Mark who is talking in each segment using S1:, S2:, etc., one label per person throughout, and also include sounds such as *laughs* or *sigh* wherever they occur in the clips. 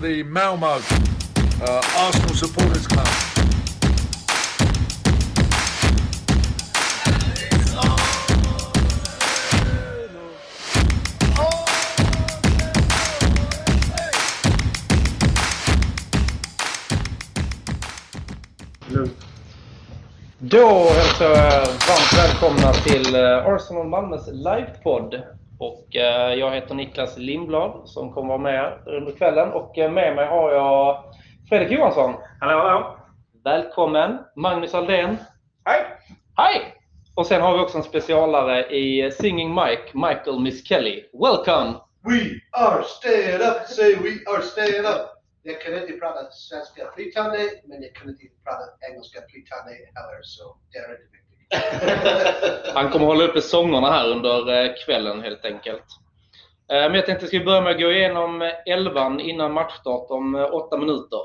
S1: the Malmo uh, Arsenal Supporters Club.
S2: Då hälsar jag er varmt välkomna till eh, Arsenal Malmös livepodd. Och eh, jag heter Niklas Lindblad som kommer vara med under kvällen. Och eh, med mig har jag Fredrik Johansson.
S3: Hallå, hallå!
S2: Välkommen! Magnus Aldén.
S3: Hej!
S2: Hej! Och sen har vi också en specialare i Singing Mike, Michael Miss Kelly. Welcome!
S4: We are stand up, say we are stand up. Jag kan inte prata svenska flytande, men jag kan inte prata engelska flytande heller, så det är inte viktigt.
S2: Han kommer hålla uppe sångerna här under eh, kvällen helt enkelt. Eh, Men jag tänkte att vi ska börja med att gå igenom eh, elvan innan matchstart om eh, åtta minuter.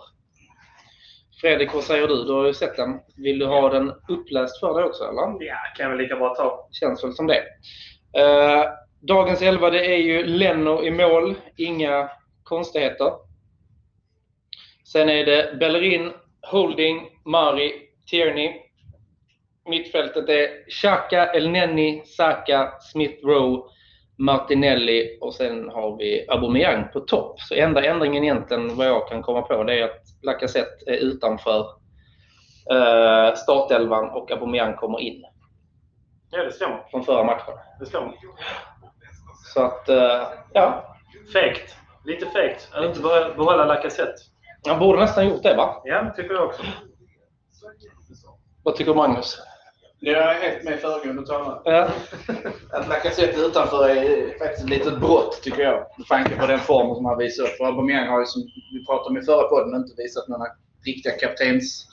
S2: Fredrik, vad säger du? Du har ju sett den. Vill du ha den uppläst för dig också, eller?
S3: Ja, kan jag väl lika bra ta.
S2: Känns väl som det. Eh, Dagens elva, det är ju Leno i mål. Inga konstigheter. Sen är det Bellerin, Holding, Mari, Tierney. Mittfältet är Xhaka, Elneny, Saka, Smith Rowe, Martinelli och sen har vi Aubameyang på topp. Så enda ändringen egentligen vad jag kan komma på det är att Lacazette är utanför eh, startelvan och Aubameyang kommer in
S3: Ja, det stämmer.
S2: från förra matchen.
S3: Det stämmer.
S2: Så att, eh, ja.
S3: Fegt. Lite fegt. Att inte bara behålla Lacazette.
S2: Han borde nästan gjort det va?
S3: Ja, tycker jag också.
S2: Vad tycker Magnus?
S5: Jag är helt med föregående talare.
S2: Ja.
S5: *laughs* Att Lacazette är utanför Alltså, är faktiskt ett litet brott, tycker jag. Med tanke på den formen som han visar upp. För Aubameyang har ju, som vi pratade om i förra podden, inte visat några riktiga kaptens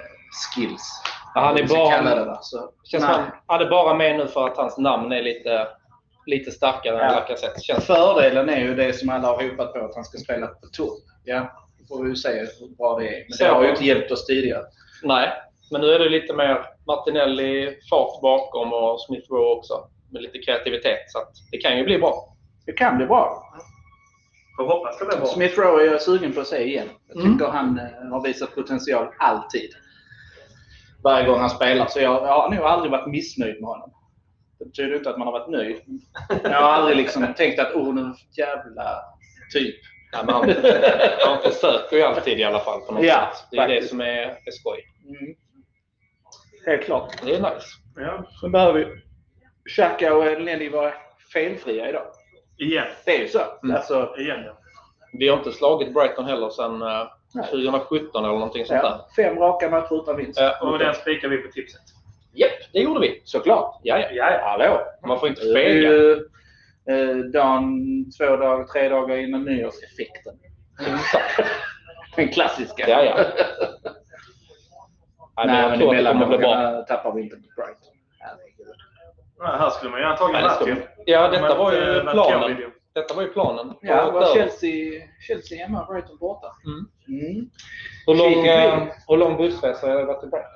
S5: eh, skills.
S2: Ja, han är
S5: Vad vi ska
S2: bara-
S5: kalla det, va? Så,
S2: Känns
S5: nej.
S2: han, han är bara med nu för att hans namn är lite, lite starkare än
S5: Ja.
S2: Lacazette. Känns det.
S5: Fördelen är ju det som alla har ropat på, att han ska spela på topp. Ja, då får vi ju se hur bra det är. Men det har ju inte hjälpt oss tidigare.
S2: Nej, men nu är det lite mer Martinelli, fart bakom och Smith Rowe också. Med lite kreativitet. Så att det kan ju bli bra.
S5: Det kan bli bra.
S3: Får hoppas det blir bra.
S5: Smith Rowe är jag sugen på att se igen. Jag
S2: Mm.
S5: tycker han eh, har visat potential alltid. Varje gång han spelar. Så jag, jag har nog aldrig varit missnöjd med honom. Det betyder inte att man har varit nöjd. Jag har aldrig liksom tänkt att oh, nu jävla typ.
S2: Nej, men han, *laughs* han försöker ju alltid i alla fall på något
S5: Ja,
S2: sätt. Det är det
S5: faktiskt.
S2: som är, är skoj.
S5: Mm. Helt klart.
S2: Det är nice.
S3: Ja.
S5: Sen behöver ju Xhaka och Elneny vara felfria idag.
S3: Igen.
S5: Det är ju så.
S2: Mm.
S5: Alltså,
S3: Igen, ja.
S2: Vi har inte slagit Brighton heller sedan eh,
S5: Nej.
S2: 2017 eller någonting sånt där.
S5: ja, fem raka matcher utan vinst.
S2: Eh,
S3: Och den spikar vi på tipset.
S2: Japp, det gjorde vi.
S5: Såklart.
S2: Ja, ja.
S3: Ja, ja.
S5: Hallå! Mm.
S2: Man får inte
S5: Det är
S2: fega.
S5: ju eh, dagen, två dagar, tre dagar innan nyårseffekten. *laughs* Den klassiska.
S2: Ja, ja. Nej, men jag tror att det kommer bli bra.
S5: dagarna tappar vi inte mot Brighton. Herregud.
S3: Ja, här skulle man ju antagligen
S2: Ja, det
S3: varit
S2: ska-
S3: ju.
S2: Ja, detta
S3: Men,
S2: var ju
S3: eh,
S2: planen.
S3: Vatkari, ju.
S2: Detta var ju planen.
S5: Ja, det
S2: Och
S5: var
S2: där.
S5: Chelsea, Chelsea hemma, Brighton borta.
S2: Mm.
S5: Mm.
S2: Hur lång,
S5: Fint.
S2: eh, hur lång bussresa har det varit till Brighton?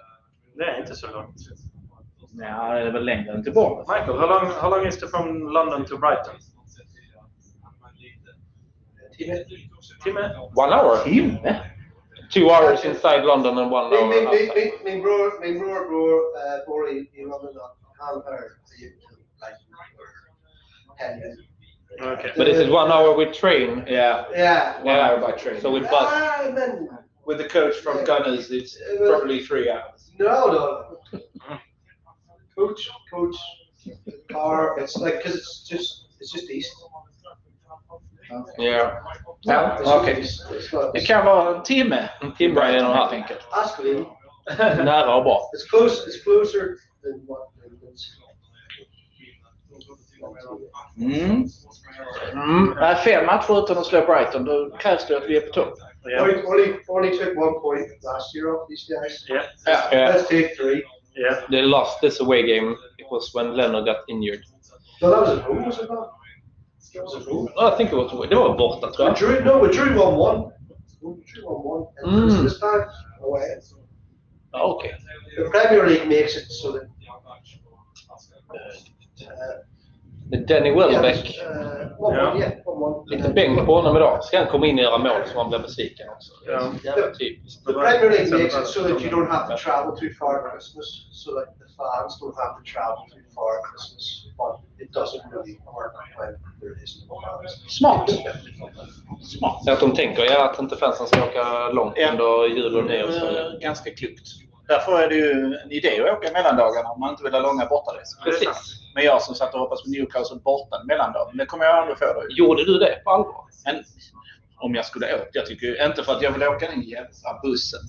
S3: Det är inte så långt.
S5: Ja, det är väl längre än till Bournemouth.
S3: Michael, hur lång, hur lång is det från London till Brighton?
S5: Timme.
S3: Timme?
S2: One hour?
S5: Timme?
S2: Two hours inside London and one
S4: Min,
S2: hour
S4: min, min,
S2: outside.
S4: min, min bror, min bror bor, eh, bor i, i London och han hör YouTube like helgen.
S3: Okej.
S2: But this is one hour with train.
S5: Ja.
S4: Ja.
S5: One hour by train.
S2: So with bus.
S4: Ah, men
S5: With the coach
S4: from
S5: Gunners it's
S4: probably
S5: three hours.
S4: No, no. Coach, coach, car. It's like because it's just it's just east.
S2: Oh, Yeah.
S5: Ja,
S4: It's
S5: okej.
S4: Just, east. it's not.
S5: Det kan vara en timme.
S2: En timme är en och en halv.
S5: enkelt.
S4: Ask me.
S2: Mm. Nära och bra.
S4: It's close. It's closer than what. Than this.
S5: Mm.
S2: Mm.
S5: Nej, fem matcher utan att slå Brighton, då krävs det att vi är på topp.
S3: Ja.
S4: Only, only, only took one point last year off these guys.
S3: Ja.
S2: Yeah.
S4: Let's take three.
S3: Ja.
S2: They lost this away game. It was when Leno got injured.
S4: No, that was at home, was it not? That was at home.
S2: Oh, I think it was away. Det var borta tror
S4: We
S2: jag.
S4: drew, no, we drew one one. We drew one one. And
S2: Mm.
S4: this time away.
S2: Ja, Okej.
S4: The Premier League makes it so that uh,
S2: Det är Danny Welbeck.
S4: Uh, one
S3: Ja.
S4: one, yeah, one one.
S2: Lite bänk på honom idag. Ska han komma in och göra mål så man blir besviken också. Det är så jävla typiskt.
S4: The Premier League makes it so that you don't have to travel too far at Christmas, so that the fans don't have to travel too far at Christmas, but it doesn't really work when there is no fans.
S5: Smart! Smart.
S2: Att de tänker ja, att inte fansen ska åka långt
S5: Ja.
S2: under jul och nyårshelgen.
S5: Eh, Ganska klokt. Därför är det ju en idé att åka mellandagarna om man inte vill ha långa bortaresor.
S2: Precis.
S5: Men jag som satt och hoppades på Newcastle borta en mellandag, det kommer jag aldrig få då.
S2: Gjorde du det på allvar?
S5: En, om jag skulle åka. Jag tycker ju inte för att jag vill åka den jävla bussen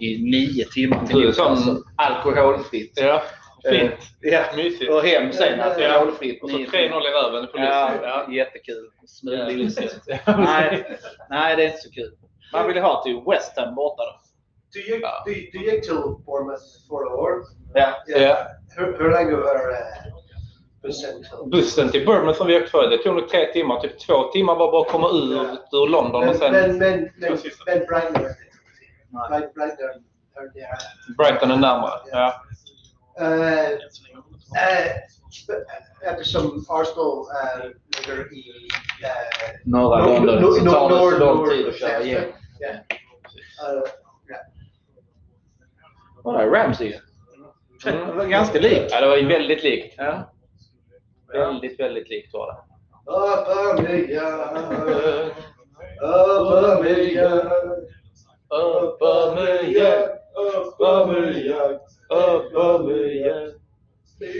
S5: i nio timmar till
S2: Du är sån-
S5: Newcastle. Alkoholfritt.
S2: Ja. Fint.
S5: Eh, Ja.
S2: Mysigt.
S5: Och hem sen alltså, alkoholfritt.
S2: Och så
S5: nio
S2: 3-0 i röven i
S5: Ja,
S2: polisen. Ja.
S5: jättekul.
S2: *laughs* Ja.
S5: Smulig lillsyster. nej, nej, det är inte så kul. Man vill ju
S2: typ
S5: ha till West Ham borta då.
S4: Do you,
S2: Ja.
S4: do you, do you till Bournemouth for a war?
S5: Ja.
S2: Ja.
S4: Hur, hur länge var eh, bussen till?
S2: Bussen till Birmingham som vi åkte för, det tog nog tre timmar. Typ två timmar var bara att komma ur, ur London och
S4: Men, men,
S2: sen
S4: men, men,
S2: Precis.
S4: men Brighton, är-
S5: Nej.
S4: Bright- Brighton, är- är nära.
S2: Brighton är närmare. Ja.
S4: Eh, eh, Eftersom Arsenal eh, ligger i eh,
S5: Norra
S4: Nor-
S5: London.
S4: nor-
S5: så tar det
S4: nor-
S5: så lång
S4: nor-
S5: tid att köra
S4: nor-
S5: igenom.
S4: ja. Eh, ja.
S5: Var är Ramsey ju?
S2: Mm.
S5: Det var ganska lik.
S2: Ja, det var ju väldigt likt.
S5: Ja.
S2: Väldigt, väldigt likt var det.
S4: Aubameyang, Aubameyang, Aubameyang, Aubameyang, Aubameyang.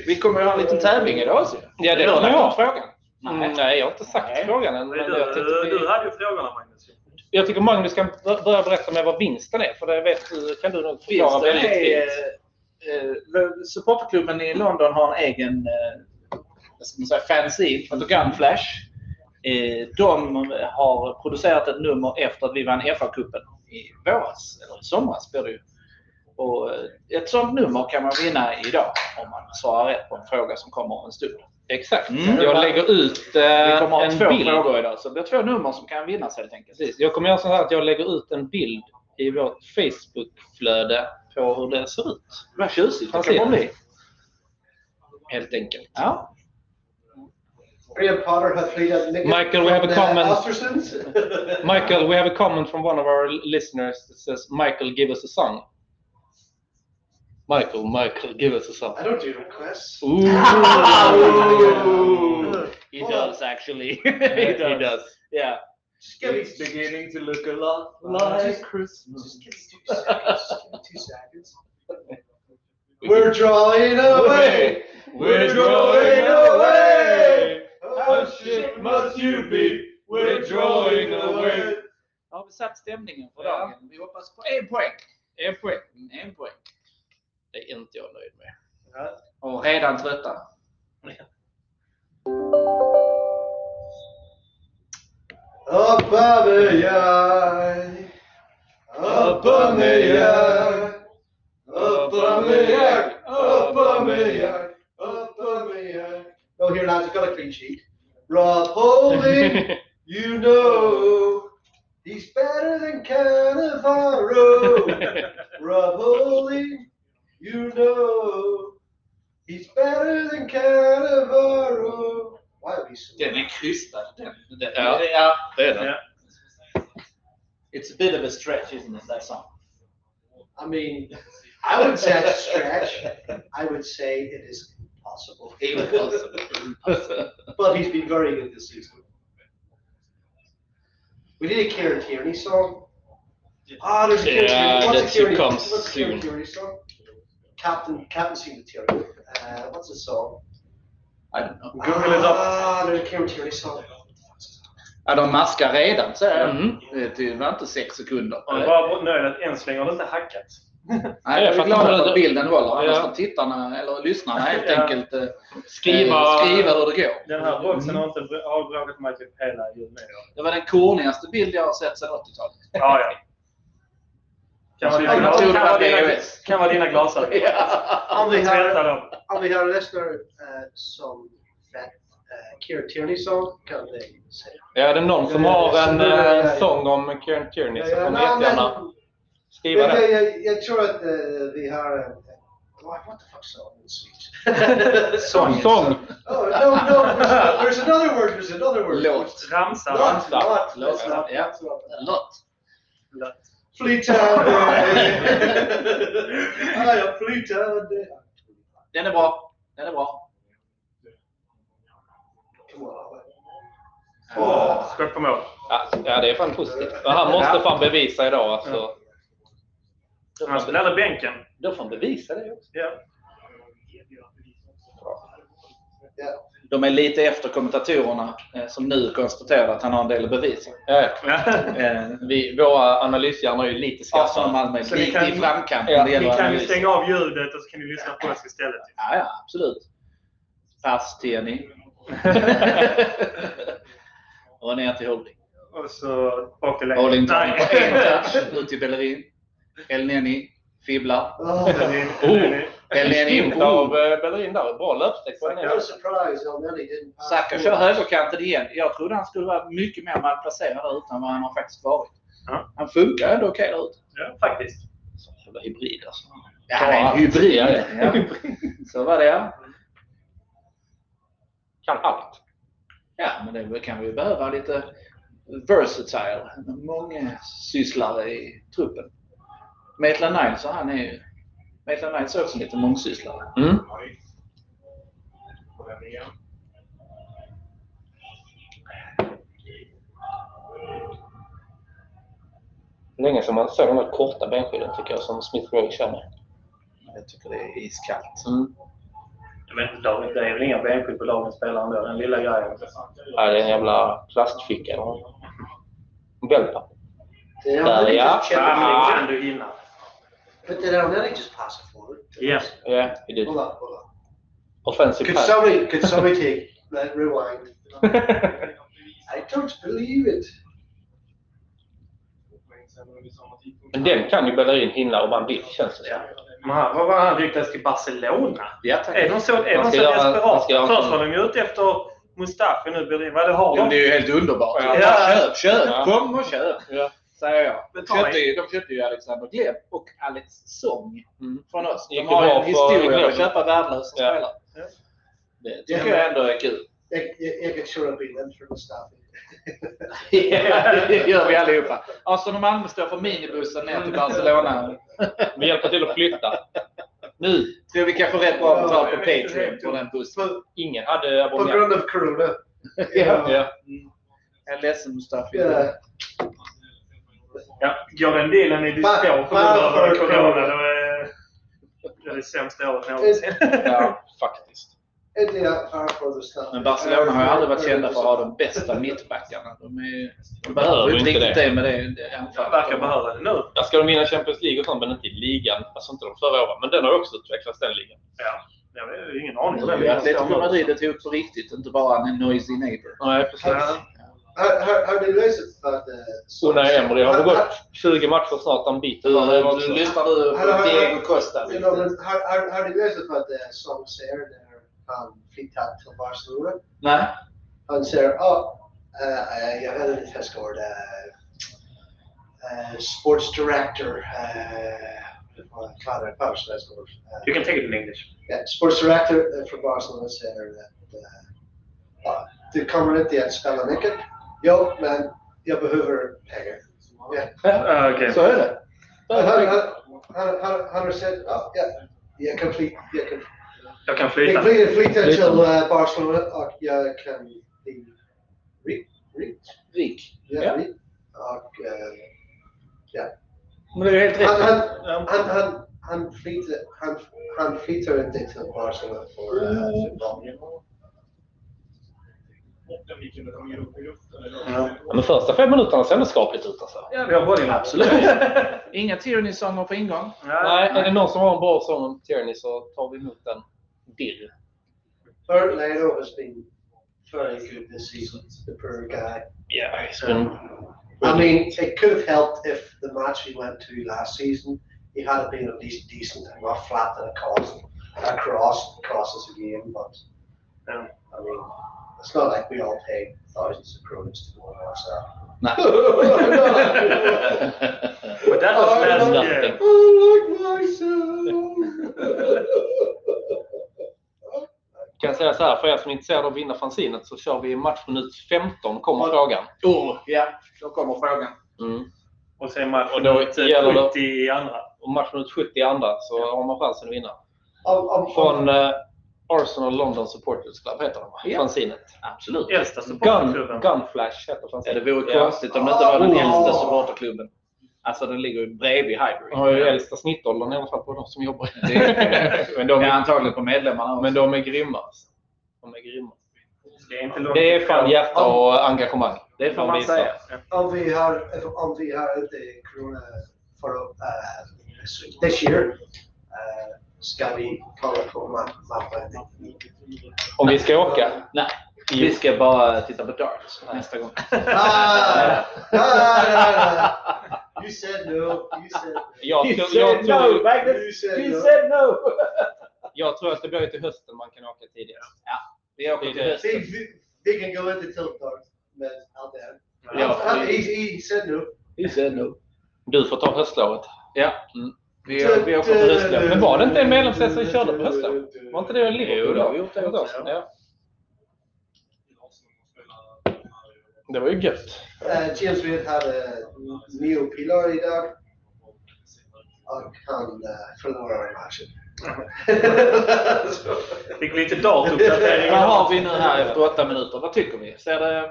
S5: Vi kommer ju ha en liten tävling idag. Så.
S2: Ja, det
S5: Är du
S2: kommer
S5: med
S2: jag.
S5: på frågan?
S2: Mm, nej, jag har inte sagt
S5: Nej.
S2: frågan än.
S3: Du,
S2: Men jag, tyckte,
S3: du
S2: vi-
S3: hade ju frågorna Magnus.
S2: jag tycker Magnus kan bör- börja berätta med vad vinsten är. För det vet, du- kan du nog förklara
S5: Finns det
S2: väldigt
S5: en,
S2: fint.
S5: eh, eh, Supporterklubben i London har en egen eh, vad ska man säga, fanzine som heter Gunflash. Eh, De har producerat ett nummer efter att vi vann FA-cupen i våras, eller i somras blir det ju. Och eh, ett sånt nummer kan man vinna idag om man svarar rätt på en fråga som kommer om en stund.
S2: Exakt.
S5: Mm.
S2: Jag lägger ut
S5: Vi
S2: eh,
S5: kommer ha
S2: en
S5: två
S2: bild.
S5: frågor idag, så det blir två nummer som kan vinnas helt enkelt.
S2: Precis. Jag kommer göra så här att jag lägger ut en bild i vårt Facebook-flöde på hur det ser ut.
S5: Vad tjusigt det
S2: Precis.
S5: kan bli.
S2: Helt enkelt.
S5: Ja.
S4: Graham Potter har friat Nick uh,
S2: Michael, we have a comment.
S4: Alstersons.
S2: Michael, we have a comment from one of our listeners that says, Michael, give us a song. Michael, Michael, give us a song.
S4: *laughs* I don't do requests.
S2: Ooh. He
S4: Hold
S2: does actually. *laughs*
S5: He
S2: he
S5: does.
S2: does.
S5: Yeah.
S4: Just give me, just
S5: beginning to look a lot
S4: like
S5: Christmas.
S4: give me two seconds. Just give me two seconds. We're drawing away. We're drawing away. How shit must you be? We're drawing away.
S5: Då har vi satt stämningen för
S2: Ja.
S5: dagen. Vi hoppas på en poäng. En poäng. En poäng.
S2: Det är inte jag nöjd med.
S5: Och redan trötta.
S4: Aubameyang. Aubameyang. Aubameyang. Aubameyang. Aubameyang. No, here, lads, I've got a clean sheet. Rob *laughs* Holding, you know, he's better than Cannavaro. Rob Holding, you know, he's better than Cannavaro. Why are we so...
S5: Den är krystad. Den, den,
S2: Ja.
S5: ja.
S2: Det är
S3: Ja.
S2: det.
S5: It's a bit of a stretch isn't it that song?
S4: I mean, I wouldn't say it's a stretch. I would say it is impossible. But he's been very good this season. We did a Kieran Tierney song. Ah, there's a Kieran
S2: Yeah, that
S4: Tierney. What's a
S2: should
S4: Kieran,
S2: come
S4: what's a
S2: soon.
S4: Kieran Tierney song? Captain, Captain Seaman Tierney. Uh, what's his song?
S5: I don't know.
S3: Google it up.
S4: Ah, there's a Kieran Tierney song.
S5: Ja, de maskar redan så är det.
S2: Mm.
S5: Det var inte sex sekunder.
S3: Jag är bara nöjd att än så länge har det inte hackat.
S5: Nej,
S2: Ja,
S5: jag är
S2: för att
S5: glad
S2: de-
S5: att bilden håller. Annars
S2: Ja.
S5: får tittarna, eller lyssnarna helt
S3: Ja.
S5: enkelt eh,
S2: Skriva.
S5: eh, skriva hur det går.
S3: Den här boxen har inte har bråkat mig typ hela julen.
S5: Det var den kornigaste bild jag har sett sedan 80-talet.
S3: Ja, ja. Kan vara dina,
S5: Jag tror det
S3: kan
S5: var
S3: vara dina,
S5: VHS.
S3: kan vara dina glasögon.
S4: Om vi
S3: Vi tvättar
S4: har,
S3: dem.
S4: om vi har en lyssnare uh, som vet uh, Kieran Tierney song kan de säga.
S2: Ja, det är någon som
S4: Ja,
S2: har
S4: ja,
S2: en
S4: ja, ja, ja.
S2: eh, sång om Kieran Tierney så får ni
S4: Nej, men-
S2: jättegärna skriva
S4: jag,
S2: det.
S4: jag, jag tror att eh, vi har en like, uh, what the fuck song in Swedish?
S2: *laughs*
S5: Sång.
S2: Sång.
S4: Oh, no, no, there's, no- there's another word, there's another word.
S5: Låt.
S3: Ramsa.
S4: Lot, lot,
S5: Låt.
S4: that's not-
S5: Ja.
S4: that's not-
S5: Låt.
S4: Flytande. Ja, ja, flytande.
S5: Den är bra. Den är bra.
S4: Åh.
S3: Skott på mål.
S2: Ja, ja, det är fan positivt. Men han måste fan bevisa idag alltså. Då får
S3: Han
S2: han be-
S3: spelade bänken.
S2: Då får han bevisa det också.
S3: Ja.
S4: Ja.
S5: De är lite efter kommentatorerna eh, som nu konstaterar att han har en del att bevisa.
S2: Ja,
S3: Ja.
S5: Eh,
S2: vi, våra analyshjärnor är ju lite
S5: Arsenal och
S2: skarpare.
S5: Malmö är
S3: Så vi
S5: lite
S3: kan-
S5: i framkant
S2: Ja,
S5: när det
S3: Ni
S5: gäller
S3: kan ju
S5: analys.
S3: stänga av ljudet och så kan ni lyssna på oss istället.
S5: *laughs* Ja, ja, absolut. Pass
S2: *laughs*
S5: till Jenny. och ner till Holding.
S3: Och så bak till lägen.
S5: Holding tar den på en
S3: Nej.
S5: touch ut till Bellerin. El Neni fibblar.
S4: Oh,
S3: *laughs*
S5: *laughs*
S3: Oh.
S5: El Neni...
S2: Fint av eh, Bellerin där. Bra löpsteg. på den
S4: no
S2: här.
S4: surprise, El Neni didn't pass.
S5: Saka kör högerkanten igen. Jag trodde han skulle vara mycket mer malplacerad där ute än vad han har faktiskt varit.
S3: Ja.
S5: Han funkar ändå okej där ute.
S3: Ja, faktiskt.
S2: Så Jävla hybrid alltså.
S5: Ja, han är en hybrid. Ja. Så var det ja.
S2: Kan allt.
S5: Ja, men det kan vi ju behöva lite versatile. Många sysslare i truppen. Maitland Niles, han är ju... Maitland Niles är också lite mångsysslare.
S2: Mm. Länge sedan man såg de där korta benskydden tycker jag som Smith Rowe kör med.
S5: Jag tycker det är iskallt.
S2: Mm.
S3: Jag vet inte, David, det är väl inga benskydd på lagens spelare ändå, den lilla grejen.
S2: Ja, det är en jävla plastficka. Wellpapp.
S4: Did El Neni
S2: Ja,
S4: just check
S3: Ja, men
S4: it?
S3: det kan du innan.
S4: But did El Neni just pass it forward?
S3: Ja.
S2: Ja, det är
S4: Hold on, hold on.
S2: offensive
S4: Could
S2: pass.
S4: somebody, could somebody take that rewind? I don't believe it.
S2: Men den kan ju Bellerin hinna om man vill känns det som.
S3: Men han, vad var han ryktades till Barcelona?
S5: Ja, tack.
S3: Är de så, är de
S2: Man
S3: så
S2: ska göra- man ska
S3: desperata?
S2: göra-
S3: Först var de ju ute efter Mustafi nu, Berlin. Vad det har
S5: Jo,
S3: de?
S5: det är ju helt underbart.
S2: Ja.
S5: Bara Köp, köp!
S2: Ja.
S5: Kom och köp!
S2: Ja.
S5: Säger jag. De
S3: Betala
S5: köpte, ju, de köpte ju Alexander Gleb och Alex Song
S2: Mm.
S5: från oss. De
S2: Gick
S5: har
S2: det
S5: ju
S2: bra
S5: en
S2: för
S5: historia
S2: Gleb?
S5: att köpa värdelösa
S2: Ja.
S5: spelare.
S3: Ja.
S5: *laughs* Det tycker jag ändå är kul.
S4: Jag, jag, jag kan köra bilen för Mustafi.
S5: det gör vi allihopa. Mm. Arsenal och Alltså, Malmö står för minibussen ner till Barcelona.
S2: Vi hjälper till att flytta. Nu!
S5: Tror vi kan få rätt bra betalt på Patreon på den bussen.
S4: På,
S2: Ingen hade
S4: på
S2: abonnemang.
S4: grund av corona.
S2: Ja.
S5: Mm. Jag är ledsen Mustafi.
S4: Ja.
S3: Ja, går den dealen i
S4: Va-
S3: dispå på grund av
S4: varför
S3: corona, då är det är det sämsta året någonsin.
S2: Ja, faktiskt.
S4: Inte jag varför Mustafi.
S5: Men Barcelona har ju aldrig varit kända för att ha de bästa mittbackarna. De, är, ju- de behöver ju inte riktigt det, med det, det
S3: Jag
S5: anfallet.
S3: verkar behöva det nu.
S2: Ja, ska de vinna Champions League och sånt, men inte i ligan. Alltså inte de förra åren. Men den har också utvecklats, den ligan.
S3: Jag har ingen aning om
S5: Nu är ju Atletico
S3: det.
S5: Madrid ett hot på riktigt, inte bara en noisy neighbor.
S2: Nej, precis.
S4: Har, har, har ni läst att... eh,
S2: Unai Emery har väl
S4: Har-
S2: gått 20 matcher snart. Han biter ur det
S5: Du,
S2: också.
S5: lyssnar du
S4: Hallå,
S5: på
S4: hallå.
S5: Diego Costa?
S4: You know, men har, har, har ni läst vad eh, Son säger när han flyttar till Barcelona?
S5: Nej.
S4: Han säger, ja, oh, jag vet inte hur jag uh, Sports director, uh, kallar det Barcelona. eh,
S3: You can take it in English.
S4: Yeah, sports director uh, for Barcelona said that uh, uh, the Commonwealth at Spelanicket. Jo, men jag behöver pengar.
S3: Ah, Okej.
S5: Så är det. Oh,
S4: Han, han, han, han, han har sagt, ja, ja, jag kan fly, jag kan
S3: Jag kan
S4: jag
S3: flyta.
S4: fly, flytta
S2: Flytta.
S4: till uh, Barcelona och jag kan bli rik. rik.
S5: Rik.
S4: Ja,
S5: Ja.
S4: rik. Och, uh,
S5: Men det är ju helt
S4: han,
S5: rätt.
S4: han, han, han, han, flyttar, han, han flyttar inte till Barcelona för uh, fotboll.
S3: Ja.
S2: Ja, men första fem minuterna ser ändå skapligt ut alltså.
S3: Ja, vi har bollen.
S5: Absolut. Inga Tierney-sånger på ingång.
S2: Nej,
S3: *laughs*
S2: är det någon som har en bra sång om Tierney så tar vi emot den. Dirr.
S4: Bert Leno has been very good this season. The poor guy.
S2: Yeah, he's been...
S4: I mean, it could have helped if the match we went to last season, he had been at least decent and not flat and across, across crosses a game. But
S3: Yeah.
S4: um, I mean, it's not like we all paid thousands of kronas to go and watch that.
S5: Nej.
S3: But that was last year.
S2: Kan jag säga så här, för er som är intresserade av att vinna fanzinet så kör vi i matchminut 15 kommer frågan.
S5: Oh, ja, då kommer frågan.
S2: Mm.
S3: Och sen
S2: Och då
S3: matchen
S2: gäller det-
S3: 70 i andra.
S2: Och matchminut 70 i andra så har man chansen att vinna.
S4: Om- om- om-
S2: Från eh, Arsenal London Supporters Club heter de va?
S5: Ja.
S2: fanzinet.
S5: Absolut.
S3: Äldsta
S2: Gun,
S3: supporterklubben.
S2: Gunflash heter
S5: Ja, det
S2: fanzinet.
S5: vore
S2: Ja. Ah,
S5: konstigt om det inte var den
S4: Oh.
S5: äldsta supporterklubben. Alltså den ligger ju bredvid Highbury.
S2: De har ju äldsta snittåldern i alla fall på de som jobbar.
S5: Det-
S2: men, de
S5: Ja,
S2: är,
S5: antagligen på medlemmarna också.
S2: men de är grymma. alltså. De är grymma.
S3: Det är inte långt
S2: Det är fan
S3: ifrån.
S2: hjärta och engagemang.
S5: det får
S2: de
S5: man
S2: visar.
S5: säga.
S4: Om vi har, om vi har inte corona för uh, this year eh, ska vi kolla på ma- mappen.
S2: Om vi ska åka?
S5: Nej, vi ska bara titta på darts nästa gång.
S4: Ah, no, no, no, no. You said no. You said no.
S2: Jag, tror- jag, tror,
S4: You said no.
S2: jag tror att det blir till hösten man kan åka tidigast.
S5: Vi åker till hösten.
S4: They, they can go into tilt dark, men out there. Ah,
S5: Ja,
S4: he, he said no.
S5: Vi ser nu.
S2: Du får ta höstlovet.
S5: Ja.
S2: Mm.
S5: Vi, vi åker på höstlovet.
S2: Men var det inte en medlemsresa vi körde på hösten? Var inte det en
S5: Jo,
S2: Liverpool?
S5: det har
S2: då?
S5: vi gjort det också.
S2: Ja. Det var ju gött.
S4: Eh, James Reed hade Neo Pilar idag och han eh, förlorade matchen. *laughs* Så.
S3: Fick lite datuppdatering.
S5: Vad har vi nu här efter åtta minuter? Vad tycker vi? Ser det...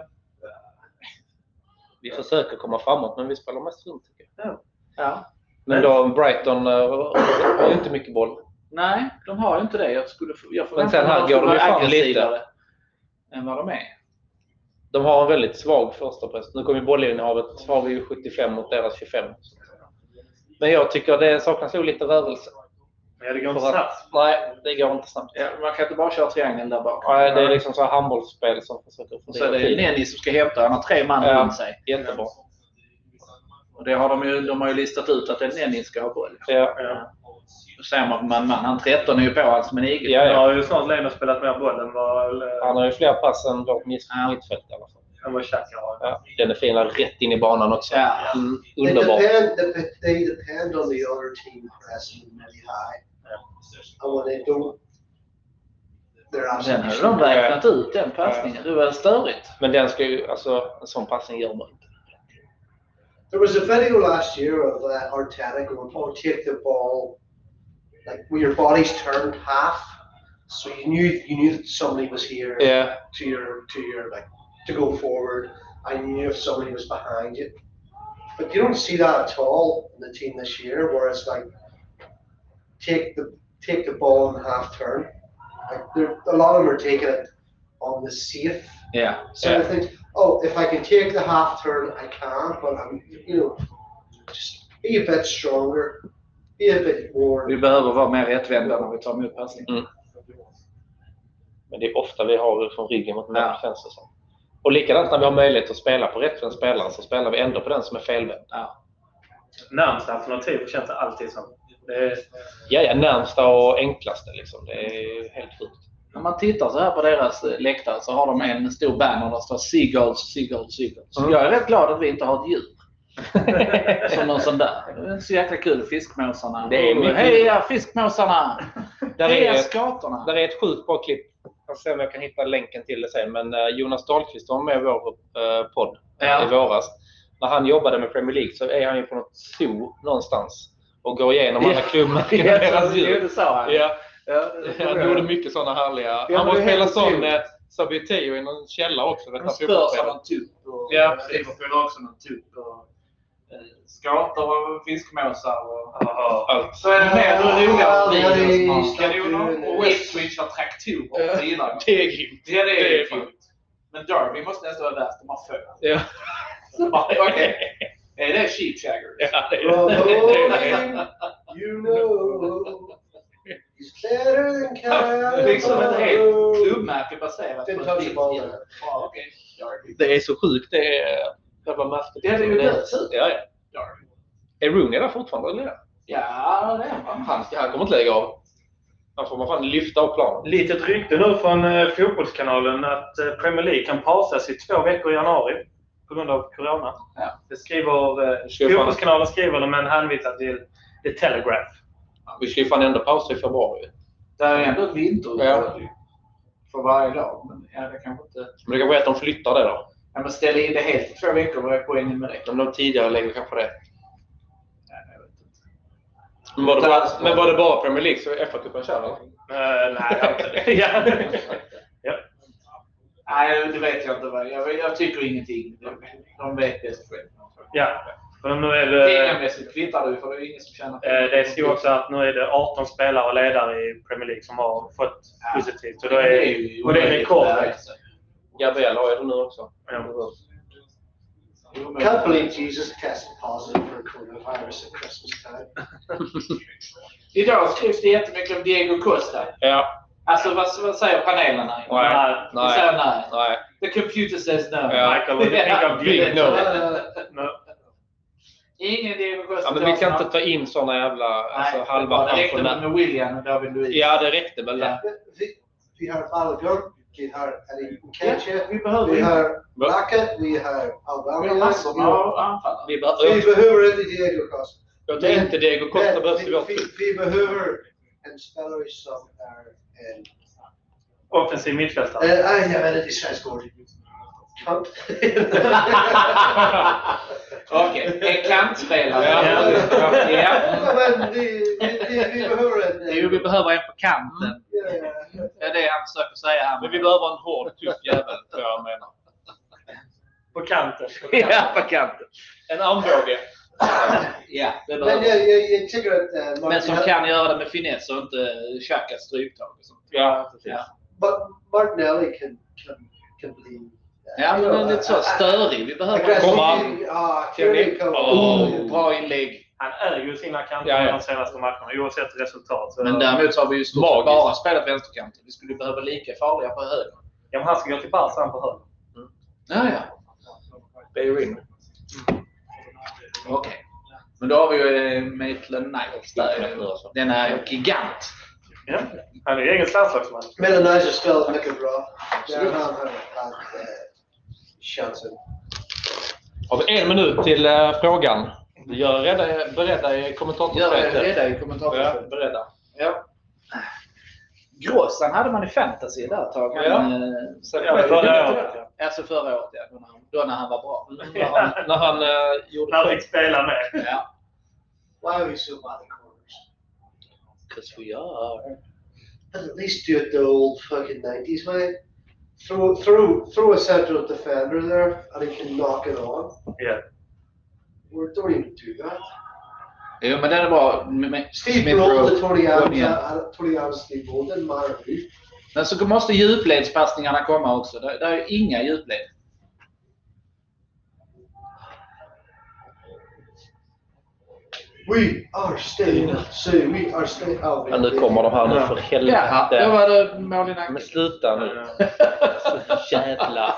S2: Vi försöker komma framåt men vi spelar mest runt tycker jag.
S5: Ja.
S2: Men då Brighton eh, har ju inte mycket boll.
S5: Nej, de har ju inte det. Jag, skulle, jag
S2: Men sen här
S5: mig att de
S2: går de ju
S5: skulle vara
S2: fan lite.
S5: aggressivare Än vad de är.
S2: De har en väldigt svag första press. Nu kommer ju bollinnehavet. Har vi ju 75 mot deras 25. Men jag tycker det saknas nog lite rörelse.
S3: Ja, det går inte
S2: För
S3: snabbt.
S2: att, nej, det går inte snabbt.
S5: Ja, man kan inte bara köra triangeln där bak.
S2: Nej, det är liksom så här handbollsspel som försöker
S5: Och så är
S2: fördriva
S5: det
S2: tiden.
S5: Nenny som ska hämta. Han har tre man
S2: Ja.
S5: runt sig.
S2: Jättebra.
S5: Och det har de, ju, de har ju listat ut att det är Nenny ska ha boll.
S2: Ja.
S3: Ja.
S5: Då ser man på man, man. Han 13 är ju på han som en igel.
S2: Ja,
S3: Nu
S2: ja.
S3: har ju snart Leno spelat mer boll än vad,
S2: Han har ju fler pass än vårt miss-
S5: Ja.
S2: mittfält i alla fall.
S3: än vad Xhaka har.
S2: Ja. Den är fin där, rätt in i banan också.
S5: Ja.
S2: Mm,
S4: They
S2: underbar.
S4: depend, dep- they depend on the other team pressing really high. And when they don't, they're out.
S5: Sen har de räknat ut den passningen. Det var störigt.
S2: Men den ska ju, alltså en sån passning gör man inte.
S4: There was a video last year of uh, Arteta going, oh, take the ball, like when your body's turned half, so you knew you knew that somebody was here
S2: Ja,
S4: to your to your like to go forward. I knew if somebody was behind you, but you don't see that at all in the team this year, where it's like take the take the ball in half turn. Like there, a lot of them are taking it on the safe
S5: Ja.
S4: so I think, oh, if I can take the half turn, I can, but I'm, you know, just be a bit stronger, be a bit more.
S5: Vi behöver vara mer rättvända när vi tar emot passningen.
S2: Mm. men det är ofta vi har från ryggen mot mål
S5: Ja.
S2: känns det som. Och likadant när vi har möjlighet att spela på rättvänd spelare så spelar vi ändå på den som är felvänd.
S3: Närmst alternativ känns det alltid som. Det är,
S2: Ja, ja, närmsta och enklaste liksom. Det är helt sjukt.
S5: När man tittar så här på deras eh, läktare så har de en stor banner där det står Seagulls, Seagulls, Seagulls.
S2: Mm.
S5: Jag är rätt glad att vi inte har ett djur. Som någon sån där. Det är så jäkla kul. Fiskmåsarna.
S2: Det är
S5: Och
S2: mycket-
S5: Heja fiskmåsarna!
S2: Där
S5: Heja
S2: är,
S5: skatorna!
S2: där är ett sjukt bra klipp. Jag ska se om jag kan hitta länken till det sen. Men eh, Jonas Dahlqvist var med i vår eh, podd
S5: Ja.
S2: i våras. När han jobbade med Premier League så är han ju på något zoo någonstans och går igenom alla *laughs* klubbmärken och deras
S5: Jo,
S2: djur.
S5: det sa han.
S2: Ja.
S5: Ja,
S2: Han gjorde mycket sådana härliga.
S5: Ja,
S2: han
S5: men
S2: var
S5: det är
S2: spela
S5: helt
S2: sån
S5: otroligt.
S2: eh, Sabuteo i någon källa också. Vet
S5: De
S2: han,
S5: spörs av
S2: fotbollsspelare.
S5: någon tupp. och-
S2: Ja, precis.
S5: Liverpool har också någon tupp. och, eh, Skator och fiskmåsar. Och...
S3: aha.
S2: Allt.
S5: Så är det mer roliga videor som har
S4: Ja,
S5: kanoner och
S4: det är-
S5: Westwich har traktorer. Det gillar jag.
S2: Det är grymt.
S5: Det, det *laughs*
S2: Det är
S5: är fint. Men Derby måste nästan vara värst. De har föl.
S2: Ja.
S5: Okej. Är det cheap shagger?
S2: Ja, det är-
S4: Rolling, you know, he's better than Kyle.
S5: Liksom ett helt klubbmärke baserat
S4: Didn't
S5: på
S4: touch
S5: ett
S4: the
S5: vitt
S4: ball
S5: djur.
S4: there.
S5: Ja, okej. Derby.
S2: Det är så sjukt det är. Själva märket.
S5: Det är ju
S2: det.
S5: dött.
S2: Ja, ja.
S5: Derby.
S2: Är Rooney där fortfarande eller?
S5: Ja, det är han.
S2: Han, ska, han kommer inte lägga av. Han får man fan lyfta av planen.
S3: Litet rykte nu från eh, Fotbollskanalen att eh, Premier League kan pausas i två veckor i januari. på grund av Corona.
S5: Ja.
S3: Det skriver, eh,
S2: Ska vi fan-
S3: fotbollskanalen skriver det men hänvisar till The Telegraph.
S2: Vi skulle ju fan ändå pausa i februari.
S5: Det är ändå ett
S2: Ja.
S5: vinteruppehåll ju. för varje dag. Men ja, det kanske inte...
S2: Men det kanske är att de flyttar det då.
S5: Ja, men ställ in det helt för två veckor. Vad är poängen med det?
S2: Om de tidigare lägger kanske det.
S5: Ja, jag vet inte.
S2: Men var det bara, men var det bara Premier League så FA-cupen kör eller?
S3: Eh, nej, jag har inte- *laughs* ja. ja.
S5: Nej, det vet jag inte. vad- Jag, jag tycker ingenting. De vet bäst själva.
S3: ja. För nu är det...
S5: Pengamässigt kvittar det ju, för det är ingen som tjänar
S3: Eh, Det stod också att nu är det 18 spelare och ledare i Premier League som har fått
S5: Ja.
S3: positivt. Och, då är,
S5: ju
S3: och det är
S5: omöjligt.
S3: rekord.
S2: Gabriel har ju det nu också.
S3: Ja.
S5: Det är omöjligt.
S4: Can't believe Jesus tested positive for coronavirus at Christmas
S2: *laughs*
S4: time.
S5: Idag skrivs det jättemycket om Diego Costa.
S2: Ja.
S5: Alltså vad, vad säger panelen här?
S2: Nej.
S5: De säger
S2: Nej.
S5: nej.
S2: Nej.
S5: The computer says no.
S2: Ja.
S3: Michael, what do you think of
S2: Big no.
S3: No.
S5: Ingen Diego Costa.
S2: Ja, men vi kan inte ta in såna jävla alltså, halva
S5: Det räckte väl
S2: pensionärer.
S5: med William och David Luiz.
S2: Ja, det räckte väl det.
S4: Vi, vi har Balogun, vi har Ali
S5: Ja,
S4: Keche,
S5: vi
S2: Oh,
S5: behöver
S4: vi
S5: inte.
S4: har
S2: Va?
S4: Lacka, vi har
S5: Vi
S4: Albano.
S5: har massor
S4: vi har-
S5: av anfallare.
S2: Vi
S4: Vi
S2: behöver,
S4: behöver inte Diego Costa.
S2: jag tror inte Diego Costa
S4: Men
S2: behövs i
S4: vi-
S2: vårt
S4: vi-
S2: trupp.
S4: Vi behöver en spelare som är en...
S3: offensiv mittfältare.
S4: Eh, nej, jag vet inte svensk ord. *laughs* Kant.
S5: Okej, en kantspelare.
S2: Ja.
S5: Ja.
S4: Men vi, vi, vi, vi behöver en...
S5: Jo, vi behöver en på kanten.
S4: Ja, ja, ja.
S5: Det är det han försöker säga här.
S2: Men vi behöver en hård, tuff jävel, tror jag han menar.
S3: På kanten.
S5: Ja, på kanten.
S2: En armbåge.
S5: Ja, det behöver
S4: Men jag, jag, jag tycker att eh, Martin,
S5: Men som
S4: Hell-
S5: kan göra det med finess och inte tjacka stryptag och sånt.
S2: Ja, precis.
S5: Ja,
S4: Ma- Martinelli kan, kan, kan bli... eh,
S5: ja men er
S4: you
S5: det
S4: know,
S5: är lite
S4: a-
S5: så
S4: a-
S5: störig. Vi behöver
S4: aggressive.
S2: Komma an.
S4: Ja,
S2: Teori.
S4: Teori.
S5: Oh, bra inlägg.
S3: Han är ju sina kanter
S2: Ja, ja.
S3: de senaste matcherna oavsett resultat. Så,
S5: Men däremot så har vi ju stort
S2: Magiskt.
S5: bara spelat vänsterkanten. Vi skulle ju behöva lika farliga på höger.
S3: ja, men han ska gå till Barca han på höger.
S5: Ja, ja.
S2: Bayern.
S5: Okej. Men då har vi ju eh, Maitland Niles där.
S2: Ja.
S5: Den är gigant.
S3: Ja. Han är ju egen landslagsman.
S4: Mellan Nice och spelat mycket bra. Där han har haft eh, chansen.
S2: Har vi en minut till eh, frågan? Gör er redan, beredda i
S5: Gör det
S2: kommentatorsfältet.
S5: redan i kommentatorsfältet.
S2: beredda.
S5: Ja. Grossan hade man i fantasy där ett tag. Han,
S2: Ja.
S5: eh,
S2: Sen,
S3: Ja, förra året, ja.
S5: Alltså förra året, ja. Då när han- Då när han var bra.
S2: när
S5: *laughs*
S2: han, när han eh, gjorde...
S3: När han fick spela med.
S5: Ja.
S4: Why are we so bad at corners?
S5: 'Cause we are.
S4: But at least do it the old fucking nineties way. Throw, throw, throw a central defender there and he can knock it on.
S3: Ja.
S4: We don't even do that.
S5: Jo, men den är bra. M- m-
S4: Steve
S5: Smith
S4: Rowe
S5: Rowe,
S4: to Tony Adams,
S5: William.
S4: uh, Tony Adams, Steve Rowe, didn't matter who.
S5: Men så måste djupledspassningarna komma också. Det, det är ju inga djupled.
S4: We are staying up, so we are staying out.
S2: Ja, nu kommer de här nu för
S5: Ja, då
S2: helvete.
S5: var det mål i nacken.
S2: Men sluta nu. Jävlar.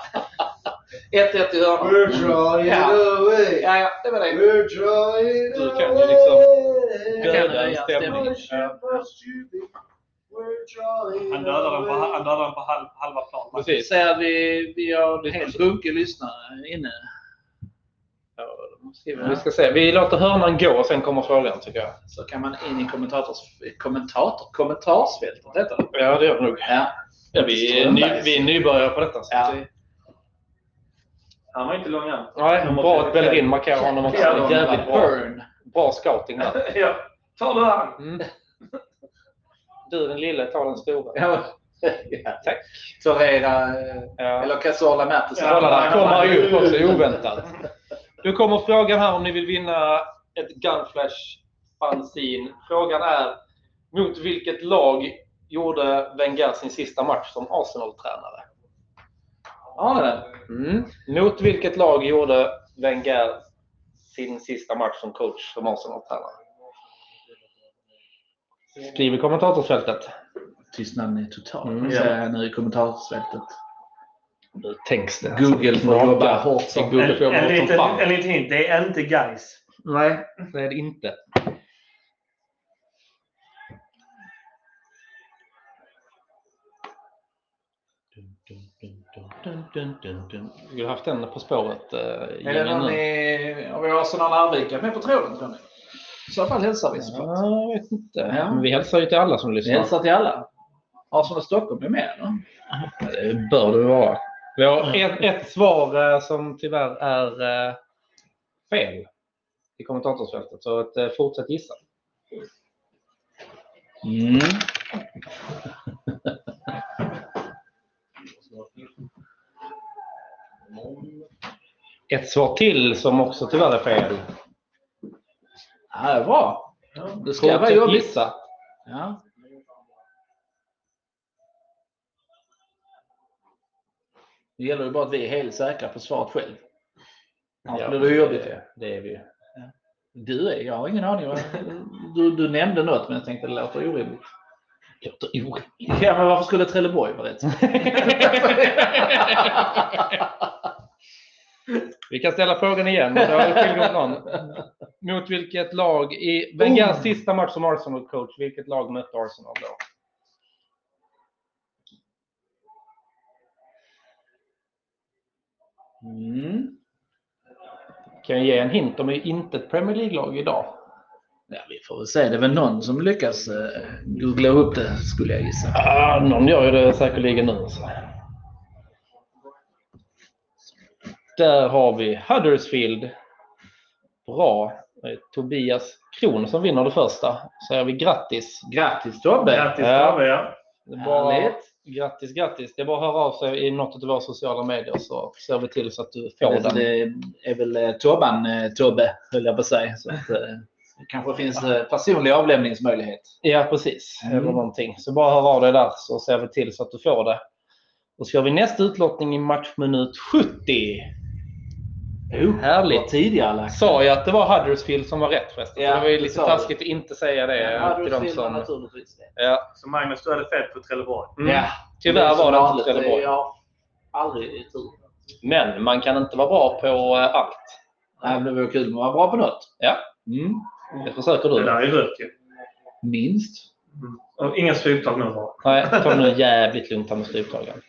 S5: 1-1 i hörnan.
S4: We're drawing
S5: Ja.
S4: away.
S5: Ja, ja, det var det.
S4: We're drawing
S2: Du kan ju liksom
S4: away.
S5: kan
S2: Döda en
S5: höja
S2: stämning.
S5: stämningen.
S4: Worship must you be. We're drawing
S3: Han dödar dem på,
S4: away.
S3: han dödar dem på halv, halva plan.
S5: Vi
S2: Precis.
S5: ser att vi, vi har en hel bunke lyssnare inne. Ja, då måste vi-
S2: Vi ska se. Vi låter hörnan gå och sen kommer frågan tycker jag.
S5: Så kan man in i kommentators, kommentator, kommentarsfältet heter det.
S2: Ja, det gör vi nog.
S5: Ja.
S2: Ja, vi, är ny, vi är nybörjare på detta. Så.
S5: Ja.
S3: Han var inte lång än.
S2: Nej, bra att Bellerin markerar honom också.
S3: Ja,
S2: Jävligt bra.
S5: burn.
S2: Bra scouting där.
S3: Ja. Tar du han?
S2: Mm. Du den lille, ta den stora.
S5: Ja. ja.
S2: Tack.
S5: Torreira, eh,
S2: Ja.
S5: eller Casola Mertens.
S2: Kolla där,
S3: kom
S2: kommer
S3: han
S2: ju upp också oväntat. Nu kommer frågan här om ni vill vinna ett Gunflash fanzine. Frågan är mot vilket lag gjorde Wenger sin sista match som Arsenal-tränare?
S5: Har ni den?
S2: Mm. Mot vilket lag gjorde Wenger sin sista match som coach som Arsenal-tränare? Skriv i kommentatorsfältet.
S5: Tystnaden är total.
S2: Mm.
S5: säger jag nu i kommentarsfältet.
S2: Nu tänks det.
S5: Google får
S2: Knaka.
S5: jobba hårt som-
S2: Google får
S3: En,
S2: jobba
S3: en,
S2: hårt som
S3: liten,
S2: fan.
S3: en liten hint. Det är inte guys.
S2: Nej, det är det inte. Dun, dun, dun, dun. Vi skulle haft den På spåret. eh,
S5: Är det
S2: gängen
S5: någon
S2: nu.
S5: i... Har vi också någon Arvika med på tråden tror ni? I så fall hälsar vi såklart.
S2: Ja, jag vet inte.
S5: Ja.
S2: Men vi hälsar ju till alla som
S5: Vi
S2: lyssnar.
S5: hälsar till alla. Arsenal Stockholm är med eller?
S2: Det bör det vara. Vi har ett, ett svar eh, som tyvärr är eh, fel i kommentatorsfältet. Så att, eh, fortsätt gissa.
S5: Mm.
S2: Ett svar till som också tyvärr är fel.
S5: Ja, det är bra. Det ska vara
S2: Fortsätt
S5: jobbigt.
S2: gissa.
S5: Ja. Det gäller ju bara att vi är helt säkra på svaret själv. Annars blir det ju jobbigt.
S2: det, det är vi ju.
S5: Du är, jag har ingen aning. vad- Du, du nämnde något men jag tänkte det låter orimligt.
S2: Låter orimligt.
S5: Ja, men varför skulle Trelleborg vara rätt?
S2: Vi kan ställa frågan igen. men Det har tillgått någon.
S5: *laughs*
S2: Mot vilket lag i Wengers
S5: Oh.
S2: sista match som Arsenal-coach, vilket lag mötte Arsenal då?
S5: Mm.
S2: *laughs* Kan jag ge en hint? De är ju inte ett Premier League-lag idag.
S5: Ja, vi får väl se. Det är väl någon som lyckas eh, googla upp det skulle jag gissa.
S2: Ah, någon gör ju det säkerligen nu. Så. Där har vi Huddersfield. Bra. Det är Tobias Kron som vinner det första. Säger vi grattis.
S5: Grattis Tobbe!
S3: Grattis
S2: Ja.
S3: Tobbe, ja.
S2: Det är bara,
S5: Härligt.
S2: grattis, grattis. Det är bara att höra av sig i något av våra sociala medier så ser vi till så att du får
S5: Det,
S2: den.
S5: det är väl eh, Tobban, eh, Tobbe, höll jag på att säga. Så att, eh, det kanske finns eh, personlig avlämningsmöjlighet.
S2: Ja, precis.
S5: Mm.
S2: Eller någonting. Så bara hör av dig där så ser vi till så att du får det. Och så gör vi nästa utlottning i matchminut 70.
S5: Jo,
S2: härligt.
S5: vad Tidigare lagt.
S2: Sa jag att det var Huddersfield som var rätt förresten?
S5: Ja,
S2: det var ju
S5: det
S2: lite
S5: sa du.
S2: taskigt att inte säga det
S5: Ja, du
S2: till de
S5: filmar
S2: som...
S5: naturligtvis det.
S2: Ja.
S3: Så Magnus, du hade fel på Trelleborg.
S2: Mm.
S5: Ja,
S2: Tyvärr
S5: som
S2: var det
S5: vanligt.
S2: inte Trelleborg.
S5: Ja, aldrig i tur.
S2: Men man kan inte vara bra på eh, allt.
S5: Nej, men Det vore kul om man var bra på något.
S2: Ja.
S5: Mm.
S2: Det försöker
S3: Det
S2: du.
S3: där är rött ju.
S5: Minst.
S3: Och inga stryptag nu bara.
S2: Nej, ta nu jävligt lugnt här med stryptagaren.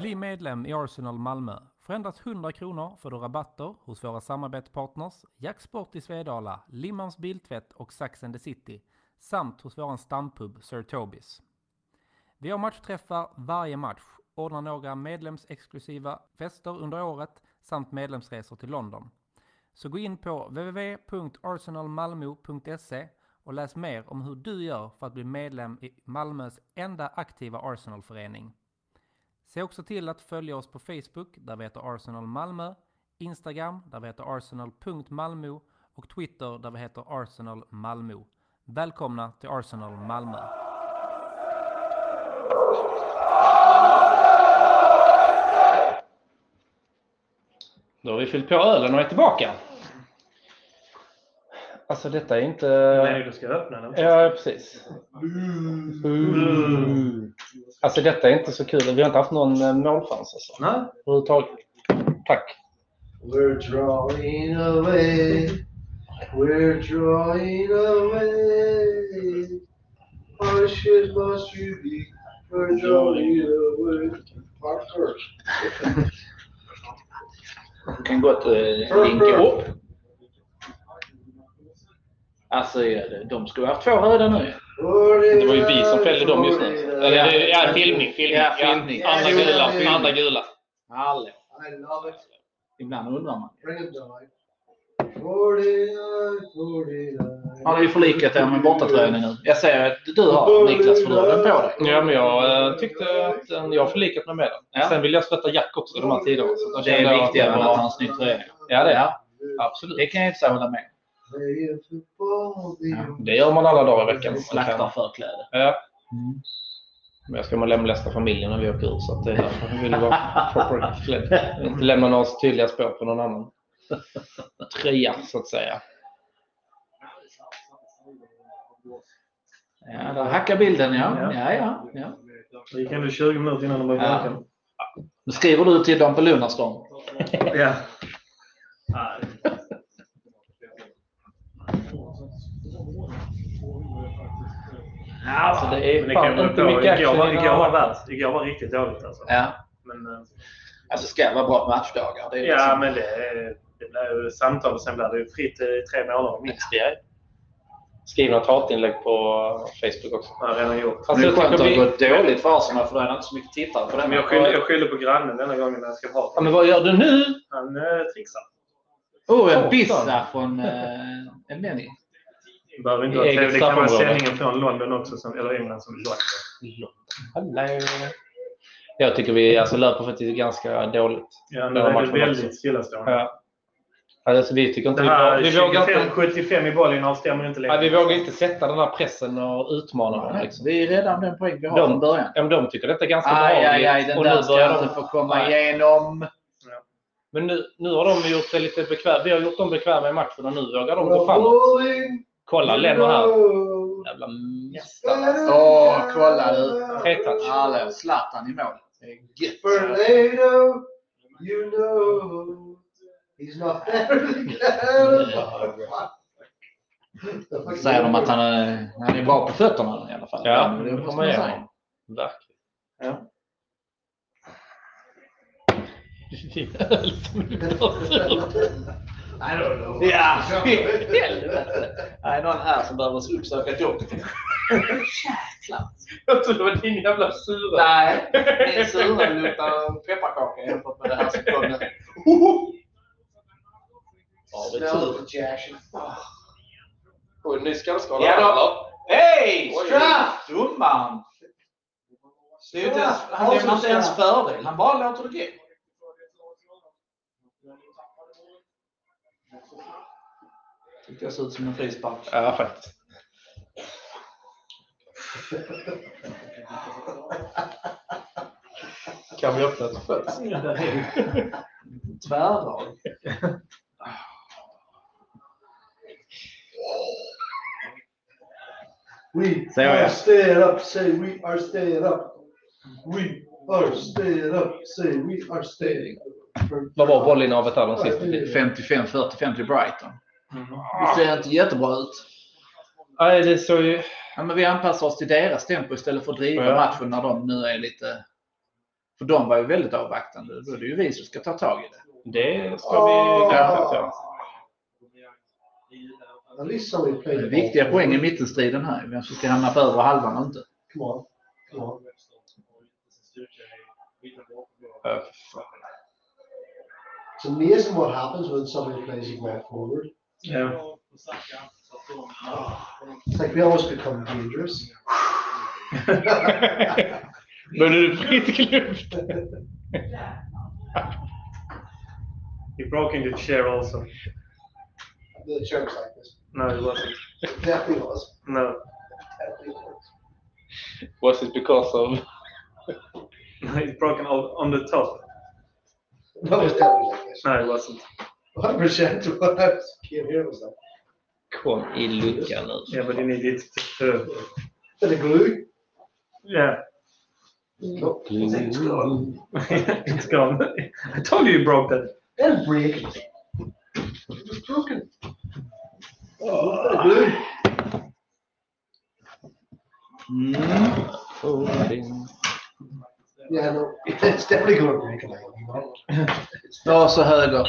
S6: Bli medlem i Arsenal Malmö för endast 100 kronor får du rabatter hos våra samarbetspartners Jacksport i Svedala, Limmans Biltvätt och Sax and the City samt hos våran stampub Sir Tobis. Vi har matchträffar varje match, ordnar några medlemsexklusiva fester under året samt medlemsresor till London. Så gå in på www.arsenalmalmo.se och läs mer om hur du gör för att bli medlem i Malmös enda aktiva Arsenalförening. Se också till att följa oss på Facebook, där vi heter Arsenal Malmö, Instagram, där vi heter arsenal.malmo och Twitter, där vi heter Arsenal Malmö. Välkomna till Arsenal Malmö!
S2: Då har vi fyllt på ölen och är tillbaka. Alltså detta är inte...
S3: Nej, du ska öppna den.
S2: Ja, precis. Alltså detta är inte så kul. Vi har inte haft någon eh, målchans alltså.
S3: Nej.
S2: Överhuvudtaget. Tack.
S7: We're drawing away. We're drawing away. How shit must you be? We're drawing away. Parker.
S5: Du kan gott eh, linka upp. Alltså, ja, de skulle ha haft två röda nu.
S2: Det var ju vi som fällde dem just nu. Eller det är- ja, filmning. filmning.
S5: Ja,
S2: Ja,
S5: filmning.
S2: Andra
S7: Ja,
S2: gula.
S7: filmning.
S2: Andra gula.
S5: Hallå.
S7: I love it.
S5: Ibland undrar man.
S7: Bring it down. 49, 49.
S5: Har ni förlikat er med bortatröjan nu? Jag ser att du har Niklas, för du har den på dig.
S2: Ja, men jag eh, tyckte att eh, jag har förlikat mig med den.
S5: Ja.
S2: Sen vill jag stötta Jack också i de här tiderna. Så då
S5: Det
S2: kände jag
S5: är
S2: att
S5: viktigare
S2: det
S5: än
S2: var-
S5: att ha en snygg tröja.
S2: Ja, det är
S5: Ja,
S2: Absolut.
S5: det kan jag i och för sig hålla med
S7: Playing football, they
S5: Ja.
S2: Det gör man alla dagar i veckan.
S5: om. Slaktar förkläde.
S2: Ja. Men jag ska man lämlästa familjen när vi åker ut. Så att det är därför jag vill vara proper klädd. Inte lämna några tydliga spår på någon annan tröja, så att säga.
S5: Ja, där hackar bilden ja.
S3: Ja.
S5: ja, ja, ja.
S3: Det gick ändå 20 minuter innan de var
S5: Ja.
S3: vaken.
S5: Nu skriver du till dem på Lunarstorm.
S3: Ja. Nej. Ja,
S2: Alltså, det är
S3: men
S2: fan
S3: kan man
S2: inte
S3: ta.
S2: mycket
S3: igår,
S2: action
S3: var,
S2: i den
S3: igår,
S2: här
S3: var
S2: matchen.
S3: värst, igår var riktigt dåligt alltså.
S5: Ja.
S3: Men, eh,
S5: Alltså ska vara bra matchdagar. Det är
S3: ja,
S5: liksom-
S3: men det, är- det blir ju samtal och sen blir det ju fritt i tre månader minst.
S2: Skriv något hatinlägg på Facebook också.
S3: Det har jag redan gjort.
S5: det är skönt att
S2: tycker
S5: det
S2: vi-
S5: har gått dåligt för Arsenal för då är det inte så mycket tittare på den.
S3: Men jag skyller, jag skyller på grannen denna gången när jag ska ha
S2: Ja, men vad gör du nu?
S3: Han eh, trixar.
S5: Oh, en
S2: Torsten.
S5: bissa från
S2: eh,
S5: uh, en människa.
S3: Det behöver inte
S2: I
S3: vara
S2: eget
S3: tv. Det kan vara
S2: straffområde.
S3: sändningen från London också, som, eller England som London.
S2: Hallå. Jag tycker vi alltså, löper faktiskt ganska dåligt.
S3: Ja, nu
S2: Det var
S3: är
S2: matchen
S3: det
S2: också.
S3: väldigt stillastående.
S2: Ja. Alltså, vi tycker
S3: Det
S2: inte vi,
S3: här
S2: vågar- vi, vågar
S3: 25,
S2: inte,
S3: 75 i bollen stämmer inte längre.
S2: nej, vi vågar
S3: *laughs*
S2: inte sätta den här pressen och utmana dem. Liksom.
S5: Vi är rädda om den poäng vi har
S2: De-
S5: från början.
S2: Ja, men de tycker detta är ganska
S5: Aj,
S2: behagligt.
S5: aj, aj, den
S2: Och
S5: där
S2: nu
S5: ska
S2: börjar
S5: jag
S2: de-
S5: inte få komma
S2: Nej.
S5: igenom.
S2: Men nu, nu har de gjort sig lite bekväma. Vi har gjort dem bekväma i matchen och nu vågar de gå framåt.
S4: Rolling
S2: Kolla Leno här.
S4: road.
S2: Jävla mästare.
S4: Better
S5: Åh,
S4: now.
S5: kolla du.
S2: Tretouch.
S5: Hallå, Zlatan i mål. Det är
S4: For
S5: gött.
S4: later, you know, he's not *laughs* better than that.
S5: Säger
S4: *laughs*
S5: de att han är, han är bra på fötterna i alla fall.
S2: Ja,
S5: men
S2: det
S5: måste
S2: får
S5: man
S2: man
S5: säga.
S2: göra. Verkligen.
S5: Ja.
S2: Din öl som du blåser ut.
S4: I don't know.
S5: Ja, *laughs* helvete. Nej, någon här som behöver uppsöka ett jobb. Jäklar.
S2: Jag trodde det var din jävla sura.
S5: Nej, min sura luktar pepparkaka jämfört med det här som kom nu. Har vi tur.
S4: Smell the jash.
S2: Oj, ny skallskada.
S5: Ja, då. Hej!
S2: Oj.
S5: Straff! Domaren! Det är ju inte ens, han lämnar inte ens fördel. Han bara låter det gå. Tyckte jag såg ut som en frispark.
S2: Ja, faktiskt. Kan vi öppna ett fönster?
S5: *laughs* Tvärdrag.
S4: *laughs* We
S5: Say oh, yeah.
S4: are staying up, say we are staying up. We are staying up, say we are staying up.
S2: Vad var bollinnehavet där de sista?
S5: 55-45 till Brighton. Det ser inte jättebra ut.
S2: Nej, det såg ju...
S5: Ja, men vi anpassar oss till deras tempo istället för att driva
S2: Ja.
S5: matchen när de nu är lite... För de var ju väldigt avvaktande. Då är det ju vi som ska ta tag i det.
S2: Det ska
S4: Oh.
S2: vi garanterat göra.
S4: At least somebody
S5: Det
S4: played.
S5: är
S4: ball.
S5: viktiga poäng i mittenstriden här. Vem som ska hamna på övre halvan och inte.
S4: Come on, come on.
S2: Ja,
S4: It's amazing what happens when somebody plays his man forward.
S3: Ja.
S4: It's like we almost become dangerous.
S2: *laughs* Men är det fritt klipp?
S3: You broke into chair also.
S4: The chair was like this.
S3: No, it wasn't.
S4: It definitely was.
S3: No.
S4: Definitely was.
S2: Was it because of...
S3: No, It's broken on on the top.
S4: No, it was definitely like this.
S3: No, it wasn't.
S4: One percent of what I was- came here was like,
S2: Kom i luckan nu.
S3: Yeah, but you need it to... to-
S4: bit of glue.
S3: Yeah. *laughs*
S4: Nope. It's gone.
S3: it's gone. I told you you broke that.
S4: It'll break. It was broken. Oh, bit of glue.
S5: Mm.
S4: Yeah, no, it's definitely going to break a leg, you know.
S5: Ja, så höger.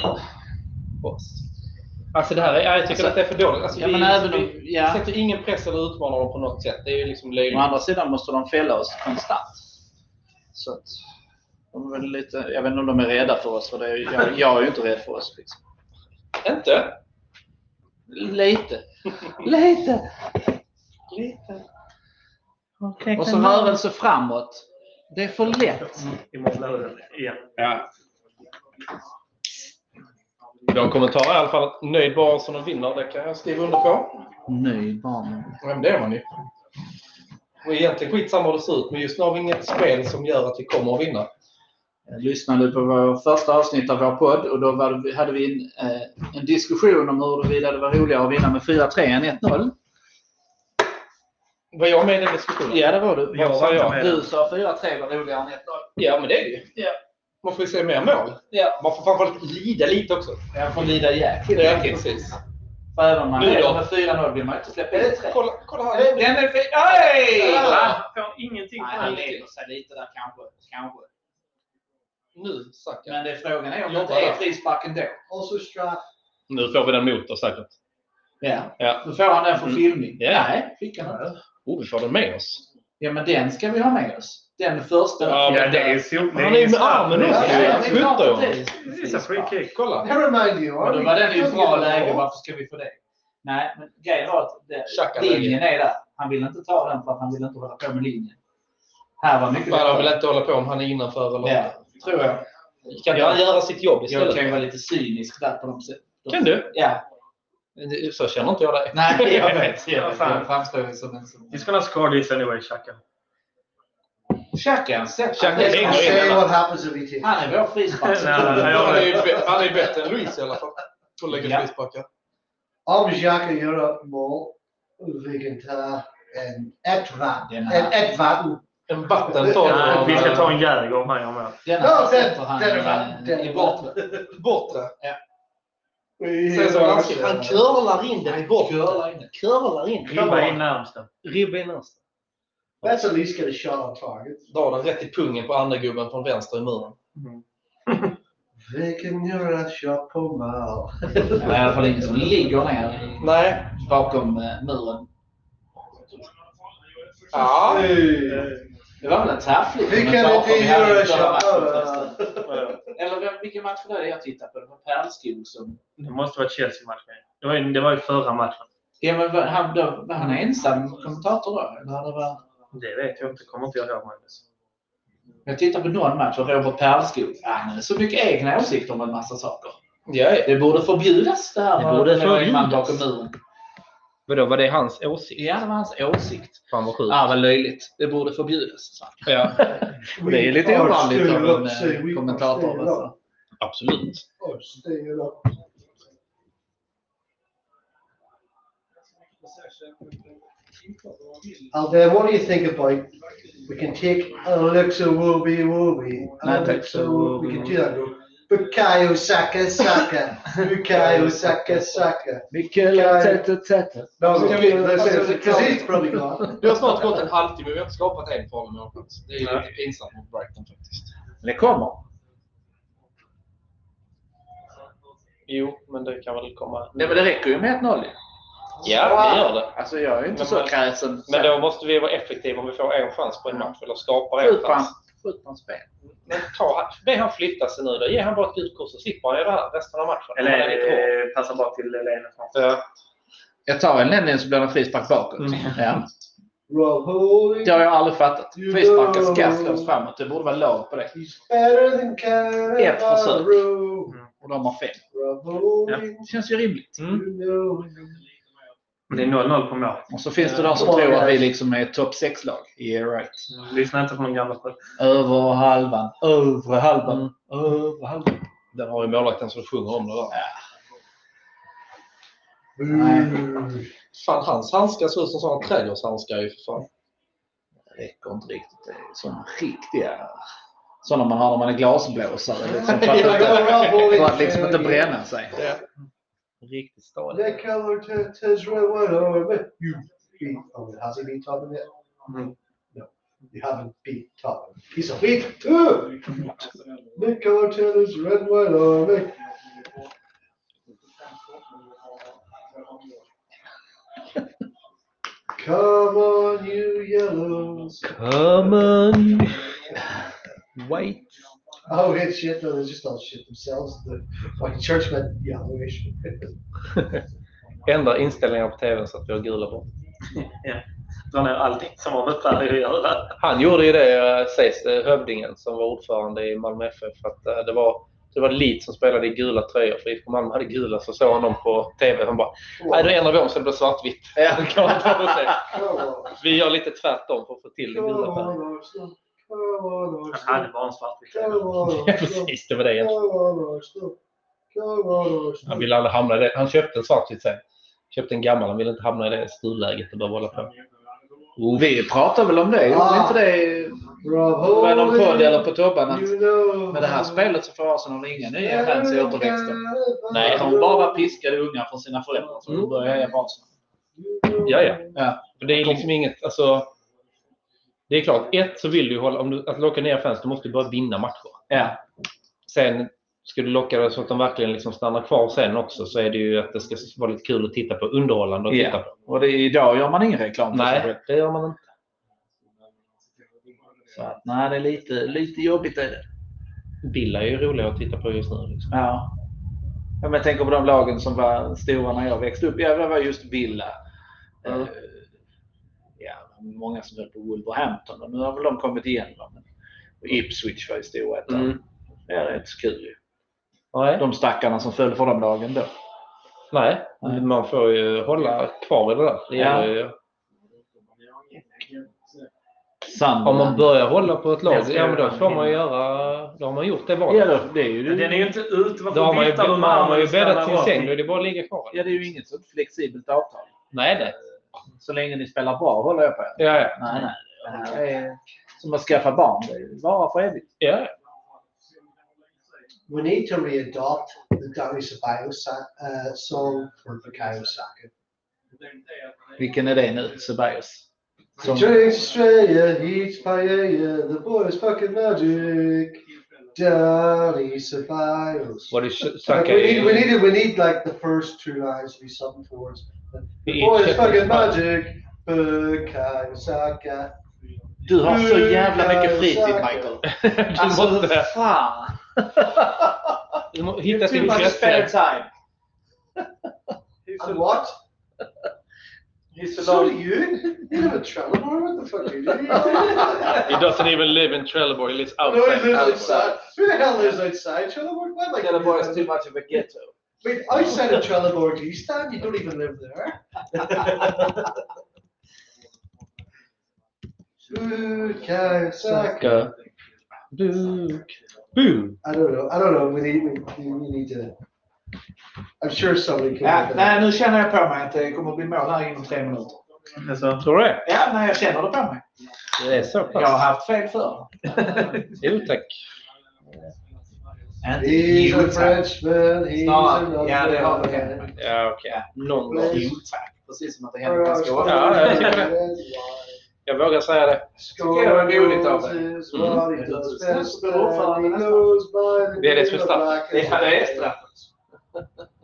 S2: Alltså det här, är, jag tycker
S5: Alltså-
S2: att det är för dåligt. Alltså,
S5: Ja,
S2: vi,
S5: men även om,
S2: vi
S5: ja.
S2: sätter ingen press eller utmanar dem på något sätt. Det är ju liksom
S5: Å
S2: löjligt.
S5: andra sidan måste de fälla oss konstant. Så att, de är väl lite, jag vet inte om de är rädda för oss. För det är, jag, jag är ju inte rädd för oss. Liksom.
S2: Inte?
S5: Lite. Lite. Lite. Och så rörelse framåt. Det är för lätt.
S3: You must know that. Yeah.
S2: Ja. Vi har en kommentar i alla fall. att Nöjd var Arsenal och vinner. Det kan jag skriva under på.
S5: Nöjd var man.
S2: Men det är man ju. Och egentligen skitsamma hur det ser ut. Men just nu har vi inget spel som gör att vi kommer att vinna.
S5: Jag lyssnade på vår första avsnitt av vår podd och då var, det- hade vi en, eh, en diskussion om huruvida det var roligare att vinna med 4-3 än 1-0.
S2: Vad jag menar i diskussionen?
S5: Ja, det var du.
S3: Jag
S5: Vad
S3: var
S5: sa
S3: inte
S5: jag?
S3: med.
S5: Du sa 4-3 var roligare än 1-0.
S2: Ja, men det är det ju.
S5: Ja.
S7: Man får ju se mer mål.
S2: Ja.
S7: Man får framförallt lida lite också.
S5: Jag får lida jäkligt.
S2: Ja, precis.
S5: För även om man
S2: Nu då?
S5: leder med 4-0 vill man inte släppa in tre.
S2: Kolla, kolla här. Den är fin. Oj!
S3: Han får ingenting
S5: Nej,
S3: för
S5: han
S3: det.
S5: leder sig lite där kanske. kanske.
S2: Nu, Saka.
S5: Men det är frågan är om det
S2: Jobba
S5: inte E är
S2: där.
S5: frispark ändå.
S4: Also strapped.
S2: Nu får vi den mot oss säkert.
S5: Ja.
S2: Ja.
S5: Då får han den för
S2: Mm.
S5: filmning.
S2: Ja.
S5: Nej, fick han inte.
S2: Oh, vi får den med oss.
S5: Ja, men den ska vi ha med oss. Den första.
S2: Ja,
S3: Ja, det är sol.
S2: Han är ju med armen
S4: också.
S5: Ja, ja, det är klart
S2: Flyttar
S5: att det är
S3: Det är så free
S5: frispark.
S3: kick.
S2: Kolla.
S4: Never mind you.
S5: Ja,
S4: are
S5: då
S4: we
S5: var den i ett bra
S4: good?
S5: läge. Varför ska vi få det? Nej, men grejen var att det,
S2: Tjacka
S5: linjen är där. Han vill inte ta den för att han vill inte hålla på med linjen. Här var mycket
S2: Man vill
S5: lättare.
S2: inte hålla på om han är innanför eller
S5: Ja, tror jag.
S2: Kan inte han göra sitt jobb
S5: Jag
S2: istället?
S5: kan ju vara lite cynisk där på något sätt.
S2: Kan du?
S5: Ja.
S2: Så känner inte jag dig.
S5: Nej, jag
S2: *laughs*
S5: vet.
S3: Ja,
S5: Jag vet.
S3: fan.
S5: Jag framstår ju som en som...
S3: He's gonna score this anyway,
S2: *laughs*
S3: Xhaka.
S5: Xhaka, sätt
S2: Xhaka
S5: dig.
S2: lägger in
S4: Say
S2: den.
S4: what happens if we kick.
S3: *laughs*
S5: Han är vår
S3: Nej, nej,
S5: frisparkskung.
S3: nej.
S2: Han är ju bä- han är ju bättre än Luis i alla fall. På att lägga
S5: Ja.
S2: frisparkar.
S4: Om Xhaka gör ett mål, vi kan ta en ett vatten.
S5: Den
S4: En
S5: här.
S4: ett vatten.
S2: En vatten tar du
S3: Ja,
S2: av,
S3: Vi ska ta
S2: eh,
S3: en Jäger om han gör mål.
S5: Denna
S4: Ja, den-
S5: sätter han
S4: den är fan-
S5: eh,
S4: den är
S5: i bortre.
S2: bortre.
S4: Sen
S2: Sen så han, han curlar in den i bortre.
S5: Curlar in den.
S2: Curlar in.
S3: Ribba in närmsta.
S2: Ribba in nästa.
S4: That's at least get a shot on target.
S2: Drar den rätt i pungen på andra gubben från vänster i muren.
S4: Vi kan göra ett shot på mål.
S5: Det är i alla fall ingen som ligger ner
S2: Nej.
S5: bakom eh, muren.
S2: Ja.
S5: Det var väl en tafflig?
S4: Vi kan inte göra ett shot på mål.
S5: Eller vem- vilken match var det jag tittade på? Det var Pärlskog som...
S3: Det måste vara Chelsea-matchen. Det var, ju- det var ju förra matchen.
S5: Ja, men var han, då, var han ensam kommentator då? Eller hade det varit-
S3: Det vet jag inte. Kommer inte jag ihåg, Magnus.
S5: Jag tittar på någon match och Robert Pärlskog. Han har så mycket egna åsikter om en massa saker.
S2: Ja, ja.
S5: Det borde förbjudas det här.
S2: Det
S5: med
S2: borde
S5: att lägga in man
S2: förbjudas.
S5: bakom muren.
S2: Vadå, var det hans åsikt?
S5: Ja, det var hans åsikt.
S2: Fan vad sjukt.
S5: Ah, vad löjligt. Det borde förbjudas. sa han.
S2: Mm. Ja,
S5: *laughs* Det är ju lite ovanligt av en
S4: Say we
S5: eh,
S4: are
S5: kommentator.
S4: still up.
S5: Alltså.
S2: absolut.
S4: Oh, stay up. Aldan, what do you think about, we can take Alexa Wooby Wooby, Alexa Wooby, we can do that. Bukayo Saka Saka, Bukayo Saka Saka. Bukayo Tata Tata. No,
S2: Så kan vi- alltså, det-
S4: because he's probably gone.
S5: *laughs*
S2: Vi har snart gått en halvtimme, vi har inte skapat en farlig målchans. Det är lite pinsamt mot Brighton faktiskt.
S5: Men det kommer.
S2: Jo, men det kan väl komma.
S5: Nej, men det räcker ju med 1-0. ju.
S2: Ja, det gör det.
S5: Alltså, jag är ju inte
S2: Men
S5: så
S2: man-
S5: kräsen.
S2: Men då måste vi vara effektiva om vi får en chans på en match eller skapar en
S5: Skjut på hans-
S2: chans.
S5: skjut på hans ben.
S2: Men ta, han- be han flytta sig nu då. Ge han bara ett gult kort så slipper han göra det här resten av matchen.
S3: Eller
S2: Han är lite hård.
S3: eh, passar bara till Elena.
S2: Ja.
S5: Jag tar en ländning så blir det frispark bakåt.
S3: Mm.
S5: Ja.
S4: Rob Holding,
S5: Det har jag aldrig fattat. Frisparkar ska slås framåt. Det borde vara lag på det.
S4: he's better than
S5: Ett försök.
S4: Cannavaro.
S5: Och de har fem.
S4: Rob Holding,
S5: Det känns ju rimligt.
S2: Mm.
S4: you know.
S3: Det är 0-0 på mål.
S5: Och så finns det de som tror att vi liksom är topp 6-lag. Yeah right.
S3: Lyssna inte på någon gammal skit.
S5: Över halvan. Övre halvan.
S3: Mm.
S5: Övre halvan.
S2: Där har ju målvakten som sjunger om det där.
S4: Boo.
S2: Fan, hans handskar ser ut som sådana trädgårdshandskar ju för fan.
S5: Det räcker inte riktigt. Det är sådana riktiga... Sådana man har när man är glasblåsare. Liksom, för, att inte, för att liksom inte bränna sig.
S2: Riktigt stadigt.
S4: That color t- tis right one over you beat oh has he been talking yet?
S3: Mhm.
S4: No, you haven't been talking. He's a weak too. That color tis red one over. Come on, you yellows.
S2: Come on. Wait.
S4: Oh, it's shit. No, they're just all shit themselves. The fucking churchmen, yellowish.
S2: Ändra inställningar på tvn så att vi har gula bort.
S3: Dra ner allting som har med Pärle att göra.
S2: Han gjorde ju det, eh, sägs det, Hövdingen som var ordförande i Malmö FF. För att eh, det var, det var Leeds som spelade i gula tröjor för IFK Malmö hade gula. Så såg han dem på TV. Han bara, nej då ändrar vi om så det blir svartvitt.
S4: Come on.
S2: vi gör lite tvärtom för att få *laughs* till den
S4: Come
S2: gula färgen.
S4: on, Arsenal. Come on,
S3: Han
S4: Arsenal.
S3: hade bara en svartvit
S4: Come
S3: tröja.
S4: on,
S2: Ja,
S4: Arsenal.
S2: precis, det var det
S4: Come
S2: egentligen.
S4: on, Arsenal. Come on,
S2: Han
S4: Arsenal.
S2: ville aldrig hamna i det. Han köpte en svartvit sen. Köpte en gammal. Han ville inte hamna i det stulläget och behöva hålla på.
S5: Vi pratar väl om det? Gjorde
S4: Ah.
S5: inte det
S4: Rob
S5: På någon podd eller på
S4: Holding.
S5: Tobban att
S4: You know.
S5: med det här spelet så får Arsenal inga nya fans i återväxten.
S2: Nej.
S5: Nej, de bara piskade unga från sina föräldrar så de började heja på Arsenal.
S2: Ja, ja.
S5: Ja.
S2: För det är liksom inget, alltså. Det är klart, ett så vill du ju hålla, om du, att locka ner fans, du måste ju bara vinna matcher.
S5: Ja.
S2: Sen ska du locka dem så att de verkligen liksom stannar kvar sen också så är det ju att det ska vara lite kul att titta på, underhållande att
S5: Ja.
S2: titta på.
S5: Och det, idag gör man ingen reklam för sig själv.
S2: Nej, det gör man inte.
S5: Så att, nej, det är lite, lite jobbigt är det.
S2: Villa är ju roligare att titta på just nu. Liksom.
S5: Ja. Ja, Men jag tänker på de lagen som var stora när jag växte upp. Ja, det var just Villa.
S2: Mm.
S5: Eh, Ja, många som höll på Wolverhampton och nu har väl de kommit igen. Va? Men Ipswich var ju stora ett tag.
S2: Mm.
S5: Ja, det är inte så kul ju.
S2: Nej.
S5: De stackarna som föll för de lagen då.
S2: Nej,
S5: Nej.
S2: man får ju hålla kvar i det där. Det
S5: Ja.
S2: gäller ju.
S5: Sandra.
S2: Om man börjar hålla på ett lag,
S5: Jag ska
S2: ja, men då
S5: göra
S2: får man
S5: min.
S2: göra... Då har man gjort det
S5: Ja,
S2: valet.
S5: då- det är ju,
S3: Men den är ju inte ute.
S2: Då har
S3: Varför
S2: man ju,
S3: viftar du
S2: man
S3: med
S2: har
S3: armen?
S2: ju bäddat sin
S3: Stanna
S2: säng,
S3: rakt
S2: då är det bara att ligga kvar.
S5: ja, det är ju inget sånt flexibelt avtal. Eh,
S2: Nej, nej.
S5: Så länge ni spelar bra håller jag på er.
S2: Ja, ja.
S5: Nej, nej. Det här är som att skaffa barn. Det är bara för evigt.
S2: ja. ja.
S4: We need to re-adopt the Dami Sabayo sa- uh, song for Bukayo Saka.
S5: Vilken är det nu? Sebaios? Som-
S4: Drink Australia, each paella, the boy is fucking magic. Dami Ceballos.
S2: Var det Sh-
S4: Like,
S2: Saka
S4: we need, we
S2: i...
S4: need, we need like the first two lines to be something towards.
S2: i-
S4: The boy is
S2: Sheffield
S4: fucking
S2: United?
S4: magic. Bukayo Saka.
S5: Du har så jävla mycket fritid Michael.
S2: *laughs*
S5: Alltså,
S2: Du måste
S5: fan.
S2: *laughs* du må- hitta
S5: Too
S2: din
S5: much spare
S2: intresse.
S5: time.
S4: And what?
S5: *laughs* He's
S4: So do you? You have a Trelleborg? What the fuck do you do?
S2: He doesn't even live in Trelleborg, he lives
S4: No, he
S2: outside
S4: lives
S2: Trelleborg.
S4: outside. Who the hell lives outside Trelleborg? Why am I
S5: Trelleborg is
S4: confused?
S5: too much of a ghetto.
S4: Wait, outside of Trelleborg, you stand, you don't even live
S5: *laughs*
S4: there. Food, cow, sack.
S2: Saka. Duke. Boom.
S4: I don't know. I don't know. We need, we, we need to. I'm sure somebody can.
S5: Ja,
S4: look it up.
S5: nej, nu känner jag på mig att det kommer att bli mål här inom tre minuter.
S3: in. Alltså,
S2: Tror du det?
S5: Ja, nej, jag känner det på mig.
S2: Det är så
S5: Jag har
S2: pass.
S5: haft fel förr.
S2: Jo tack.
S5: Inte
S4: He's
S5: Jo,
S4: a
S5: tack.
S4: Frenchman. He's
S5: Snarare.
S4: another.
S5: Ja, det har väl hänt mig.
S2: Ja, okej.
S5: Ja, Någon gång. Jo, tack. Precis som att det händer ganska ofta.
S2: Ja, jag tycker det. Jag vågar säga det.
S5: Tycker jag är roligt av dig.
S4: is what he does best,
S5: Mm.
S4: and he knows by the
S2: Det är det för
S4: name of
S2: straff.
S4: black
S5: Det är-
S4: and
S5: det är
S4: white.
S5: straff.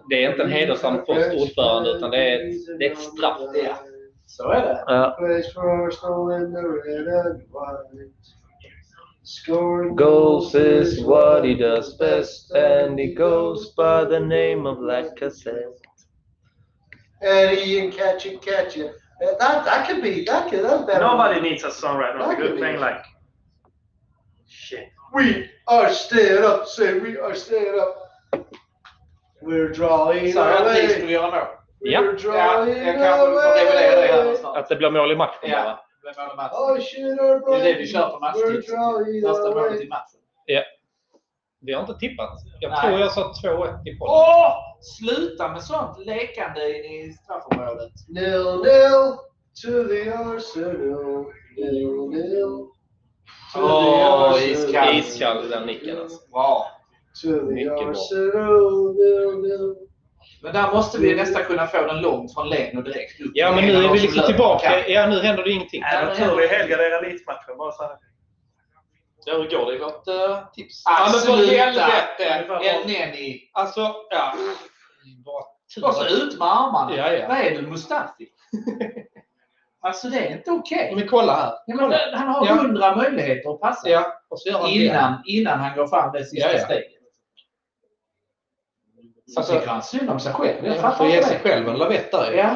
S2: Det är inte en hedersam post ordförande utan det är ett, det är ett straff.
S5: ja. Så är det.
S2: Ja.
S4: Plays for Arsenal in the red and white. Scoring
S2: Goals is what he does best and he goes by the name of Lacazette.
S4: Eddie and catch it, catch it. That, that that could be that could that's better.
S3: Nobody needs a song right now. Good thing like... Shit.
S4: We are staying up, say we are staying up. We're drawing
S5: Så att ni skulle
S4: away.
S5: göra mål.
S2: Ja.
S4: We're
S5: Ja,
S4: drawing
S5: jag kanske får revidera det här
S4: away.
S5: snart.
S2: Att det blir mål i matchen bara.
S5: Ja, det var det matchen.
S4: Oh shit, our
S5: Det är det
S4: Brighton.
S5: vi kör på
S4: We're
S5: matchtipset.
S4: drawing
S5: Första målet
S4: away.
S5: i matchen.
S2: Vi har inte tippat. Jag
S5: Nej.
S2: tror jag sa 2-1 i podden.
S5: Åh! Sluta med sånt lekande i i straffområdet.
S4: Nil nil to the Arsenal. Nil nil. to the
S5: Åh,
S4: Arsenal.
S5: iskall.
S2: Iskall den nicken alltså.
S5: Bra.
S4: To the
S2: Mycket bra.
S4: Arsenal. Nil nil.
S5: Men där måste vi nästan kunna få den långt från längd och direkt upp.
S2: Ja, men
S5: Det
S2: nu är
S5: någon
S2: vi
S5: som
S2: liksom
S5: löper
S2: tillbaka.
S5: kamp.
S2: Ja, nu händer det ingenting.
S5: Ja,
S3: En
S5: det
S3: naturlig
S5: händer.
S3: helgardera elitmatchen. Bara så här.
S2: Ja, hur går det i vårt eh, tips? Ja, men för
S5: Absolut
S2: helvete!
S5: inte! En Nenni.
S2: Alltså, ja. Vad tur.
S5: Och så ut med armarna.
S2: Ja, ja.
S5: Vad är du Mustafi? alltså det är inte okej.
S2: Men kolla här.
S5: Ja, men det- Han har
S2: Ja.
S5: hundra möjligheter att passa.
S2: Ja, och så gör han det.
S5: Innan, innan han går fram det sista
S2: Ja, ja.
S5: steget. Så
S2: Alltså-
S5: tycker han synd om sig själv. Jag
S2: Han får
S5: fattar
S2: ge
S5: inte
S2: sig
S5: det.
S2: själv en lavett där ju.
S5: Ja.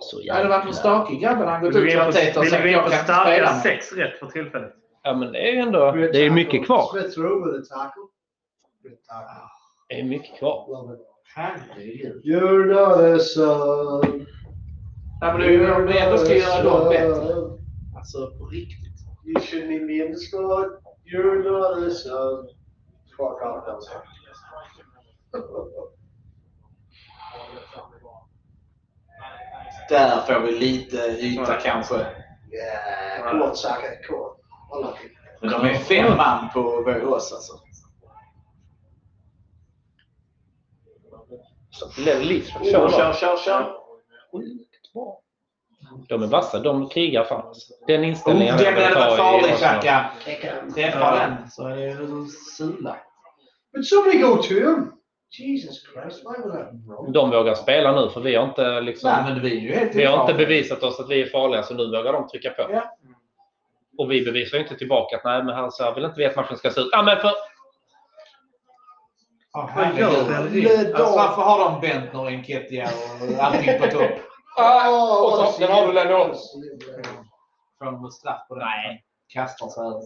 S2: Så
S5: Det hade varit en stakig grabb hade han gått
S3: Vill vi
S5: ut
S3: gå
S5: till
S3: in på-
S5: Arteta och
S3: vill vi
S5: sagt
S3: gå in på
S5: jag kan inte
S3: starka
S5: spela med.
S3: sex rätt för tillfället?
S2: Ja, men det är ju ändå... Det är ju mycket kvar.
S4: Smith Rowe with a tackle. Good tackle.
S2: Det är mycket kvar.
S4: Love it.
S5: Ah. Herregud.
S4: You're not a son.
S5: Nej, men du, om du ändå ska göra dem bättre.
S4: son.
S5: Alltså på riktigt.
S4: You shouldn't even be in the squad. You're not a son. alltså. Fuck off, *laughs* Elsa.
S5: Där får vi lite yta
S3: Ja.
S5: kanske.
S4: Yeah, come on, Saka, come on. I like it.
S8: Men de är fem man på Borås alltså.
S5: Lev Leeds.
S3: Kör, kör, kör, kör!
S5: Sjukt bra. De är vassa. De krigar fan.
S2: alltså.
S5: Den
S8: Oh,
S5: inställningen.
S8: den hade varit farlig
S5: Arsenal.
S8: Xhaka.
S4: They can.
S8: Träffar den så är det en sula.
S4: But somebody go to him. Jesus Christ, why would I? wrong?
S5: De vågar spela nu för vi har inte liksom...
S8: Nej men vi är ju helt
S5: Vi har inte
S8: ofarliga.
S5: bevisat oss att vi är farliga, så nu vågar de trycka på.
S8: Ja.
S5: Och vi bevisar ju inte tillbaka att nej, men han så här vill inte veta hur matchen ska se ut. Ja, men för...
S8: Ja,
S9: Vad gör
S8: herregud.
S9: Bellerin?
S8: Alltså, varför har de Bentner och Enketia och allting på *laughs* topp?
S4: Oh,
S5: och så, den har du Lennon.
S8: Från de straff på den. Nej. Kastar sig över.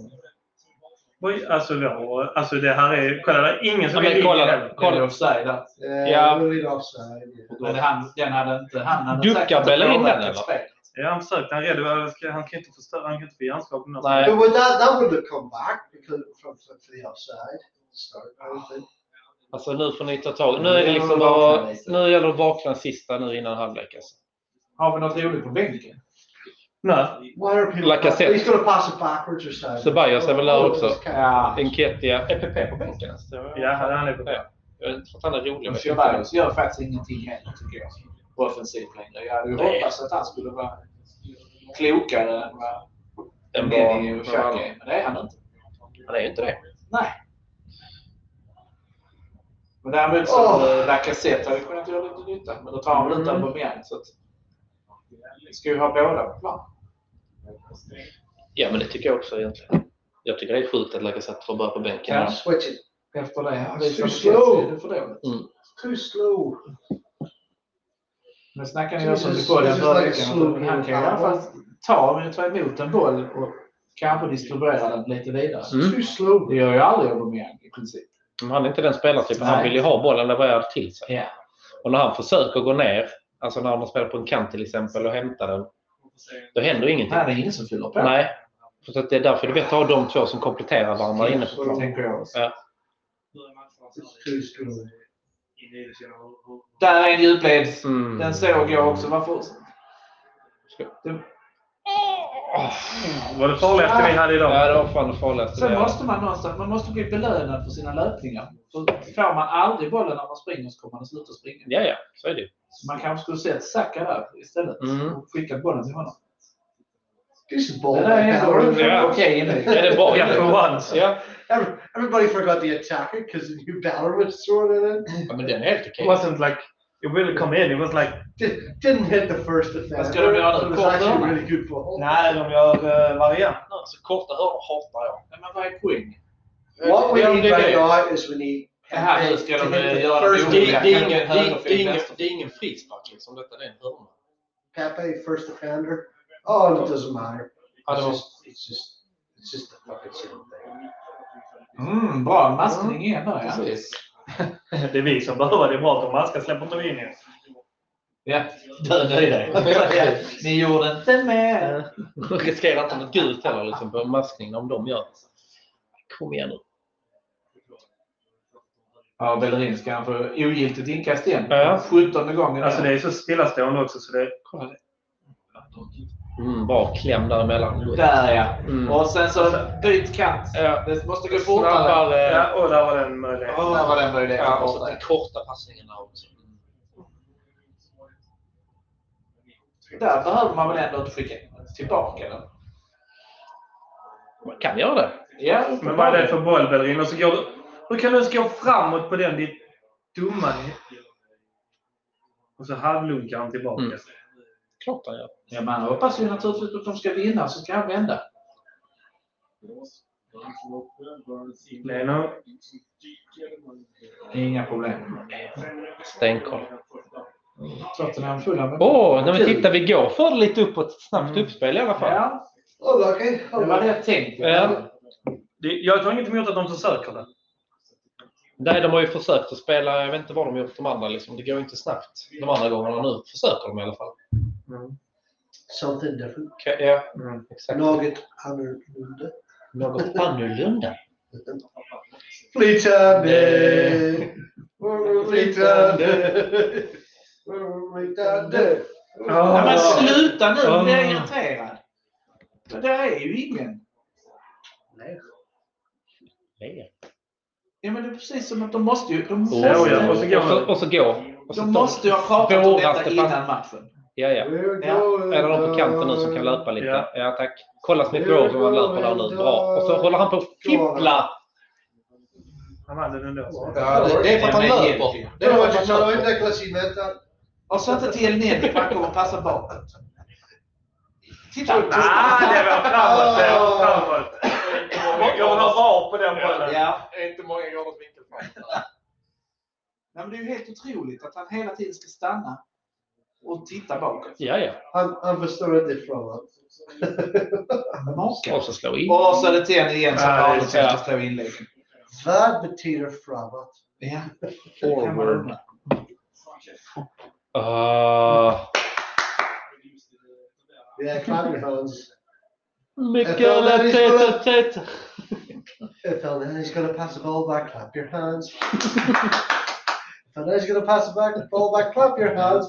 S3: Oj, alltså, vår, alltså det här är... Kolla, det är ingen som
S5: Ja, men
S3: vill in i
S5: kolla.
S3: den.
S8: Det är offside där.
S5: Ja.
S4: Yeah, really offside.
S8: Men han, den hade inte... Han hade
S5: Duckar
S8: säkert inte
S5: Bellerin
S8: påverkat
S5: den, eller?
S8: spelet.
S3: Ja, han försökte. Han redde. Han ska- han kan inte förstöra. Han kan inte få hjärnskakning. på något
S5: Nej.
S4: But would that that would have come back because from for for the offside start. I would think.
S5: Alltså nu får ni ta tag Nu är det liksom
S8: Nu gäller det att vakna
S5: att...
S8: lite.
S5: Nu gäller det att vakna sista nu innan halvlek. Alltså.
S8: Har vi något roligt på bänken?
S3: Nej.
S4: Why are people?
S5: Lacazette.
S4: He's going to pass it backwards or sideways.
S5: Ceballos är väl där också.
S4: this kind of-
S8: Ja.
S5: Enketia. Är PP på bänken? ens? Jag vet inte.
S3: Ja, han är på plats.
S5: Jag vet inte för att han är rolig.
S8: Men
S5: men jag vet
S8: Ceballos gör faktiskt ingenting heller tycker jag. På offensivt längre. Jag hade ju
S5: Nej.
S8: hoppats att han skulle vara klokare än vad
S5: inte. En
S8: Benny
S5: bra-
S8: och Xhaka är. Men det är han inte.
S5: Han är ju inte det.
S8: Nej. Men däremot så oh. Lacazette hade ju kunnat göra lite nytta. Men då tar han väl inte
S5: Mm.
S8: Aubameyang. Så att, vi ska ju ha båda på plan.
S5: Ja, men det tycker jag också egentligen. Jag tycker det är sjukt att Lacazette får börja på bänken.
S8: Ja.
S4: Switch it.
S8: Efter det. har
S4: Det är
S8: vi
S4: så
S8: fått
S4: slow.
S8: se det för dåligt.
S4: Too slow.
S8: Men snackar ni också om
S4: Jesus,
S8: Bipolja
S4: Jesus,
S8: förra
S4: like a slow
S8: veckan? liksom Han kan ju i
S4: game.
S8: alla fall ta, men ta emot en boll och kanske distribuera den lite vidare.
S5: Mm.
S4: Too slow.
S8: Det gör ju aldrig Aubameyang i princip.
S5: Men han är inte den spelartypen. Han
S8: Nej.
S5: vill ju ha bollen levererad till sig.
S8: Ja.
S5: Och när han försöker gå ner, alltså när han spelar på en kant till exempel och hämtar den, då händer ju ingenting.
S8: Nej, det är ingen som fyller på.
S5: Nej. Så att det är därför det är bättre att ha de två som kompletterar varandra inne på
S8: Det
S5: planen.
S8: tänker jag också.
S4: It's too slow.
S8: Där är en djupled.
S5: Mm.
S8: Den såg jag också. Varför?
S5: Åh.
S3: Det var det farligaste vi hade idag.
S5: Ah. Ja, det var fan det farligaste.
S8: Sen
S5: Det
S8: måste man någonstans, man måste bli belönad för sina löpningar. För får man aldrig bollen när man springer så kommer man att sluta springa.
S5: ja, ja, så är det ju.
S8: Så man kanske skulle sett Saka där istället
S5: Mm.
S8: och skickat bollen till honom.
S4: Decent
S8: Det
S4: ball.
S8: där är ändå
S4: Howard.
S5: Ja.
S8: okej inlägg.
S5: Är det bra?
S3: Ja, för once.
S5: Ja.
S4: Every- Everybody forgot the attacker because New Balor was throwing it in.
S5: ja, men den är helt
S3: It
S5: okej.
S3: wasn't like... It really come in. It was like...
S4: Did, didn't hit the first defender.
S8: That's gonna be on the
S4: It was
S8: corner.
S4: actually a really good ball.
S3: Nej, de gör uh, variant.
S5: Alltså, korta hörnor hatar jag.
S8: Men vad är poäng?
S4: What we
S8: Ja,
S4: need
S8: det är
S4: right
S8: det.
S4: now is we need.
S8: Här nu
S4: Pepe
S8: ska
S4: to
S8: de
S4: hit the
S8: eh, göra
S4: first
S8: det
S5: Det, det,
S8: jobbiga.
S5: är ingen, det,
S8: Kanske en
S5: är- det, är ingen,
S8: högerfot,
S5: det är ingen frispark liksom. Detta det är en hörna.
S4: Pepe, first defender. Oh, and it doesn't matter.
S5: Ja, det
S4: It's
S5: var...
S4: just, it's just, it's just the fucking same thing.
S8: Mm, bra maskning igen där ja.
S5: Precis.
S3: Det är vi som behöver det bra. De maskar släpper inte vi in er.
S8: Ja, död i
S5: *laughs*
S8: dig. Ni gjorde inte mer.
S5: Riskerar inte något gult heller liksom, på maskning om de gör Kom igen nu.
S8: Ja, Bellerin ska han få ogiltigt inkast igen.
S5: Ja.
S8: 17 gången.
S3: Alltså det är så stillastående också så det...
S8: Kolla det.
S5: Mm, bra kläm däremellan.
S8: Där ja.
S5: Mm.
S8: Och sen så byt kant.
S5: Ja.
S8: Det måste gå fortare.
S5: Snabbare.
S3: Ja, och där var den möjligheten.
S8: Där var den möjligheten
S5: Ja, och så
S8: borta.
S5: Alltså, de korta passningarna också.
S8: Där behöver man väl ändå inte skicka tillbaka den?
S5: Man kan göra det.
S8: Ja,
S3: Men vad är det för boll, Bellerin? Och så går du... Hur kan du ens gå framåt på den, ditt dumma... Och så halvlunkar han tillbaka.
S5: Mm. Klart han gör.
S8: Ja, man hoppas ju naturligtvis att de ska vinna så ska han vända.
S3: Leno.
S8: Inga problem.
S5: Stenkoll.
S8: Tottenham fulla med
S5: Åh, nej men titta vi går för det lite uppåt. Snabbt uppspel i alla fall.
S8: Mm. Ja,
S4: Oh, lucky.
S8: det
S4: Oh,
S8: var
S4: lucky.
S8: det jag tänkte.
S5: Ja.
S3: Det, jag tar inget emot att de försöker det.
S5: Nej, de har ju försökt att spela. Jag vet inte vad de har gjort de andra. Liksom. Det går ju inte snabbt de andra gångerna. Nu försöker de i alla fall.
S4: Something different.
S5: Okej, Ja,
S3: Mm.
S5: exakt.
S4: Nugget annorlunda.
S5: Något annorlunda.
S4: Flytande. Flytande. Flytande.
S8: Ja, men
S3: Ja.
S8: sluta nu! Jag blir
S5: Ja.
S8: irriterad. Det där är ju ingen.
S4: Ler.
S5: Ler.
S8: Ja men det är precis som att de måste ju... De
S5: Och,
S8: måste,
S5: och, så, och, så, och så gå. Och så
S8: de måste ju ha pratat om detta
S5: Svåraste pass-
S8: innan matchen.
S5: Ja, ja.
S4: We're
S8: Ja,
S4: going
S5: Eller de på kanten nu som kan löpa lite. Ja, tack. Kolla Smith Rowe som han löper där nu. Bra. Och så håller han på att fippla.
S3: Han vann den ändå.
S4: Ja,
S8: det- det är för att han
S10: Men-
S8: löper. Det är
S4: down.
S8: för
S4: No,
S8: att
S4: just
S8: han
S4: tell
S8: löper.
S4: him that classy mentor.
S8: Och så inte till Nedvik, han kommer passa bakåt. Titta!
S3: Ah, det var framåt! Det var framåt! Jag vill ha VAR på den bollen.
S8: Ja.
S10: Det är inte många gångers vinkelfall.
S8: Nej, men det är ju helt otroligt att han hela tiden ska stanna och titta bakåt.
S5: Ja, ja.
S4: I'm, I'm restored it from
S8: Maka.
S5: Och så slå in.
S8: Och Södertälje igen som
S3: Ja,
S8: vanligt
S5: ja.
S8: ska slå inläggen.
S4: Vad betyder framåt?
S8: Ja.
S5: Forward. Uh,
S4: Vi är kladderhöns.
S5: mycket lätt, tätt, tätt.
S4: If a man is gonna pass the ball back, clap your hands. If a man is gonna pass the back, ball back, clap your hands.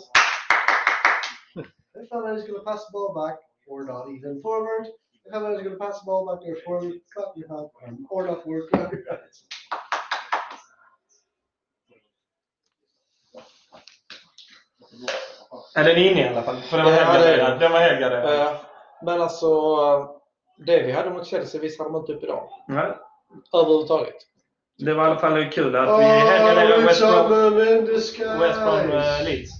S4: If a man is gonna pass the ball back, or not even forward. If a man is gonna pass the ball back or forward, clap your hands. um, Or not forward, clap your hands.
S3: Är den inne i alla fall? För den var
S10: Ja,
S3: helt
S10: det är
S3: garderad. Den var helt garderad.
S10: Eh, Men alltså, det vi hade mot Chelsea visade de inte upp idag.
S3: Nej,
S10: Överhuvudtaget.
S3: Det var i alla fall kul att vi hängde ner
S4: Oh,
S3: West
S4: it's a
S3: Brom,
S4: moon in the
S3: West Brom eh,
S4: sky.
S3: Leeds.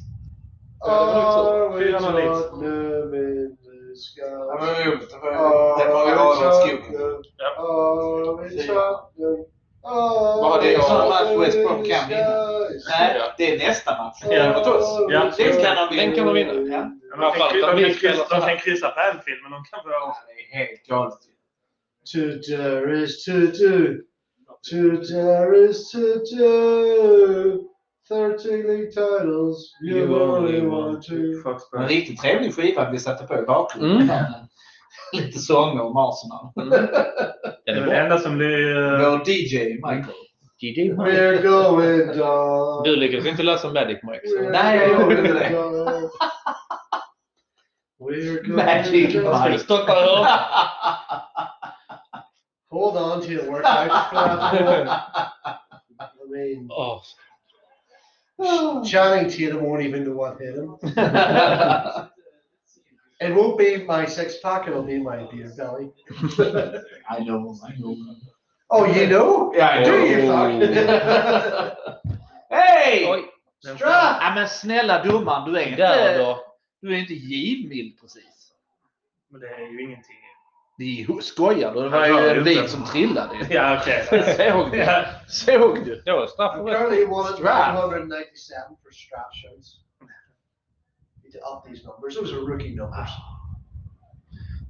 S4: Oh,
S3: Fyra
S4: it's
S3: noll Leeds.
S4: a moon in the sky.
S10: Ja, men det var roligt. Det var- det var ju rader åt skogen.
S4: Vad
S10: Sån
S8: match West Brom kan vinna. Nej,
S10: Ja.
S8: det är nästa match.
S3: Ja, mot oss. Ja.
S8: Den kan de vinna.
S5: Den kan de vinna.
S8: Ja.
S3: De
S5: Framförallt
S3: fick-
S5: om
S3: de
S5: vi
S3: fick kryssa-
S5: spelar så
S3: de
S5: här.
S3: fick kryssa på Anfield, men de kan få...
S8: Det är helt galet.
S4: To dare is to do. To dare is to do. 13 league titles. You only want to.
S8: Det var En riktigt trevlig skiva vi satte på i *laughs* bakgrunden. Lite sånger om Arsenal.
S2: Mm.
S5: Den är
S3: Den
S5: bra.
S3: enda som blir...
S5: Mm.
S3: eh,
S8: Vår DJ Michael.
S5: GG, Mike.
S4: We're going down.
S5: Du lyckades inte lösa Magic Mike. så-
S4: We're
S8: Nej, jag gjorde inte det.
S4: going down. We're going
S8: Magic
S4: down.
S8: Mike.
S5: Skulle stoppa *laughs*
S8: *laughs*
S5: hörnan.
S4: Hold on to your workout
S8: *laughs*
S4: platform. I mean,
S5: Åh,
S4: Channing Tatum won't even know what hit him. It won't be my six pack, it'll be my beer belly.
S8: I know, I know.
S4: Oh, you know?
S8: Ja, I
S4: Do
S8: know.
S4: you
S8: *laughs*
S4: fuck?
S8: Hej!
S5: Oj,
S3: den-
S8: Ja, men snälla domaren, du är
S5: där
S8: inte,
S5: då.
S8: du är inte givmild precis.
S3: Men det är ju ingenting. *laughs*
S8: Ni skojar du? Det var
S3: Ja,
S8: ju
S3: ja,
S8: en
S3: just
S8: bit
S3: det.
S8: som trillade. ju.
S3: Ja, okej.
S5: *laughs*
S8: Såg du?
S3: Ja.
S8: Såg du?
S5: Då är det straff
S4: I'm
S5: för rätt.
S4: currently one at
S8: Strap.
S4: 197 for strap shows. Need to up these numbers. Those are rookie numbers.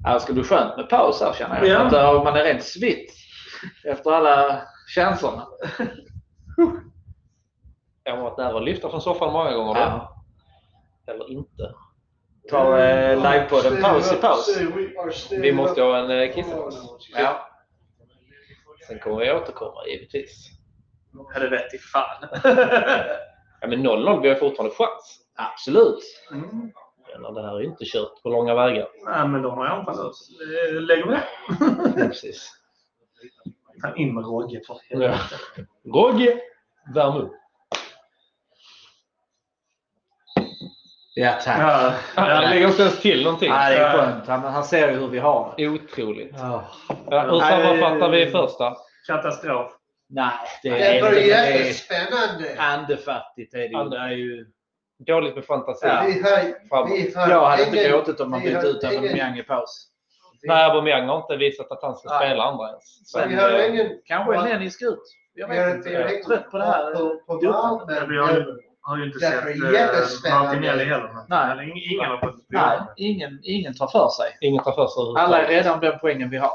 S8: Ja, det ska bli skönt med paus här känner jag.
S3: Ja.
S8: Att, äh, man är rent svitt efter alla *laughs* chanserna.
S5: Jag har varit nära att lyfta från soffan många gånger. då. Eller inte.
S8: Tar eh, livepodden paus i paus.
S5: Vi måste ha en eh,
S4: Oh,
S5: kissepaus.
S8: Ja.
S5: Sen kommer vi återkomma givetvis.
S3: Hade rätt i fan.
S5: Ja, men 0-0, vi har fortfarande chans.
S8: Absolut.
S3: Mm.
S5: Men Det här är ju inte kört på långa vägar.
S3: Nej, men de har jag anfallit. Lägger vi det? *laughs*
S5: Precis.
S3: Fan, In med Rogge för helvete.
S5: Ja. Rogge, värm upp.
S8: Ja,
S5: *laughs*
S8: tack.
S3: Ja,
S5: Han
S3: ja,
S5: lägger inte ens till någonting.
S8: Ja, det är skönt. Han, han ser ju hur vi har det.
S5: Otroligt.
S8: Ja.
S5: Ja, hur
S3: Nej,
S5: sammanfattar vi
S3: eh,
S5: första?
S3: *laughs* katastrof.
S8: Nej, det
S4: Det
S8: är
S4: börjar bli
S8: inte det.
S4: spännande.
S8: Andefattigt är det ju. Det är ju.
S5: Dåligt med fantasi.
S8: Ja.
S4: Vi har,
S5: Framåt.
S4: vi har
S8: Jag hade inte
S4: ingen-
S8: gråtit om man
S4: vi
S8: bytt
S4: har
S8: ut
S4: ingen-
S8: Aubameyang i paus.
S5: Nej, Aubameyang har inte visat att han ska
S8: Nej.
S5: spela andra ens. Så,
S8: Sen,
S4: Vi har
S8: eh,
S4: ingen...
S8: Kanske Elneny ska ut. Jag
S4: vi har
S8: vet inte.
S4: inte-
S8: Jag är trött på det här.
S4: På, på
S8: Dubbel.
S4: Malmö.
S3: Vi har- Har ju inte
S4: Det är
S3: sett eh,
S4: jättespännande.
S3: Martinelli heller. men-
S8: Nej.
S3: Eller ing- Ingen har fått
S8: Nej,
S3: spela.
S8: ingen, ingen tar för sig.
S5: Ingen tar för sig
S8: Alla är
S5: överhuvudtaget.
S8: rädda om den poängen vi har.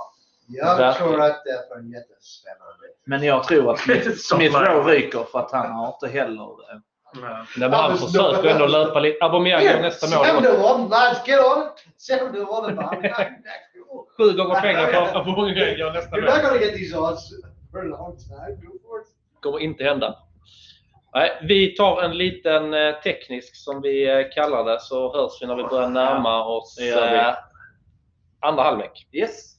S4: Jag
S5: Verkligen.
S4: tror att det är jättespännande.
S8: Men jag tror *laughs* att Smith-
S3: Som
S8: Smith
S3: Lion.
S8: Rowe ryker för att han har inte heller... eh,
S3: Nej.
S5: Nej, men han försöker ändå löpa lite. Aubameyang gör nästa mål. också.
S4: 7-1, lads, get on it! 7-1 about
S5: Sju gånger pengar för Aubameyang gör nästa
S4: You're
S5: mål.
S4: not going to get these odds for a long time. Go for it.
S5: kommer inte hända. Nej, vi tar en liten eh, teknisk som vi eh, kallar det så hörs vi när vi börjar närma oss
S8: det gör vi.
S5: eh, andra halvlek.
S8: Yes.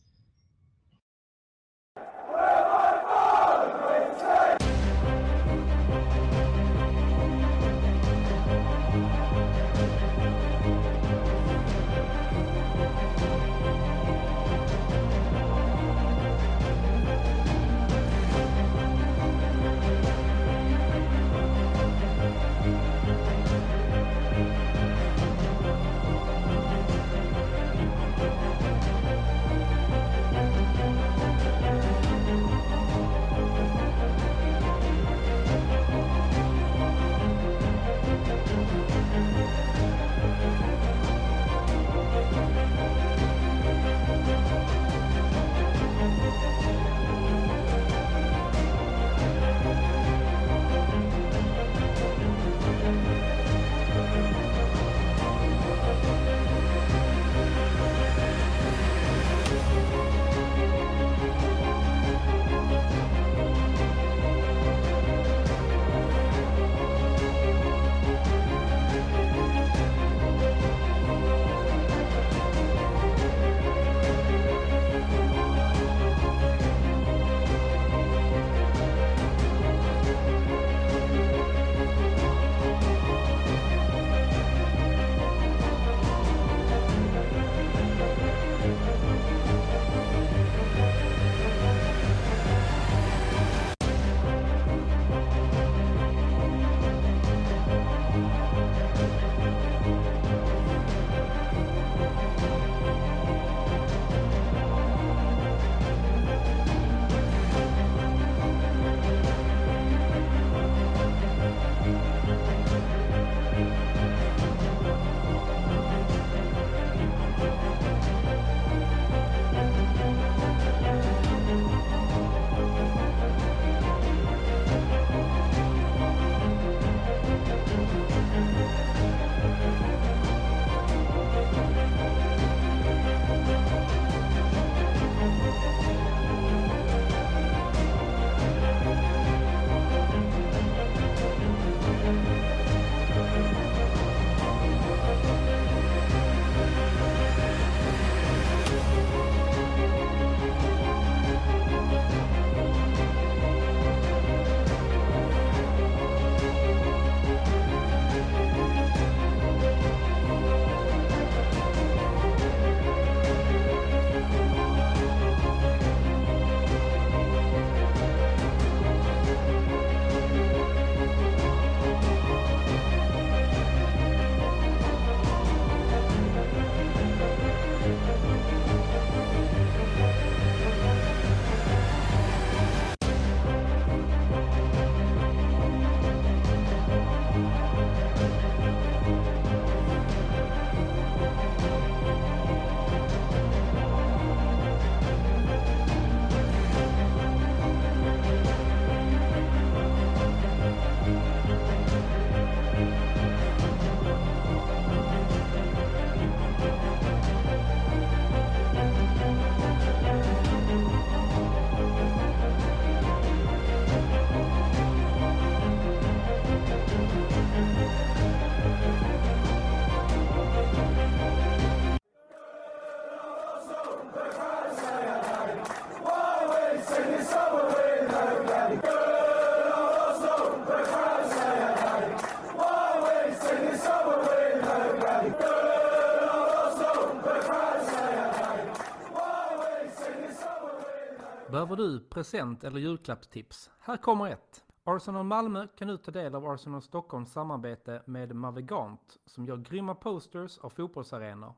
S2: Behöver du present eller julklappstips? Här kommer ett. Arsenal Malmö kan nu ta del av Arsenal Stockholms samarbete med Mavegant som gör grymma posters av fotbollsarenor.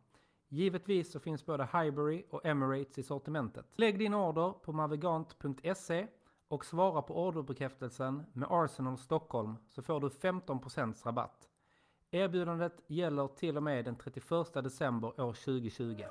S2: Givetvis så finns både Highbury och Emirates i sortimentet. Lägg din order på mavegant.se E och svara på orderbekräftelsen med Arsenal Stockholm så får du 15% rabatt. Erbjudandet gäller till och med den 31 december år 2020.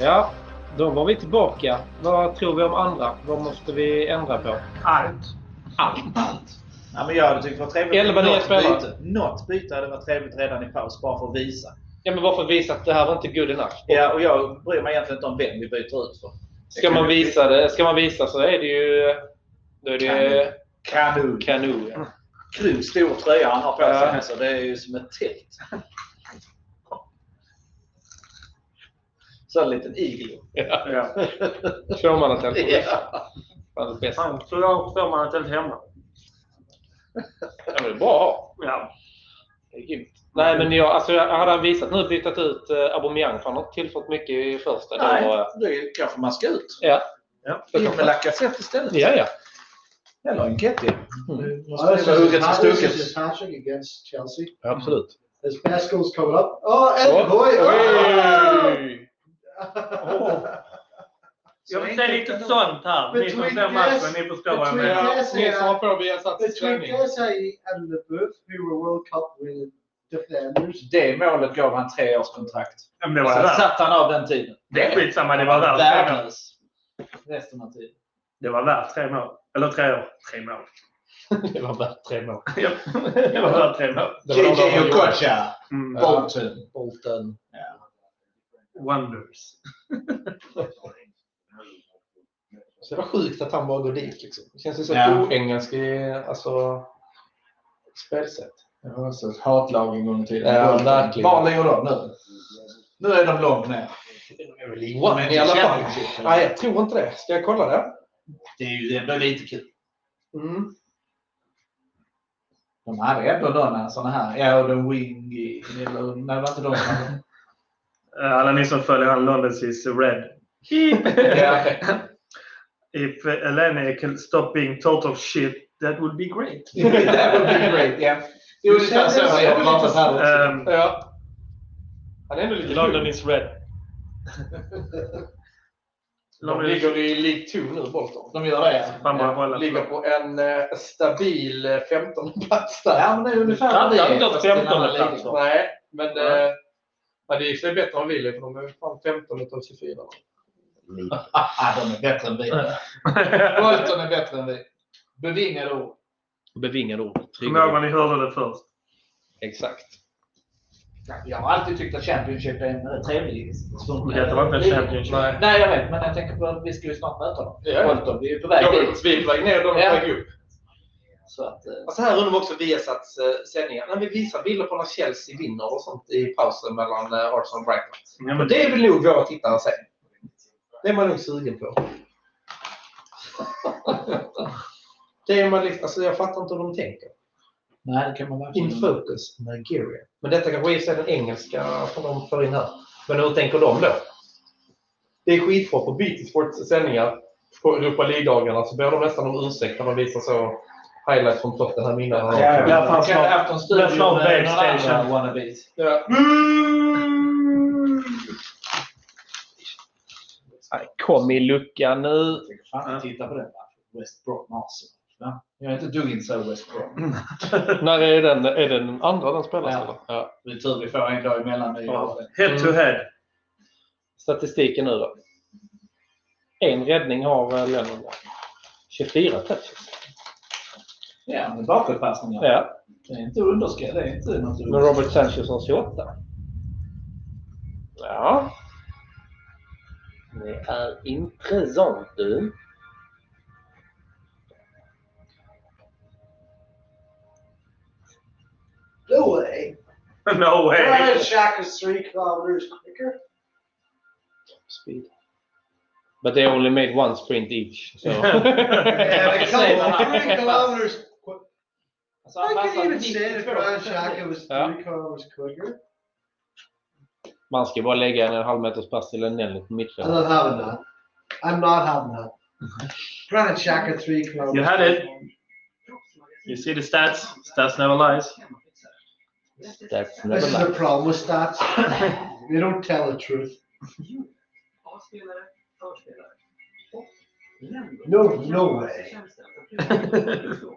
S2: Ja, då var vi tillbaka. Vad tror vi om andra? Vad måste vi ändra på?
S5: Allt. Allt. Ja, men jag hade tyckt det var trevligt.
S11: Elva nya
S5: Något
S11: spelare.
S5: byte- Något byte hade varit trevligt redan i paus bara för att visa.
S11: Ja, men bara för att visa att det här var inte good enough.
S5: Ja, och jag bryr mig egentligen inte om vem vi byter ut för.
S11: Ska man visa det, ska man visa så är det ju... Då är det
S5: Kanon.
S11: Kanu. ja.
S5: Grymt stor tröja han har på sig
S11: Ja.
S5: här, så det är ju som ett tält. Så en liten iglo.
S3: Ja.
S11: Kör man att
S5: Ja.
S11: Fan, det bästa.
S3: Han tror jag får man ett helt hemma.
S11: Ja, men det är bra att ha.
S3: Ja.
S11: Det är grymt. Nej, men jag, alltså, jag hade han visat nu bytt ut eh, Aubameyang, för han har inte tillfört mycket i första.
S5: Nej,
S11: Då, eh,
S5: det är- kanske man ska ut.
S11: ja,
S5: Ja. In med Lacazette istället.
S11: ja, ja.
S5: Eller en Ketty.
S4: Oh, this
S5: Så
S4: is
S5: hugget
S4: his
S5: och
S4: hat- this is
S5: stucket.
S4: his hat trick against Chelsea.
S11: Absolut.
S3: Mm.
S4: There's Pascal's coming up. Oh, and Boy! Oh!
S11: Oj!
S3: Jag vill se lite sånt här. Ni som
S4: Between
S3: ser matchen,
S4: guess-
S3: ni förstår vad jag
S4: between
S3: menar.
S4: guess-
S11: Ni som har på Viasats
S4: Between
S11: träning.
S4: Kessie and LeBeouf, who were World Cup winning defenders,
S5: Det målet gav han tre års kontrakt.
S3: Ja, men det var
S5: Sen
S3: värt.
S5: satte han av den tiden.
S3: Det är skitsamma, det var värt tre mål.
S5: Värdelös. Resten av tiden.
S3: Det var värt tre mål. Eller tre år. Tre mål.
S11: *laughs* Det var värt tre mål.
S3: *laughs* Ja, det var värt tre mål.
S11: Det var de där man gjorde.
S5: Okocha.
S3: Mm.
S5: Bolton.
S11: Bolten.
S3: Wonders.
S11: Så det var sjukt att han bara går dit. Liksom. Det känns ju så
S5: Ja.
S11: oengelsk i alltså, spelsätt.
S8: Det var också ett hatlag en gång i tiden.
S11: Ja, verkligen.
S8: Var ligger de nu? Nu är de långt ner.
S11: Det är väl i One
S5: Men
S11: i alla fall.
S5: Championship, eller?
S11: Nej, jag tror inte det. Ska jag kolla det?
S5: Det är ju ändå lite kul.
S11: Mm.
S8: De hade ändå någon sån här. Ja, the wingy. Eller, nej, det var inte de.
S11: *laughs*
S3: Eh, Alla ni som följer han Londons is red.
S8: Ja.
S3: If Eleni can stop being total shit, that would be great.
S8: That would be great, ja. Det är ungefär så jag pratat här också.
S3: Um,
S11: Ja. Han är ändå lite
S3: London
S11: London.
S3: is red.
S11: De
S3: London is
S11: ligger i League 2 nu, Bolton.
S8: De gör det. ja.
S3: Fan vad jag
S11: Ligger på en eh, stabil eh, 15 plats där.
S8: Ja, men det är ungefär
S3: Ja,
S8: vad
S3: det är inte
S8: fast i en
S3: 15
S8: annan liga.
S3: plats, va?
S11: Nej, men
S3: Nej.
S11: eh, ja, det gick sig bättre än Willy för de är fan 15 utav 24.
S8: Ah, de är bättre än vi.
S3: *laughs*
S8: Bolton är bättre än vi. Bevingade ord.
S11: *laughs* Bevingade ord.
S3: Kommer ihåg vad ni hörde det först.
S11: Exakt.
S5: Jag har alltid tyckt att Championship är en rätt trevlig sport.
S3: Det var inte en Championship.
S5: Nej. Nej, jag vet. Men jag tänker på att vi ska ju snart möta dem.
S2: Ja.
S5: Bolton, vi är ju på väg dit.
S2: Vi är på väg ner och de är
S5: Ja.
S2: på väg upp.
S5: Så att, eh,
S2: Och så här undrar de också Viasats eh, sändningar. När vi visar bilder på när Chelsea vinner och sånt i pausen mellan eh, Arsenal och Brighton.
S3: Ja,
S2: Och
S3: men
S2: det vill nog våra tittare se. Det är man nog sugen på. Det är man liksom, alltså jag fattar inte hur de tänker.
S5: nej, det kan man verkligen
S2: In focus, Nigeria. Men detta kanske är sig den engelska som de för in här. Men hur tänker de då? Det är skitbra på BT Sports sändningar på Europa League-dagarna så ber de nästan om ursäkt när man visar så highlights från Tottenham innan.
S3: Ja, ja.
S5: Man kan ha haft en
S3: Alltså, Men
S5: studio
S3: snart
S5: med
S3: Babe
S5: några
S3: Station.
S5: andra wannabes.
S2: Ja.
S3: Mm.
S2: Nej, Kom i luckan nu.
S5: Jag tänker, fan, titta på den matchen. West Brom Arsenal. Va? Jag är inte ett dugg intresserad av West Brom.
S2: *laughs* När är den, är den andra den spelas?
S5: Ja.
S2: eller? Ja.
S5: Det är tur vi får en dag emellan nu.
S3: Ja.
S5: Ja.
S3: Head to head. *laughs*
S2: Statistiken nu då. En räddning har eh, Lennon. 24 touches.
S5: ja, men bakåtpassningar.
S2: Ja.
S5: Det är inte underskattat. Det är inte något
S2: Men Robert Sanchez har 28. Ja. Det är intressant du.
S4: No way.
S3: No way.
S4: Brian Shack is three kilometers *laughs* quicker.
S2: Speed. But they only made one sprint each. So.
S4: Yeah, but
S5: I say
S4: come on,
S5: that.
S4: three kilometers. qu-
S5: Alltså, han
S4: I
S5: passar
S4: could even say that
S5: 92.
S4: Brian Shack was
S2: Yeah.
S4: three kilometers quicker.
S2: Man ska bara lägga en halv meters pass till en Nelly på
S4: I'm
S2: mittfältet.
S4: not having that. I'm not having that. Brian Shack at three kilometers.
S3: You had it. You see the stats? Stats never lies.
S2: That's
S5: *laughs*
S4: This
S2: never
S4: is the
S2: nice.
S4: problem with stats.
S3: *laughs*
S4: They don't tell the truth. No, no way.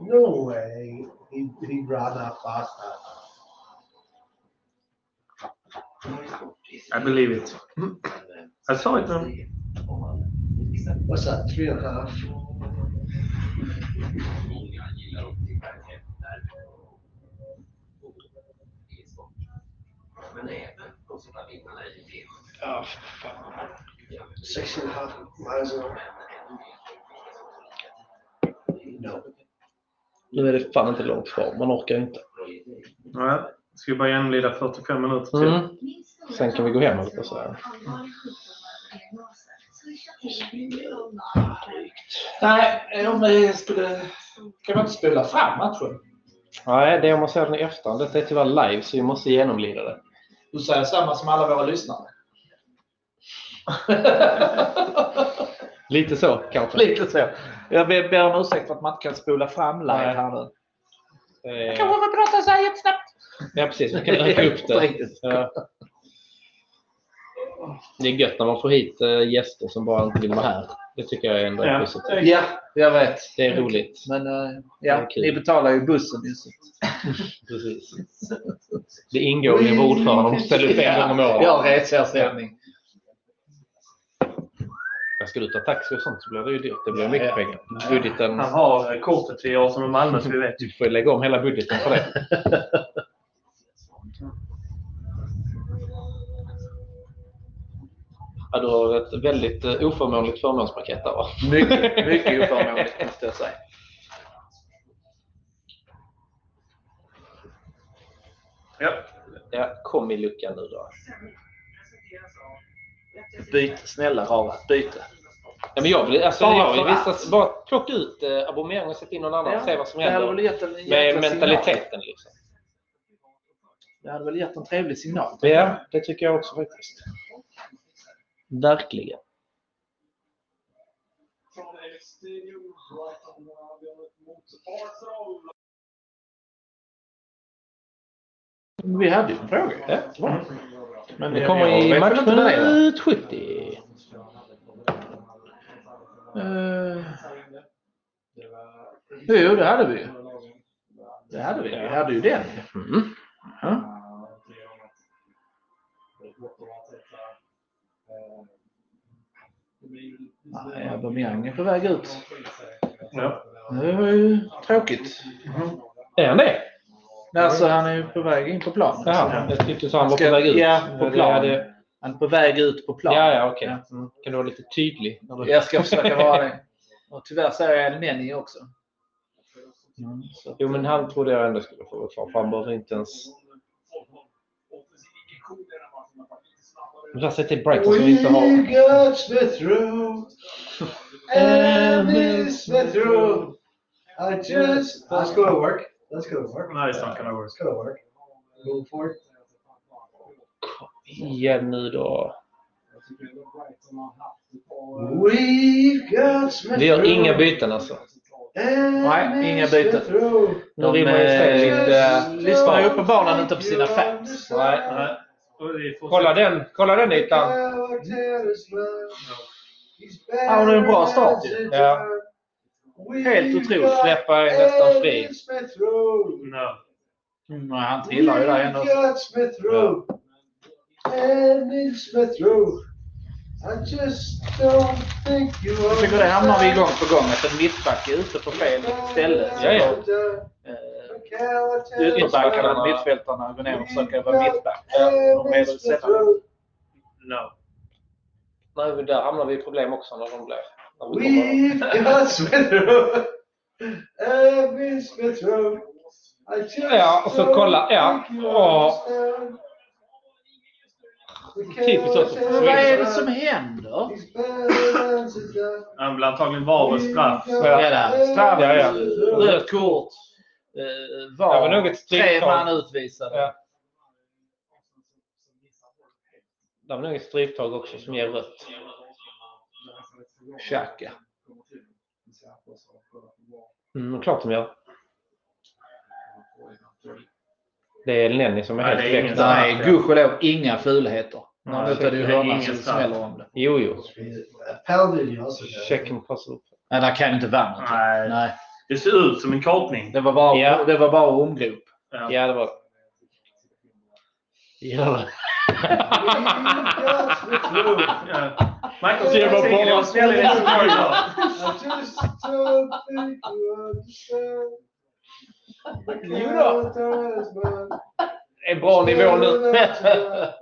S4: No way. He, he ran that fast.
S3: I believe it. I saw it now.
S4: What's that? Three and a half. Six and a half miles an hour. No.
S2: Nu är det fan inte långt kvar. Man orkar inte.
S3: Ja. Ska vi bara genomlida 45 minuter till?
S2: Mm.
S12: Sen kan vi gå hem, höll jag på att säga.
S5: Nej, om vi skulle... Kan man inte spela fram matchen?
S2: Nej, det är om man ser den i efterhand. Detta är tyvärr live, så vi måste genomlida det.
S5: Du säger samma som alla våra lyssnare.
S2: *laughs* Lite så, kanske.
S5: Lite så. Jag ber ber om ursäkt för att man inte kan spola fram live
S2: Nej.
S5: här nu.
S2: Eh,
S5: bara prata så här jättesnabbt.
S2: Ja, precis. Man kan öka upp det.
S5: Riktigt.
S2: Ja. Det är gött när man får hit eh, gäster som bara inte vill vara här. Det tycker jag är ändå
S3: Ja.
S2: positivt.
S5: Ja, jag vet.
S2: Det är roligt.
S5: Men eh,
S2: Det
S5: ja,
S2: är kul.
S5: ni betalar ju bussen. ju, så-
S2: Precis. Det ingår i vår ordförande. De ställer upp en gång om året.
S5: Ja, reseersättning.
S2: Jag ska du ta taxi och sånt så blir det ju dyrt. Det blir mycket
S5: Ja.
S2: pengar. Budgeten.
S3: Han har eh, kortet till oss som är Malmö så vi vet.
S2: Du får ju lägga om hela budgeten för det. Ja, du har ett väldigt eh, oförmånligt förmånspaket där va? *laughs*
S5: Mycket, mycket oförmånligt måste jag säga.
S3: Ja.
S2: Ja, kom i luckan nu då.
S5: Byt, snälla rara, byte.
S2: Ja, men jag vill, alltså,
S5: Bara
S2: jag vill
S5: för att.
S2: vissa, bara plocka ut eh, abonnemang och sätta in någon annan och se vad som
S5: det hade
S2: händer
S5: väl gett en jäkla
S2: med
S5: signal.
S2: mentaliteten. Liksom.
S5: Det hade väl gett en trevlig signal.
S2: Ja, det tycker jag också faktiskt. Verkligen.
S5: Vi hade ju en fråga.
S2: Ja, bra.
S5: Men
S2: Det kommer i matchminut 70.
S5: Uh, jo, det hade vi ju. Det hade vi. Vi hade ju den.
S2: Mm.
S5: Ja. Nej, Aubameyang är på väg ut.
S3: Ja.
S5: Det var ju tråkigt.
S2: Är han det?
S5: Alltså han är ju på väg in på planen.
S6: Ja, jag tyckte så han var på väg ut.
S5: Ja, på
S6: Det
S5: plan.
S6: hade-
S5: Han är på väg ut på plan.
S6: Ja, ja, okej. Mm. Kan du vara lite tydlig? när du-
S5: Jag ska försöka vara det. Och tyvärr säger jag Nenny också. Mm, Så att-
S6: Jo, men han trodde jag ändå skulle få vara kvar, för han behöver inte ens... Men där sätter Brighton som
S4: We
S6: inte har...
S4: got Smith Rowe. And Miss Smith Rowe. I just. Let's go to work. Let's go to work.
S3: No, it's not gonna work.
S4: Let's go to work. Moving forward.
S6: Igen nu då.
S4: We've got Smith
S6: Vi gör
S4: Rowe.
S6: inga byten alltså.
S4: And
S5: Nej,
S4: Miss
S5: inga byten.
S4: Smith Rowe.
S6: Nu
S5: De
S6: rinner det
S5: eh,
S6: istället lite...
S5: lyssnar ju uppenbarligen inte på sina fans.
S4: Nej,
S3: Nej. Och det är fortsatt-
S6: Kolla den, kolla den ytan.
S4: Ja,
S5: Ja, och det är en bra start ju.
S6: Ja.
S5: Helt otroligt.
S6: Släppa är nästan fri.
S3: No.
S5: Mm, nej, han trillar ju där ändå.
S4: Smith Rowe. Emil Smith Rowe. I just don't think you are...
S5: Jag tycker det hamnar vi gång på gång. Att en mittback är ute på fel ställe.
S6: Ja, ja.
S5: Eh, Ytterbackarna, mittfältarna går ner och försöker vara mittback.
S4: Ja,
S5: De är väl sällan-
S3: No.
S6: Nej, men där hamnar vi i problem också när de blir... När vi kommer.
S4: We've got Smith Rowe. Emil Smith Rowe. I just
S6: Ja, och så
S4: don't
S6: kolla. Ja.
S4: think you
S6: Åh.
S4: understand. We
S6: Typiskt
S4: can't
S6: också.
S4: tell
S5: Men Vad är det som händer?
S4: He's better than Zidane.
S3: Han blir antagligen var och straff.
S6: Ja.
S5: Ja, där. straff,
S6: Ja, ja.
S5: rött kort, eh,
S6: Det var nog
S5: var,
S6: ett
S5: tre
S6: stryptag.
S5: man utvisade.
S6: Ja. Det var nog ett stryptag också som ger rött. Xhaka. Mm, klart de gör. Det är Lenny som är
S3: Nej,
S6: helt
S3: det är ingen
S6: väckt.
S3: som-
S5: Nej, gudskelov inga fulheter.
S3: Nej,
S5: Nu tar det ju
S3: det är
S5: hörnan så
S3: ingen
S5: det
S3: straff.
S5: smäller om det.
S6: Jo, jo.
S4: Penalty you also got.
S6: Checken passar upp.
S5: Nej, där kan ju inte vara något.
S3: Nej.
S5: Nej.
S3: Det ser ut som en kapning.
S5: Det var bara,
S6: Ja.
S5: det var bara omgrop.
S6: Ja, det var det. Ja.
S4: Yes, it's true.
S3: Ja. Michael
S6: Ser man
S3: Singel,
S6: bara-
S3: jag snäll i din korridor.
S4: I just don't think you understand.
S6: Jo då. Det är bra nivå
S5: *laughs*
S6: nu. *laughs*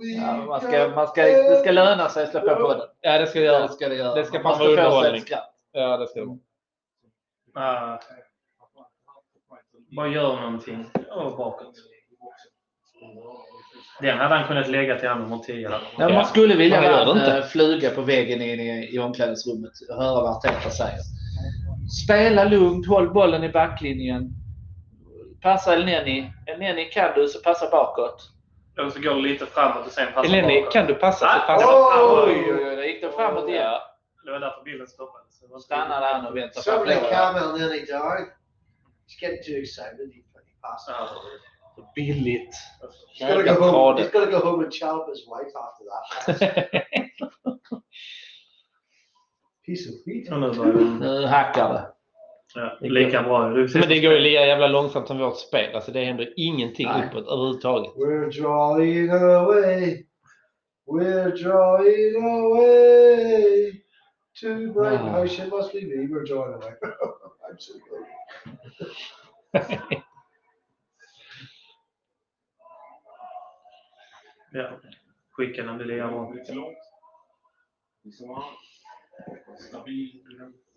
S5: Ja, men man ska, man ska, det ska löna sig att släppa på den.
S6: Ja, det ska jag
S5: Ja,
S6: göra.
S5: det ska det göra.
S6: Det ska fan
S5: Man måste
S6: vara
S5: få sig ett
S6: underhållning.
S5: skratt.
S6: Ja, det ska jag.
S3: Ah. Bara gör någonting. Och bakåt. Den hade han kunnat lägga till han nummer 10. där.
S5: Nej, man skulle vilja
S6: Man gör det
S5: ha en
S6: inte.
S5: eh, fluga på väggen in i, i omklädningsrummet och höra vad Arteta säger. Spela lugnt, håll bollen i backlinjen. Passa Elneny. Elneny kan du, så passa bakåt.
S3: Och så går det lite framåt och sen passar
S6: Eleni,
S3: bakåt.
S6: kan du passa? Så passa.
S4: Oh.
S5: Oj, oj, oj, där gick den framåt igen.
S3: Det var därför bilden stoppades. Det var inte-
S5: Stanna där nu och vänta på
S4: Somebody
S5: applåder.
S4: come and then he died. He's getting too excited. He fucking passed
S3: Ah.
S4: out.
S5: Billigt.
S4: He's gonna
S6: Jävla
S4: go home.
S6: trader.
S4: He's gonna go home and chop his wife after that. Piece of wheat.
S3: Ja, nu var det-
S5: Nu hackar det.
S3: Ja, Lika bra. Du ser-
S6: Men det går ju lika jävla långsamt som vårt spel. Alltså det händer ingenting
S5: Nej.
S6: uppåt överhuvudtaget.
S4: We're drawing away. We're drawing away. To bright
S5: Ah.
S4: oh. shit must be me. We're drawing away. *laughs* I'm so good.
S3: Ja. Skicka den blir lika bra.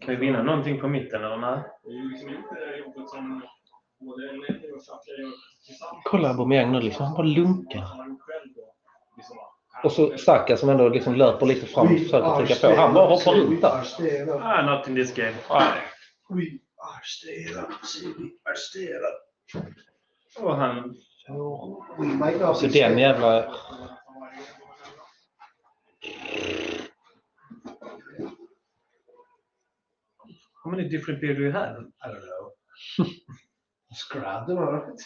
S3: Kan vi vinna någonting på mitten eller nej?
S6: Kolla Aubameyang nu liksom. Han bara lunkar. Och så Saka som ändå liksom löper lite fram och
S4: We
S6: försöker
S4: are
S6: trycka på. Han bara hoppar
S4: staying up.
S6: runt
S4: We
S6: där.
S4: are staying up.
S3: Ah, not in this game.
S4: We are staying up. See, we are staying up.
S3: Och han...
S4: We might not
S6: Så
S4: be
S6: den
S4: staying up.
S6: jävla...
S3: How many different beer do you have?
S4: I don't know. *laughs* Just grab them out of it.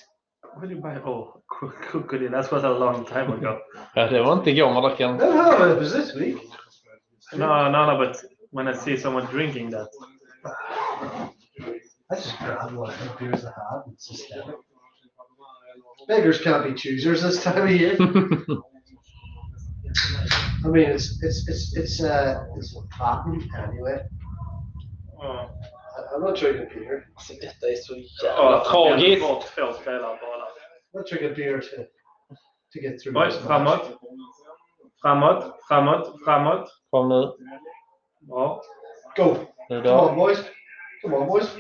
S3: What do you buy? Oh, c- crocodile. That was a long time ago.
S6: Ja, det var inte igår man drack en...
S4: No, no, it was this week.
S3: No, no, no, but when I see someone drinking that.
S4: I just grabbed one of the beers I had. and It's just down. Beggars can't be choosers this time of year. I mean, it's it's it's it's uh it's hot anyway.
S3: Oh,
S4: I, I I'm not drinking beer.
S2: Alltså detta är så jävla
S3: Ja,
S2: tragiskt.
S3: bort två spelare bara.
S4: I'm not drinking beer to, to get through
S3: Oj,
S4: this match.
S3: framåt. Framåt, framåt, framåt.
S12: Kom nu.
S3: Bra.
S4: Go.
S12: Nu
S4: Come on,
S12: då.
S4: boys. Come on, boys.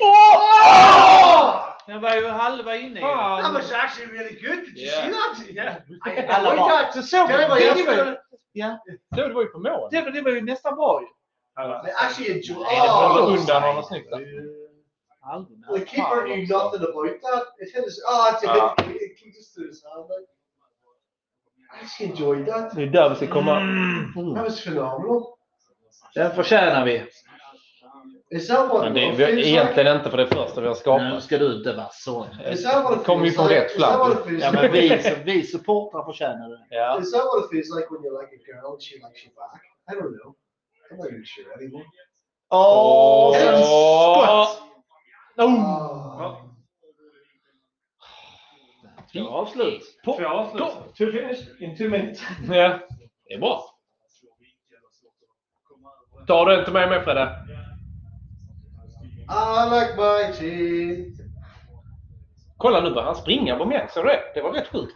S5: Jag var ju halva inne i
S3: Fan!
S4: Oh! was actually really good. Did
S2: Yeah.
S4: that?
S3: Yeah.
S4: *laughs* I,
S5: Alla
S4: I
S5: var...
S4: thought-
S5: Så såg
S4: Det var
S5: det, var ju,
S4: jättebra.
S12: Det var ju på mål.
S5: det, var, det var ju nästan bra ju.
S4: I actually enjoyed
S5: Nej, det var
S4: Oh.
S12: Undan honom snyggt.
S5: Aldrig
S4: The keeper knew nothing about that. It hit his. Oh, it's a
S12: Ah.
S4: good. *laughs* It came just through his hand. Like, I actually enjoyed that.
S12: Det är där vi ska komma.
S4: That was phenomenal.
S5: Mm. Den förtjänar vi.
S4: Is that what
S12: Men det,
S4: love
S12: vi har
S4: feels like?
S12: egentligen inte för det första vi har
S5: Nu
S12: skapat.
S5: ska du inte vara sån.
S4: Is that what it
S12: Kom vi
S4: feels
S12: från
S4: like?
S12: rätt
S4: Is that
S12: land?
S4: what it feels
S5: Ja, men
S4: like?
S5: vi, vi supportrar förtjänar det.
S12: Ja.
S4: Is that what it feels like when you like a girl and she likes you back? I don't know. I'm not even sure anymore.
S5: Åh, vilken skott! Oh.
S4: Oh.
S5: Det var avslut. På.
S3: Två avslut.
S4: To finish in two minutes.
S12: Ja.
S2: Det är bra. Tar du inte med mig Fredde?
S5: Ah,
S4: I like my tea.
S2: Kolla nu börjar han springa på mig. Ser du det? Det var rätt sjukt.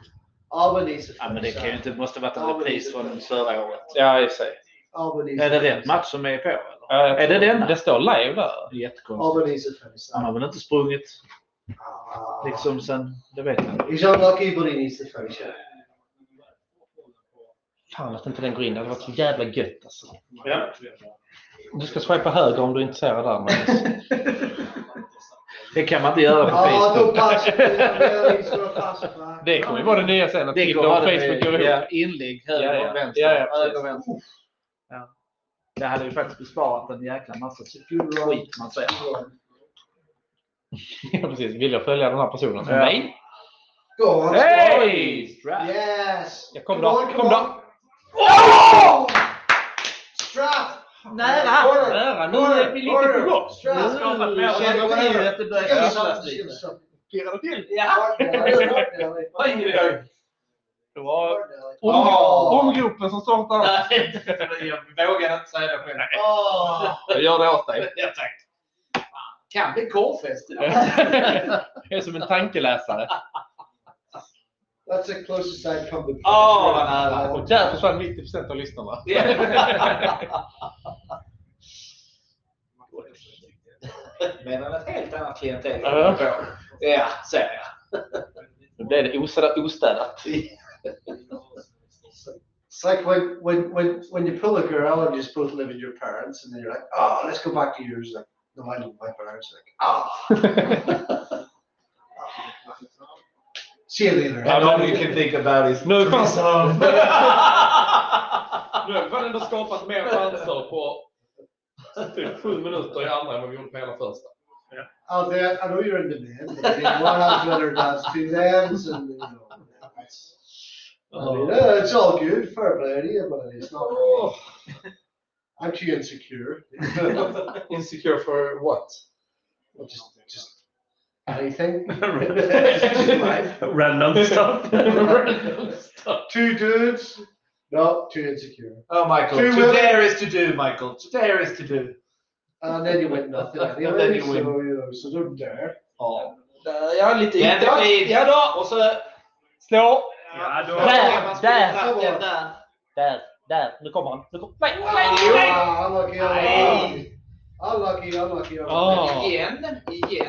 S4: Albanese.
S5: Ja, Ah, men det kan ju inte, måste varit en repris från förra året.
S2: Ja, i och för sig.
S4: Albanese.
S5: Är Ah, det rätt match som är på? Eller?
S2: Ja, jag
S5: Är det
S2: tror-
S5: denna?
S2: Det står live där.
S5: Ah, Det är Jättekonstigt.
S4: Albanese finish.
S5: Han har väl inte sprungit
S4: Ah.
S5: liksom sen, det vet jag inte.
S4: He's unlucky, but he needs to finish it.
S2: Fan att inte den går in. Det hade varit så jävla gött alltså.
S3: Ja.
S2: Du ska swipa höger om du är intresserad där.
S12: *laughs*
S2: Magnus.
S5: Det kan man inte göra *laughs* på
S4: Oh,
S5: Facebook.
S4: don't pass it. Yeah, he's gonna pass it back.
S2: Det kommer ju vara det nya sen. Att
S5: Det
S2: bilder
S5: går
S2: och
S5: bara
S2: Facebook går
S5: med
S2: ihop.
S5: ja, inlägg
S2: Ja,
S5: höger
S2: ja.
S5: och vänster.
S2: Ja, ja, precis.
S5: höger och vänster. Ja. Det hade ju faktiskt besparat en jäkla massa skit man säger.
S2: Ja, precis. Vill jag följa den här personen?
S5: Ja.
S2: Nej!
S4: Go on.
S2: Hey!
S5: Straff.
S4: Yes.
S2: Jag kom
S4: Come
S2: då,
S4: on,
S2: kom
S4: come
S2: då.
S4: on. Oh! Straff.
S5: Nära!
S4: Corner,
S5: Nära! Nu
S4: corner,
S5: är vi lite
S4: corner.
S5: på gång.
S4: Straff.
S5: Nu känner vi ju att det börjar
S4: Give us
S5: öppnas
S4: something,
S5: lite.
S4: give us something.
S5: Pirrar det till? Ja!
S4: Hard Nelly, hard Nelly,
S5: Det var...
S4: hard Nelly.
S2: Om-
S4: Oh.
S2: Omgropen som startar.
S5: Nej, Jag vågar inte säga det själv.
S4: Oh.
S2: Jag gör det åt dig.
S5: Ja, tack. Kan bli korvfest idag.
S2: Jag är som en tankeläsare.
S4: That's the closest I've come to.
S5: Åh, vad nära.
S2: Och där försvann 90 av lyssnarna.
S5: Medan ett helt annat klientel
S2: Ja.
S5: Ja, säger jag.
S2: Nu blev det ostädat. ostädat.
S4: It's like when, when, when, when you pull a girl and you both live with your parents and then you're like, oh, let's go back to yours. Like, no, I live with my parents. Like, oh. See you later.
S7: all you can think about is
S2: Nu fanns det.
S7: some.
S2: Nu har vi fan ändå skapat mer chanser på typ sju minuter i andra än vad vi gjorde på hela första.
S4: Out there, I know you're in demand, but I mean, one has better than two lands and, you know. I mean, uh, it's all good, fair play to you, but it's not. for *laughs* me. I'm too insecure. *laughs*
S2: Insecure for what?
S4: just, just anything. *laughs*
S3: Random stuff.
S4: two dudes, not too insecure.
S5: Oh Michael,
S4: Two
S5: to
S4: women.
S5: dare is to do Michael. To dare is to do.
S4: And then you
S2: *laughs*
S4: win nothing anyway.
S5: Then you
S4: so,
S5: win.
S4: you know, so don't dare.
S5: Ja.
S2: Ja, lite
S5: Jävligt fint.
S2: Ja då, och så slå.
S3: Ja, då.
S5: Där, där,
S4: Come on.
S5: där, där. Nu kommer han. Nu kommer... Nej, nej, nej!
S4: Ah, unlucky, unlucky. Unlucky, unlucky, unlucky.
S2: Ah.
S5: Igen, igen.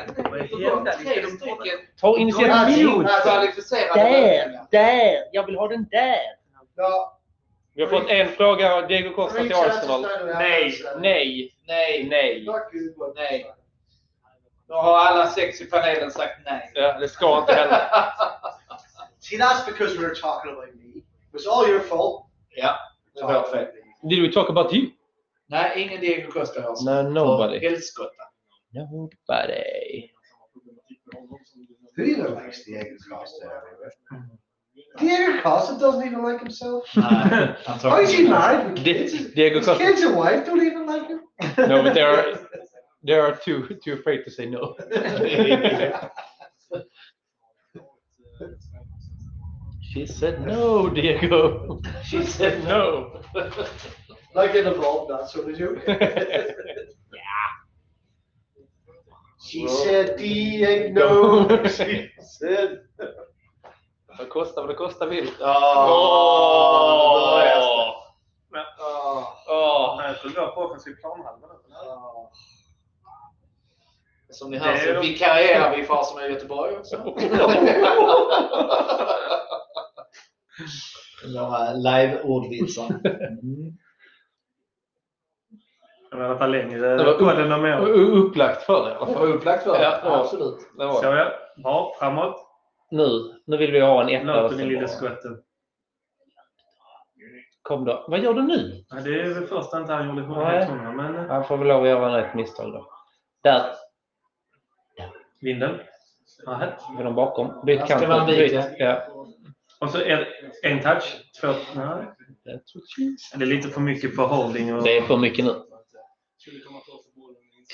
S3: hände?
S5: Tre stycken.
S2: Ta
S4: initiativ.
S5: Där, där. Jag vill ha den där.
S4: No,
S2: Vi har fått en fråga av Diego Costa
S4: three
S2: till
S4: chances
S2: Arsenal.
S4: now to
S5: Nej,
S4: have it.
S2: Nej, nej, nej.
S4: Not good, but-
S5: Nej. Nu har alla sex i panelen sagt nej.
S2: Ja, det ska inte hända.
S4: See, that's because we were talking about me. It was all your fault.
S5: Ja, det var
S4: Talking
S5: fel.
S4: about me.
S2: Did we talk about you?
S5: Nej, ingen Diego Costa har
S2: No, nobody.
S5: Helskotta.
S2: Nobody.
S4: Who even likes Diego Costa anyway? Diego Costa doesn't even like himself.
S5: Nej,
S4: How is he married with kids?
S2: Di- Diego
S4: His
S2: Costa.
S4: kids and wife don't even like him.
S2: *laughs* No, but they are,
S4: *laughs*
S2: they are too, too afraid to say no. She said no, Diego. She said no. *laughs*
S4: Like it involved that sort of joke. She said he ain't no.
S2: *laughs*
S4: She said.
S2: Vad kostar vad det kostar vill. Oh.
S4: Åh, det var det.
S3: Men,
S4: Åh,
S2: Ja,
S3: jag skulle vara på offensiv planhalva nu.
S4: åh.
S5: Som ni
S3: hör så
S5: vikarierar vi för som är i Göteborg
S2: *laughs*
S5: också.
S7: Några live-ordvitsar.
S3: Det var i alla fall längre.
S2: Det var-
S3: Det var det någon mer.
S2: upplagt för det i alla fall.
S5: Upplagt för
S2: Ja,
S5: absolut.
S2: Det
S3: Så
S2: var det.
S3: ja, bra. Framåt.
S2: Nu, nu vill vi ha en etta.
S3: Låt den lille skotten.
S2: Kom då. Vad gör du nu?
S3: Ja, det är väl första inte han gjorde 100
S2: Nej.
S3: kronor, men
S2: Han får väl lov att göra ett misstag då. Där,
S3: vinden. Nähä.
S2: är de bakom. Byt
S5: Ja,
S2: kant.
S5: ska man
S2: nu.
S5: byta?
S2: Byt, Ja.
S3: Och så en, en touch, två... Nej. Det är lite för mycket för holding. Och...
S2: Det är för mycket nu.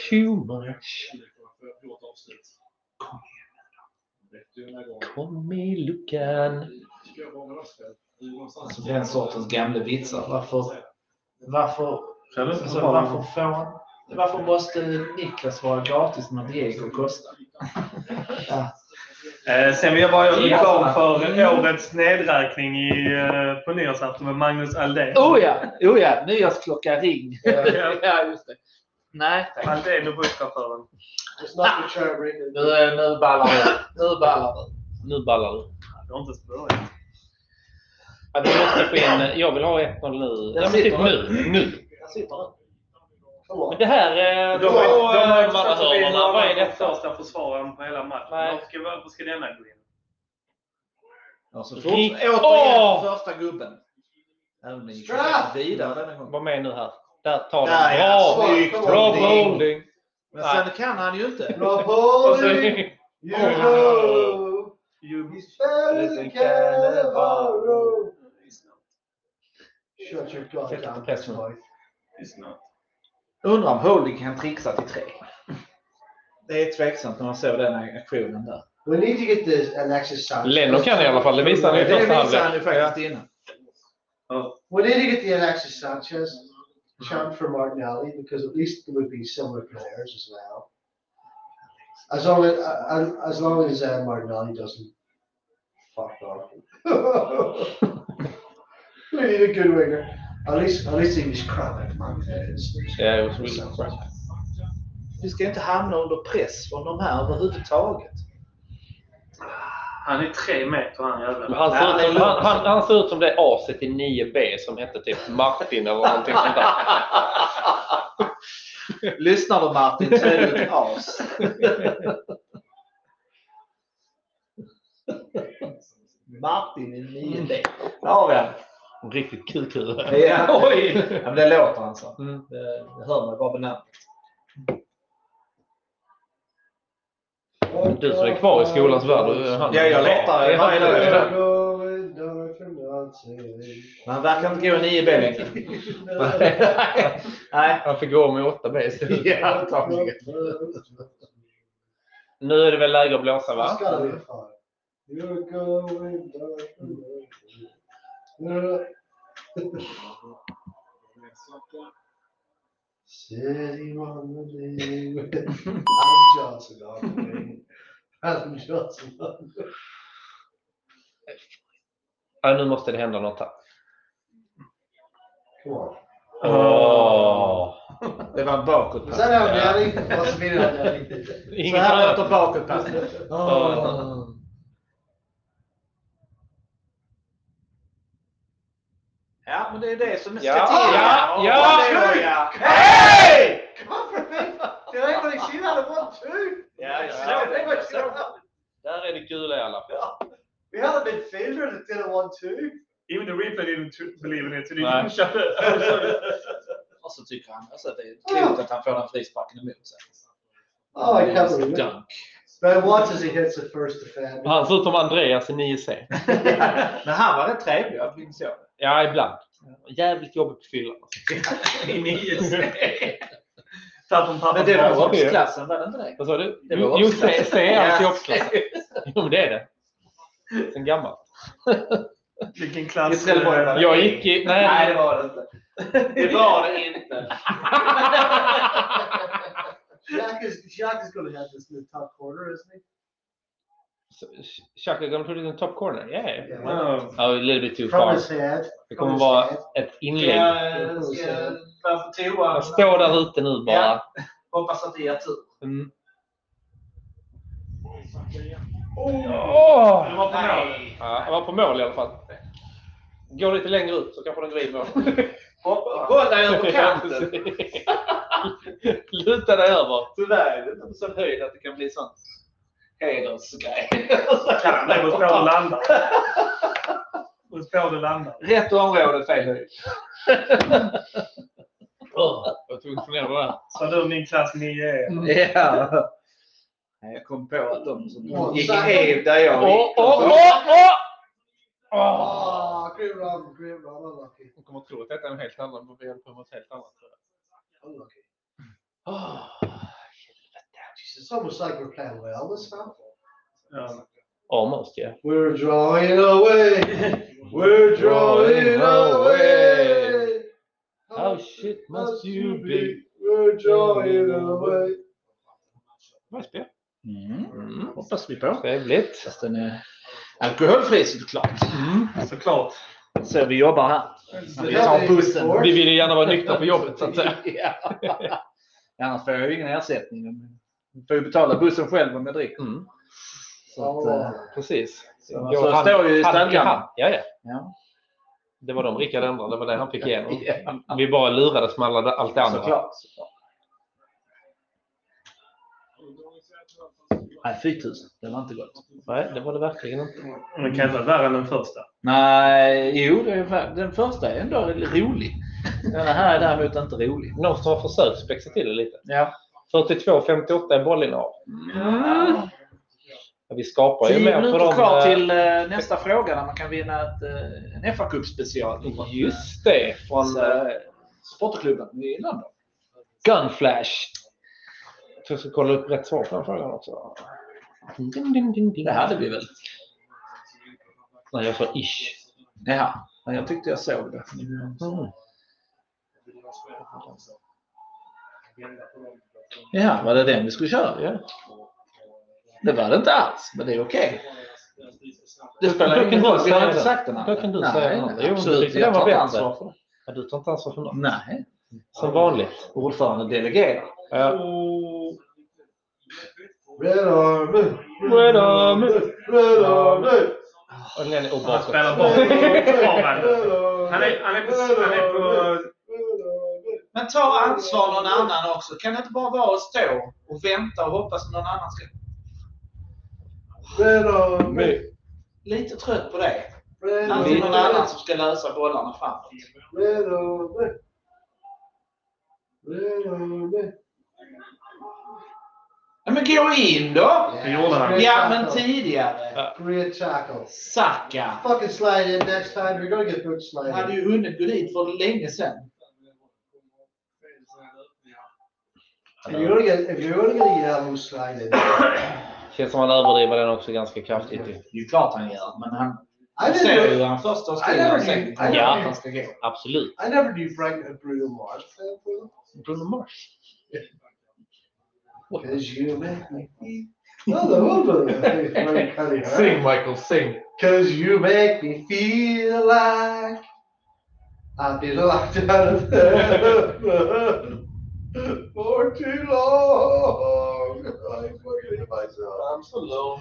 S2: Too much. Kom i luckan.
S5: Alltså, den sortens gamla vitsar. Varför, varför,
S3: Kör du inte
S5: alltså,
S3: så bra
S5: varför,
S3: varför...
S5: får, varför måste Niklas vara gratis när Diego kostar?
S3: eh, Sen vill jag bara göra reklam för årets nedräkning i, eh, på nyårsafton med Magnus Aldén.
S5: Oh ja, oh ja, nyårsklocka ring.
S3: Ja.
S5: *laughs* ja, just det. Nej, tack.
S3: Aldén och busschauffören.
S4: It's not
S2: *laughs*
S4: the chair ringing.
S5: Nu, eh, nu ballar det. Nu ballar det.
S2: Nu ballar du.
S3: Det har inte ens börjat.
S2: Ja, vi måste få in, jag vill ha 1-0 nu. Ja, men typ nu. nu.
S5: Jag sitter nu.
S2: Men det här... eh,
S3: De har ju- de har ju inte
S2: manahörnorna,
S3: satt sig in
S2: Vad är
S3: någon av de
S2: detta?
S3: första försvararen på hela matchen.
S2: Nej.
S3: Varför ska, varför ska denna gå in?
S2: Rik-
S5: Återigen
S2: Åh!
S5: första gubben. Även om ni gick
S4: Straff!
S5: vidare denna gång.
S2: Var med nu här. Där tar du.
S5: Där, ja.
S2: Bra!
S4: Snyggt.
S2: Bra bowling!
S5: Men sen kan han ju inte.
S4: Bra bowling, you know.
S3: You
S4: He's better than Cannavaro. Shut your goddamn
S2: press nu.
S4: mouth.
S3: is not.
S5: Undrar om Holding kan trixa till tre. Det är tveksamt när man ser den aktionen där.
S4: We need to get this Alexis Sanchez.
S2: Lennon kan i alla fall. Det visade han i
S5: Det
S2: första
S5: visade han
S2: halvlek.
S5: ju faktiskt innan.
S4: We need to get the Alexis Sanchez
S2: Mm-hmm.
S4: chant for Martinelli because at least there would be similar players as well. As long as uh, as long as uh, Martinelli doesn't fuck off. *laughs* we need a good winger. At least at least he was crap at Man United.
S2: Yeah, it was really crap.
S5: Vi ska inte hamna under press från de här överhuvudtaget.
S3: Han är tre meter han
S2: Men
S3: jäveln.
S2: Han
S5: Ja,
S2: ser,
S5: det är
S2: ut som, han,
S5: lugnt.
S2: han, han ser ut som det aset i 9B som hette typ Martin eller någonting sånt där.
S5: *laughs* Lyssnar du Martin så är du ett as. Martin i 9D. Där har vi han.
S2: En Riktigt kukhuvud.
S5: Ja.
S2: Oj!
S5: Ja, men det låter han så.
S2: Mm.
S5: Det, det hör man bara benämnt.
S2: Du som är kvar i skolans värld. du är han.
S5: Ja, jag letar. Jag har
S4: We're
S5: en-
S4: *laughs* going down
S2: *laughs*
S4: for Nazi.
S5: Men han verkar inte gå i 9B längre. Nej.
S2: Han fick gå med 8B istället.
S5: Ja, antagligen.
S4: *laughs*
S2: Nu är det väl läge att blåsa va?
S4: You're going down for Nazi. Said he wanted to be with Adam Johnson on the wing. Adam Johnson on the wing.
S2: Ja, nu måste det hända något här.
S4: Come on.
S2: Åh.
S5: Det var en bakåt.
S4: Is that how Danny wants to be on Danny?
S5: Så
S2: Ingen
S5: här
S2: annan.
S5: låter bakåtpassning.
S4: Oh.
S2: Oh, Åh.
S5: Ja, men det är det som ska
S2: Ja,
S5: till.
S2: ja, ja.
S5: det var ja.
S4: Hey! Come on, Frankie. Did anybody see that? It won two.
S5: Ja, jag
S4: No,
S5: såg
S4: they
S5: det.
S4: went
S5: Jag
S4: two and
S5: såg
S4: one.
S2: Där är det gula i alla fall.
S4: *laughs* We had a midfielder that did a one two.
S3: Even the replay didn't t- believe in it. Till
S2: Nej.
S3: din körde.
S5: *laughs* det. Och så tycker han alltså, att det är klokt att han får den frisparken emot sig.
S4: Oh, I
S5: Det är
S4: can't
S5: en
S4: believe it.
S5: dunk.
S4: But once as he hits the first defend.
S2: Han ser ut som Andreas i 9C.
S5: Men han var rätt trevlig, jag minns jag.
S2: Ja, ibland. Jävligt jobbigt på fyllan.
S3: I nio Satt de
S5: Men det var
S3: pappa
S2: också-
S5: årsklassen, var det inte det?
S2: Vad sa du?
S5: Det var
S2: Alltså, Jo,
S5: också-
S2: C, C är alltså
S5: Ja.
S2: jobbklass. Jo, men det är det. Sen gammalt.
S3: Vilken
S5: I
S3: klass.
S5: Trelleborg, va?
S2: Jag gick i...
S5: Nej,
S2: Nej,
S5: det var det inte. Det var det inte.
S4: Jack Shaka's, Shaka's going to have this in the top corner, isn't he?
S2: Shaka gonna put it in the top corner. Yeah.
S4: Yeah.
S3: Mm.
S2: Oh, a little bit too
S4: From
S2: far.
S4: his head.
S2: Det
S4: from
S2: kommer
S4: his
S2: vara
S4: head.
S2: ett inlägg.
S3: Ska- Ska man få toa?
S2: Jag står där ute nu bara.
S3: Ja. Hoppas att det är tur.
S2: Mm.
S3: Det var på målen.
S2: Ja, han var på mål i alla fall. Går lite längre ut så kanske den driver.
S5: *laughs*
S3: Hoppa- Kolla över kanten.
S2: Luta dig över.
S5: Tyvärr är det inte på sån höjd att det kan bli sånt hedersgrej.
S3: Kan det gå på att
S5: *laughs*
S3: landa? Gå på det landar.
S5: Rätt område, fel höjd.
S2: Jag var tvungen att fundera på det här.
S3: Så du Niklas, ni är...
S5: Ja. Nej, Jag kom på att de som gick
S4: Offside.
S5: i där jag
S2: Åh,
S5: gick.
S2: åh, åh, åh! Oh.
S4: Ah, grim run, grim run, unlucky.
S2: Hon kommer att tro att detta är en helt annan, vi håller på med något helt annat.
S4: Unlucky.
S2: Oh.
S4: It's almost like we're playing well this time.
S3: Ja.
S2: Almost yeah.
S4: We're drawing *laughs* away. We're drawing
S2: Drawing
S4: away.
S2: How shit must you be?
S4: We're drawing away.
S2: Nice beer.
S5: Mm, hoppas vi på.
S2: Trevligt.
S5: Fast den är alkoholfri såklart.
S3: Såklart.
S5: Så vi jobbar här. Vi tar bussen.
S2: Vi vill ju gärna vara nyktra på jobbet så att säga.
S5: *laughs* Ja. Annars får jag ju ingen ersättning. Jag får ju betala bussen själv om jag dricker.
S2: Mm.
S5: Så att, eh,
S2: Precis.
S5: Så- så står ju i stadgan.
S2: Ja, ja.
S5: ja,
S2: Det var de Rickard ändrade, det var det han fick igenom.
S5: Ja.
S2: Vi bara lurades med alla, allt det andra.
S5: såklart. såklart. Nej, fy tusan. Det var inte gott.
S2: Nej, det var det verkligen inte.
S3: Men det kan inte vara värre än den första.
S5: Nej, jo, det är fa- den första är ändå rolig. Den här är däremot inte rolig.
S2: Någon som har försökt spexa till det lite.
S5: Ja.
S2: 42-58 är bollinnehav. Mm. Ja, Vi skapar ju
S5: Tio
S2: mer för
S5: minuter
S2: dem.
S5: kvar
S2: eh,
S5: till eh, nästa fråga där man kan vinna ett, eh, en FA Cup special.
S2: Just det, från
S5: Från
S2: eh,
S5: eh, Sportklubben i London.
S2: Gunflash. Jag tror jag ska kolla upp rätt svar på den frågan också. Ding, ding, ding, ding.
S5: Det hade vi väl?
S2: Nej, jag sa ish.
S5: Ja, men jag tyckte jag såg det.
S2: Mm.
S5: Ja, var det den vi skulle köra?
S2: Ja.
S5: Det var det inte alls, men det är okej. Det
S2: Då
S5: spelar
S2: kan
S5: ingen
S2: du
S5: roll, vi
S2: säga
S5: har inte
S2: den.
S5: sagt den andra.
S2: Då kan du
S5: nej,
S2: säga den andra.
S5: nej,
S2: Jo, du
S5: Absolut,
S2: tyckte
S5: jag
S2: den var
S5: tar inte
S2: bättre.
S5: ansvar för det.
S2: Ja, du tar inte ansvar för något.
S5: Nej,
S2: Som vanligt.
S5: ordförande delegerar.
S2: Ja.
S5: Oh.
S4: Red Army.
S2: Red Army.
S4: Red Army.
S2: Och den är
S3: Han
S2: obakad.
S3: spelar
S5: *laughs*
S3: bort. Han är, han är på... Han är på
S5: Men ta ansvar någon annan också. Kan det inte bara vara att stå och vänta och hoppas att någon annan ska...
S4: Red Army.
S5: Lite trött på det.
S4: Red
S5: Alltid någon
S4: Army.
S5: annan som ska lösa bollarna framåt.
S4: Red Army. Red Army.
S5: Ja, men gå in då!
S3: Det gjorde han.
S5: Ja, men
S4: tackle.
S5: tidigare.
S8: Uh,
S4: Great tackle.
S5: Saka.
S4: Fucking slide in next time. You're going to get boot
S5: Han
S4: slide
S5: hade
S4: in.
S5: ju hunnit gå dit för länge sedan.
S4: If you're going to get, if you're going to get a yellow slide *laughs* in.
S2: Känns som han överdriver den också ganska kraftigt. ju.
S5: Det är ju klart han gör, men han
S4: I
S5: ser ju hur
S4: didn't.
S5: han först har
S4: I never
S5: skrivit och
S4: knew-
S5: sen
S4: I
S5: kommer
S2: never knew-
S5: han att han ska gå.
S2: Absolut.
S4: I never knew Frank and Bruno Mars played for them.
S2: Bruno Mars.
S4: Cause you make me. No, the whole brother.
S2: Michael, sing.
S4: Cause you make me feel like I've been locked out of heaven for too long. I'm fucking hit myself.
S2: I'm so low.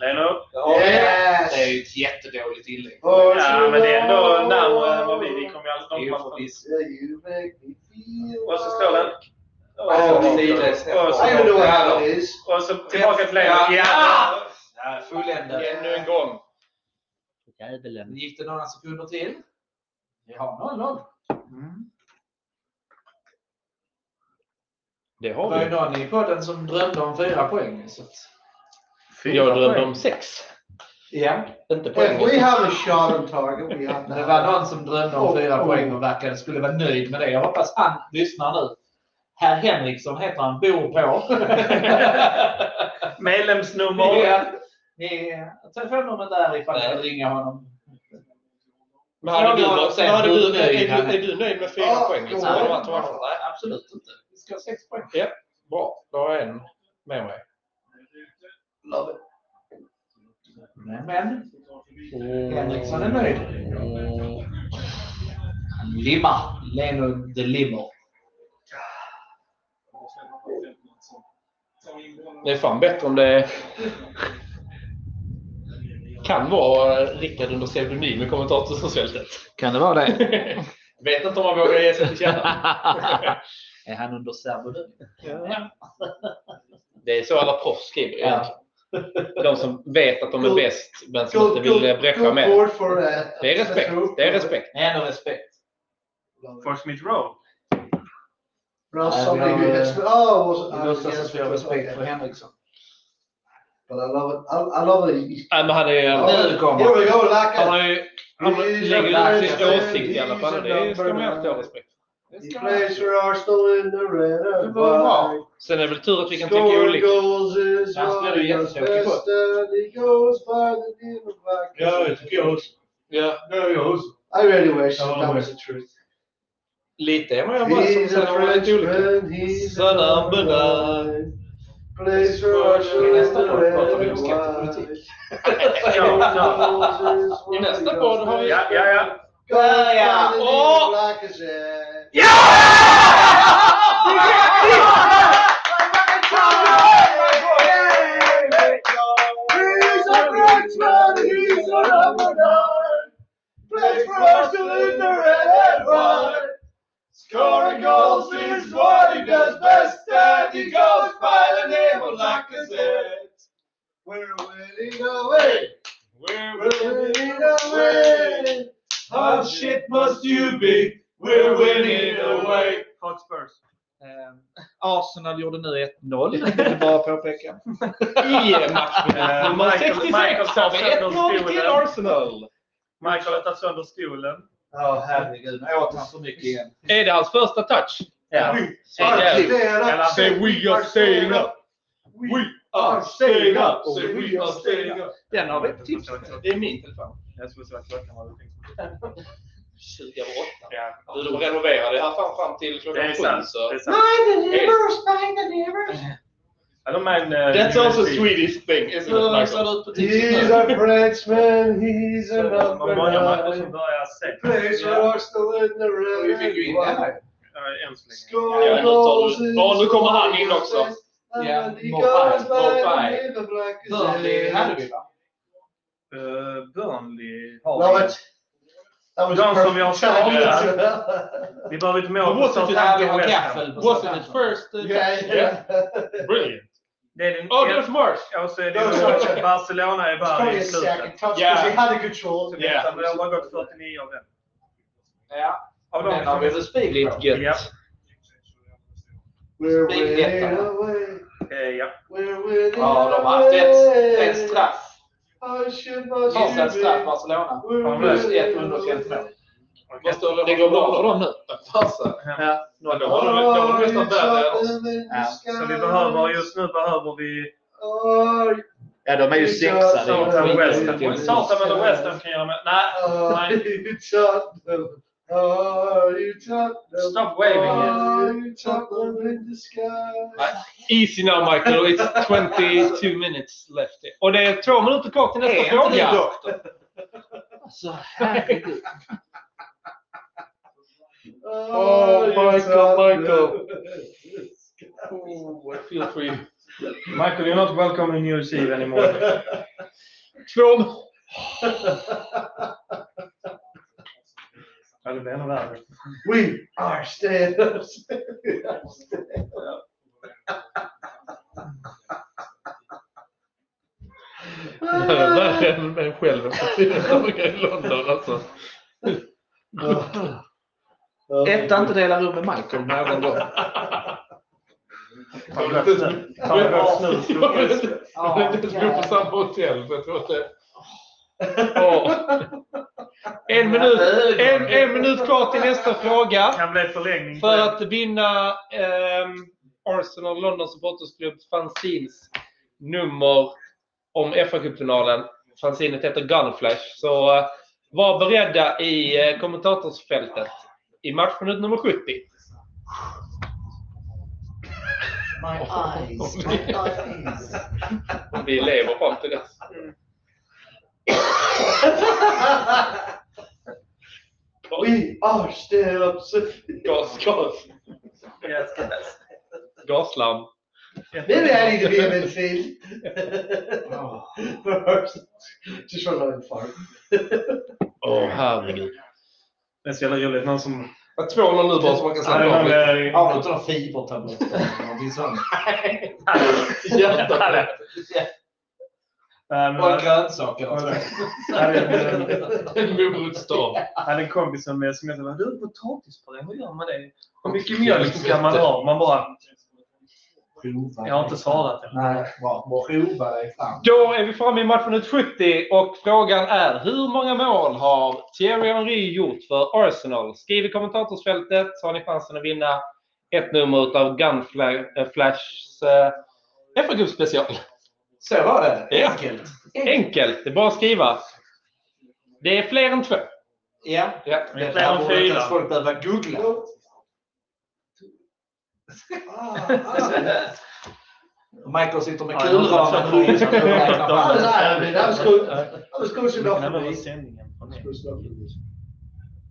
S3: Lena upp.
S5: Det är
S4: Yes.
S5: ju ett jättedåligt inlägg.
S4: For
S3: Ja,
S4: too
S3: men det är ändå närmare än vad
S4: long.
S3: vi... Vi kommer ju aldrig...
S5: Det är
S3: De
S5: ju
S3: kommer
S5: förvisso.
S4: Yeah, you make me feel.
S3: Och så står den.
S4: like-
S5: Ja,
S3: Och så-
S5: sidled.
S3: och så-
S4: I don't know what that is.
S3: Och så tillbaka till Lena. Ja!
S5: Ja. Ja, Fulländat.
S2: Ännu en gång.
S5: Nu gick det några sekunder till. Vi har 0-0. Mm.
S2: Det
S5: Det var ju
S2: har
S5: någon i podden som drömde om fyra poäng. Så att...
S2: vi. Jag drömde om sex.
S5: Ja,
S2: Inte
S4: If we
S2: poäng.
S4: have a shot on target, we have to.
S5: det
S4: have
S5: var
S4: it.
S5: någon som drömde om fyra poäng och verkade skulle vara nöjd med det. Jag hoppas han lyssnar nu. Herr Henriksson heter han, bor på.
S3: Medlemsnummer.
S5: Ja, ni har telefonnumret där ifall ni vill ringa honom.
S2: Men hade du
S5: Fråga
S2: varit
S5: honom sen,
S2: sen, hade
S5: hur
S2: du,
S5: nöjd
S2: är,
S5: han
S2: du, är du nöjd med fyra
S4: Ja,
S2: poäng? Liksom?
S4: ja.
S2: Hade du varit- varit-
S5: Nej, absolut inte. Vi ska ha sex poäng.
S2: Ja. Bra, då har jag en med mig.
S5: Love it. Men
S2: Eh,
S5: Henriksson är nöjd. Han limmar. Leno de Limmer.
S2: Det är fan bättre om det kan vara Rickard under pseudonym i kommentator som svältet.
S13: Kan det vara det?
S2: *laughs* Vet inte om man vågar ge sig till känna.
S13: *laughs* är han under servodun?
S2: Det är så alla proffs skriver.
S13: Ja.
S2: De som vet att de är
S4: Go-
S2: bäst men som inte vill eh, bräcka med.
S4: board for that.
S2: Det är respekt. Det är respekt.
S13: Ändå respekt.
S3: For Smith Rowe.
S4: Bra,
S13: Nej,
S4: somebody
S13: vi
S4: who
S13: har,
S4: gets... Oh, was,
S13: Det låter som att vi har respekt för Henriksson.
S4: But I love it. I, I love it.
S2: Nej, men han är...
S13: Nu kommer
S4: Here we go, like
S2: Han
S4: a,
S2: har ju... Han lägger ut sin åsikt i alla fall. Det ska man ju alltid ha respekt
S4: he plays for Arsenal in the red and white.
S2: för. Sen är det väl tur att vi kan tycka
S4: Scoring
S2: olika.
S4: goals is
S5: Han spelar ju
S4: Arsenal's
S5: jättetråkigt
S4: best and he goes by the name of like
S7: Ja, it goes.
S2: Ja,
S7: No, it goes.
S4: I really wish
S7: Ja,
S4: that
S7: men-
S4: was the truth.
S2: lite är man ju bara som
S4: He's
S2: sen
S4: a
S2: har man lite olika.
S4: Frenchman, he's
S2: Son of a
S4: a Plays for Arsenal
S5: I
S4: in
S5: nästa
S4: the
S5: podd pratar vi
S4: red and
S5: om
S2: *laughs*
S4: white.
S5: skattepolitik.
S2: I nästa podd har vi...
S3: Ja, ja, ja.
S4: Börja!
S2: Åh!
S4: Ja! He's a Frenchman, he's a Ramadan. Plays for Arsenal in the red and white. Scoring goals is what he does best, and he goes by the name of Lacazette. We're winning away. We're winning away. How shit must you be? We're winning away.
S3: Hotspurs.
S13: Eh, Arsenal gjorde nu 1-0. *laughs* Det är bara att påpeka.
S2: I matchen nummer
S3: Eh, Michael-
S2: 66
S3: Michael
S2: har vi
S3: Sasha,
S2: 1-0
S3: de
S2: till
S3: spelar.
S2: Arsenal.
S3: Michael har tagit sönder stolen.
S13: Ja, herregud. Nu åt han för mycket igen.
S2: Är det hans första touch?
S13: Ja.
S2: Är det-
S3: Eller-
S1: Say we are staying up. We are staying up. Say we are staying up.
S2: Den har vi på tips. Det är min telefon.
S3: Jag skulle säga att klockan var
S2: 2008.
S3: Ja,
S2: Du, de renoverade här fram, fram till
S3: det
S2: klockan
S3: är
S2: sju.
S3: sant.
S2: så-
S3: Det är sant. I don't mind uh,
S2: That's also a
S3: USC.
S2: Swedish thing, isn't it? Så Michael? ser det ut på
S4: He's
S2: tipsen.
S4: a Frenchman, he's a
S3: Så det var många matcher som
S4: Ramadan.
S3: börjar sent.
S4: Plays for
S3: Ja,
S4: Arsenal in the
S2: Och vi fick ju
S4: red
S2: in den
S4: and white.
S2: här.
S3: ja, eh, än så länge.
S2: Ja, nu
S4: Scoring
S2: tar du-
S4: goals
S2: Ja,
S4: is
S2: nu kommer han in också.
S4: what he does best, and
S5: Ja,
S4: he
S5: Mofai,
S4: goes by the
S5: Mofai.
S4: name of
S5: Burnley hade
S4: Lacazette.
S5: vi va?
S3: Eh, Burnley
S4: Love
S3: har vi.
S4: it. That was
S3: De som vi har
S4: perfect timing.
S3: Vi behöver ett mål på
S5: Wasn't it,
S3: Southampton West Ham.
S5: wasn't it first? eh,
S4: *laughs* Yeah, yeah.
S2: Brilliant.
S3: Det är den
S2: Oh, there's Mars!
S3: Ja, så är det ju Barcelona är bara
S4: Probably
S3: i
S4: a
S3: slutet.
S4: second touch
S2: Yeah.
S4: because he had a good shot.
S3: Så
S2: Yeah.
S3: nästan, men Det har gått 49 av den.
S5: Ja,
S3: Av dem
S5: den har
S3: som
S5: vi respekt på.
S3: Ja,
S4: We're
S5: Big
S4: winning
S5: hit, va?
S4: away.
S3: eh, ja.
S4: We're winning
S5: Ja, de har haft
S4: away.
S5: ett, ett straff.
S4: I should
S5: Första ett
S4: must
S5: straff,
S4: be.
S5: Barcelona.
S4: We're
S3: Har de löst
S4: winning
S5: 151 mål?
S4: away.
S3: Okej.
S2: Måste hålla- Det går bra för dem nu. Passa.
S5: Ja,
S2: Ja, då har de- då har
S4: Are
S2: de nästan
S4: you
S2: värre än oss.
S4: something in the
S5: Ja,
S4: sky?
S3: Så vi behöver, just nu behöver vi
S4: Are
S13: Ja, de är ju sexa. det är
S3: Southampton
S13: ju-
S3: West Ham. Southampton eller West Ham kan göra med. Nej,
S4: Are
S3: nej.
S4: you Tottenham? Are you Tottenham?
S3: Stop waving it.
S4: Are you Tottenham in the sky?
S2: Easy now Michael, it's 22 minutes left. Och det är två minuter kvar till
S5: Är
S2: nästa
S5: inte du
S2: fråga.
S5: doktor? Alltså,
S2: herregud.
S4: Are you Tottenham?
S2: Oh, I feel for you.
S3: Michael, you're not welcome in New Zealand anymore.
S2: Två...
S3: Ja, det blir ännu värre.
S4: We are staying up.
S2: Värre än än själv i London alltså.
S5: Etta inte dela rum med Michael någon gång.
S3: Ta en röst nu. Ta en röst nu.
S2: Jag vet inte- jag vet inte ens bo på samma hotell. så Jag tror att det... Åh. En, minut, en, en minut kvar till nästa
S3: Det
S2: fråga.
S3: kan bli förlängning.
S2: För att vinna ehm, Arsenal London Supportersklubb fanzines nummer om FA-cupfinalen. Fanzinet heter Gunflash. Så eh, var beredda i eh, kommentatorsfältet i matchminut nummer 70.
S14: my eyes, my eyes.
S2: Vi lever fram till dess.
S4: *laughs* We are still upset.
S2: Gas, gas.
S3: Yes, yes.
S2: Gaslarm.
S4: Maybe I need to be a midfield. Just run out and fart.
S2: Åh herregud.
S3: Det är så jävla roligt. Någon som... eh,
S2: 2-0 nu bara så man kan
S3: Ja, det var
S2: säga det.
S3: med-
S7: Avbryter några fibertabletter eller någonting
S2: *laughs*
S7: sånt.
S2: Hjärtat.
S3: Nej, men-
S7: Och grönsaker.
S3: Ja,
S7: och
S3: det-
S7: sånt.
S3: Jag hade en-
S2: En morotsstav.
S3: jag hade en kompis som jag som jag sa, du potatispuré, hur gör man det? Hur mycket mjölk kan man ha? Man bara,
S7: Prova.
S3: jag har inte svarat än.
S7: Nej, bra. Bara Prova dig fram.
S2: Då är vi framme i matchminut 70 och frågan är hur många mål har Thierry Henry gjort för Arsenal? Skriv i kommentatorsfältet så har ni chansen att vinna ett nummer av Gunflashs eh, FA Cup special.
S7: Så var det.
S2: Ja.
S7: Enkelt.
S2: Enkelt, det är bara att skriva. Det är fler än två.
S7: Ja.
S2: Ja.
S7: Det
S3: Fler än
S7: där borde inte ens
S3: fyra.
S7: folk behöva googla.
S4: Ah.
S7: Michael sitter med
S3: Ja, jag hoppas
S7: kulramen
S3: att-
S7: och just nu
S4: I
S7: räknar
S4: was,
S7: på det.
S4: I mean, that was good. That was good enough
S3: Det
S4: for
S3: var väl
S4: me.
S3: sändningen.
S4: That was good enough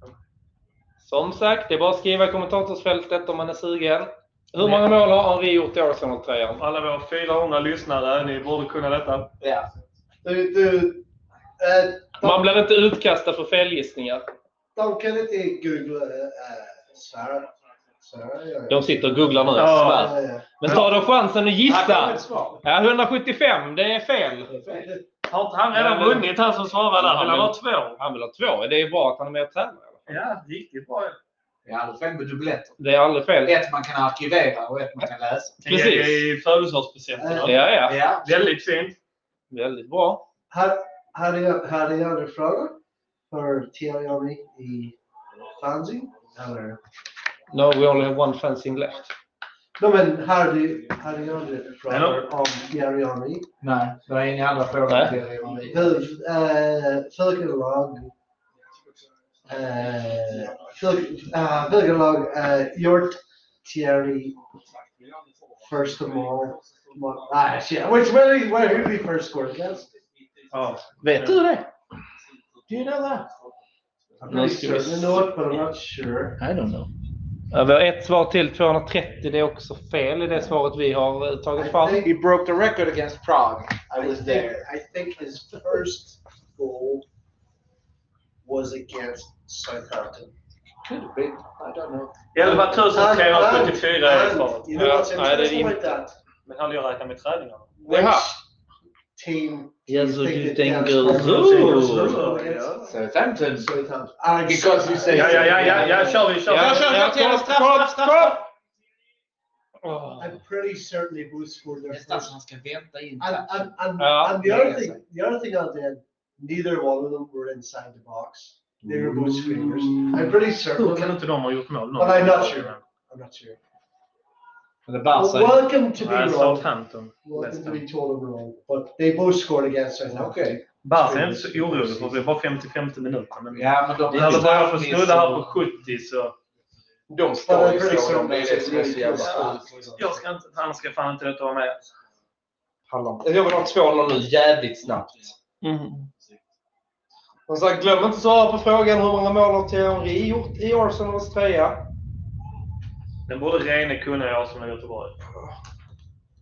S4: for me.
S2: Som sagt, det är bara att skriva i kommentatorsfältet om man är sugen. Hur många mål har Henry gjort i Arsenal-tröjan?
S3: Alla våra 400 lyssnare, ni borde kunna detta.
S7: Ja.
S4: Du, du, eh,
S2: Man blir inte utkastad för felgissningar.
S4: de kan inte googla eh, Sverige. Sverige.
S2: De sitter och googlar nu.
S3: Ja.
S2: svär.
S4: Ja, ja.
S2: Men ta då chansen att
S7: Här kommer
S2: gissa.
S7: ett svar.
S2: Ja, 175. Det är fel.
S3: Har inte han redan vunnit, han som svarade?
S2: Ja,
S3: Vill han
S2: men-
S3: ha två?
S2: Han vill ha två. Det är bra att han är med och tävlar.
S3: Ja, riktigt bra.
S7: Ja, då får med dubbletter.
S2: Det är aldrig fel.
S7: Ett man kan arkivera och ett man kan läsa.
S2: Precis.
S3: Det är I
S4: Eh,
S3: födelsedagspresent.
S2: Ja, ja.
S7: Ja.
S3: Väldigt fint.
S2: Väldigt bra.
S4: Här- här är jag- Här är jag en fråga för Thierry Henry i E fanzine. Eller?
S2: No, we only have one fencing left.
S4: No, men här är ju- här är jag en fråga
S3: Hello.
S4: om Thierry Henry.
S7: Nej, det är inga andra frågor.
S2: Nej.
S7: Det är ju-
S4: Hur, eh, vilket lag, eh, vil- eh, vilket lag eh, gjort Thierry E first of all? Well, ah, shit. Which where he, where who he first scored against?
S3: Ja.
S5: Vet du det?
S7: Do you know that?
S4: I'm
S2: No,
S4: pretty
S2: it's
S4: certain I know it, but I'm not sure.
S5: I don't know.
S2: Ja, Vi har ett svar till. 230. Det är också fel i det svaret vi har eh, tagit fram.
S5: He broke the record against Prague.
S7: I was
S4: think-
S7: there.
S4: I think his first goal was against Southampton.
S7: Could have been. I don't know.
S3: 11 374 är svaret.
S4: And, you know what's
S2: Yeah, I didn't even-
S4: interesting about that?
S3: Men han jag räknat med träningarna.
S4: Which
S2: Yeah.
S4: team?
S2: Yes,
S4: do
S2: you
S4: you
S2: think
S4: think
S2: girls.
S4: it's-
S2: Ooh.
S7: Alltså,
S5: Southampton.
S4: Southampton. I
S5: Because you say-
S3: Ja, ja, ja, ja, ja, kör vi, kör vi.
S2: Ja, ja, stopp, stopp, stopp! Åh.
S4: I'm pretty certain they both scored their
S7: Nästan
S4: first.
S7: som man ska vänta in.
S4: And, and, and,
S2: Yeah.
S4: and the other
S7: Yeah,
S4: thing, the other thing I did, neither one of them were inside the box. They were both screeners. I'm pretty
S3: Hur kan
S4: certain.
S3: inte de ha gjort mål?
S4: Well, I'm not sure. I'm not sure.
S7: Men det
S8: Oh,
S4: Well, welcome to be
S3: Nej,
S4: wrong.
S3: Southampton.
S4: Welcome to be told I'm wrong. But they both scored against Southampton.
S7: Okej.
S3: Barca är inte så orolig för det är bara 55 minuter. Men
S7: Ja, men de...
S3: när det börjar få snurra här på 70 så...
S5: De
S4: But
S5: ska
S8: Oh,
S4: I'm
S5: ju
S4: pretty
S5: slå dem.
S4: certain
S5: Det är
S4: they
S5: det som är så jävla
S4: scored.
S3: Jag ska inte, han ska fan inte låta vara med.
S2: Jag vill ha 2-0 nu jävligt snabbt. Mm. Som sagt, glöm inte att svara på frågan hur många mål har Thierry Henry gjort i Arsenals tröja?
S3: Den borde Rene kunna, jag som är göteborgare.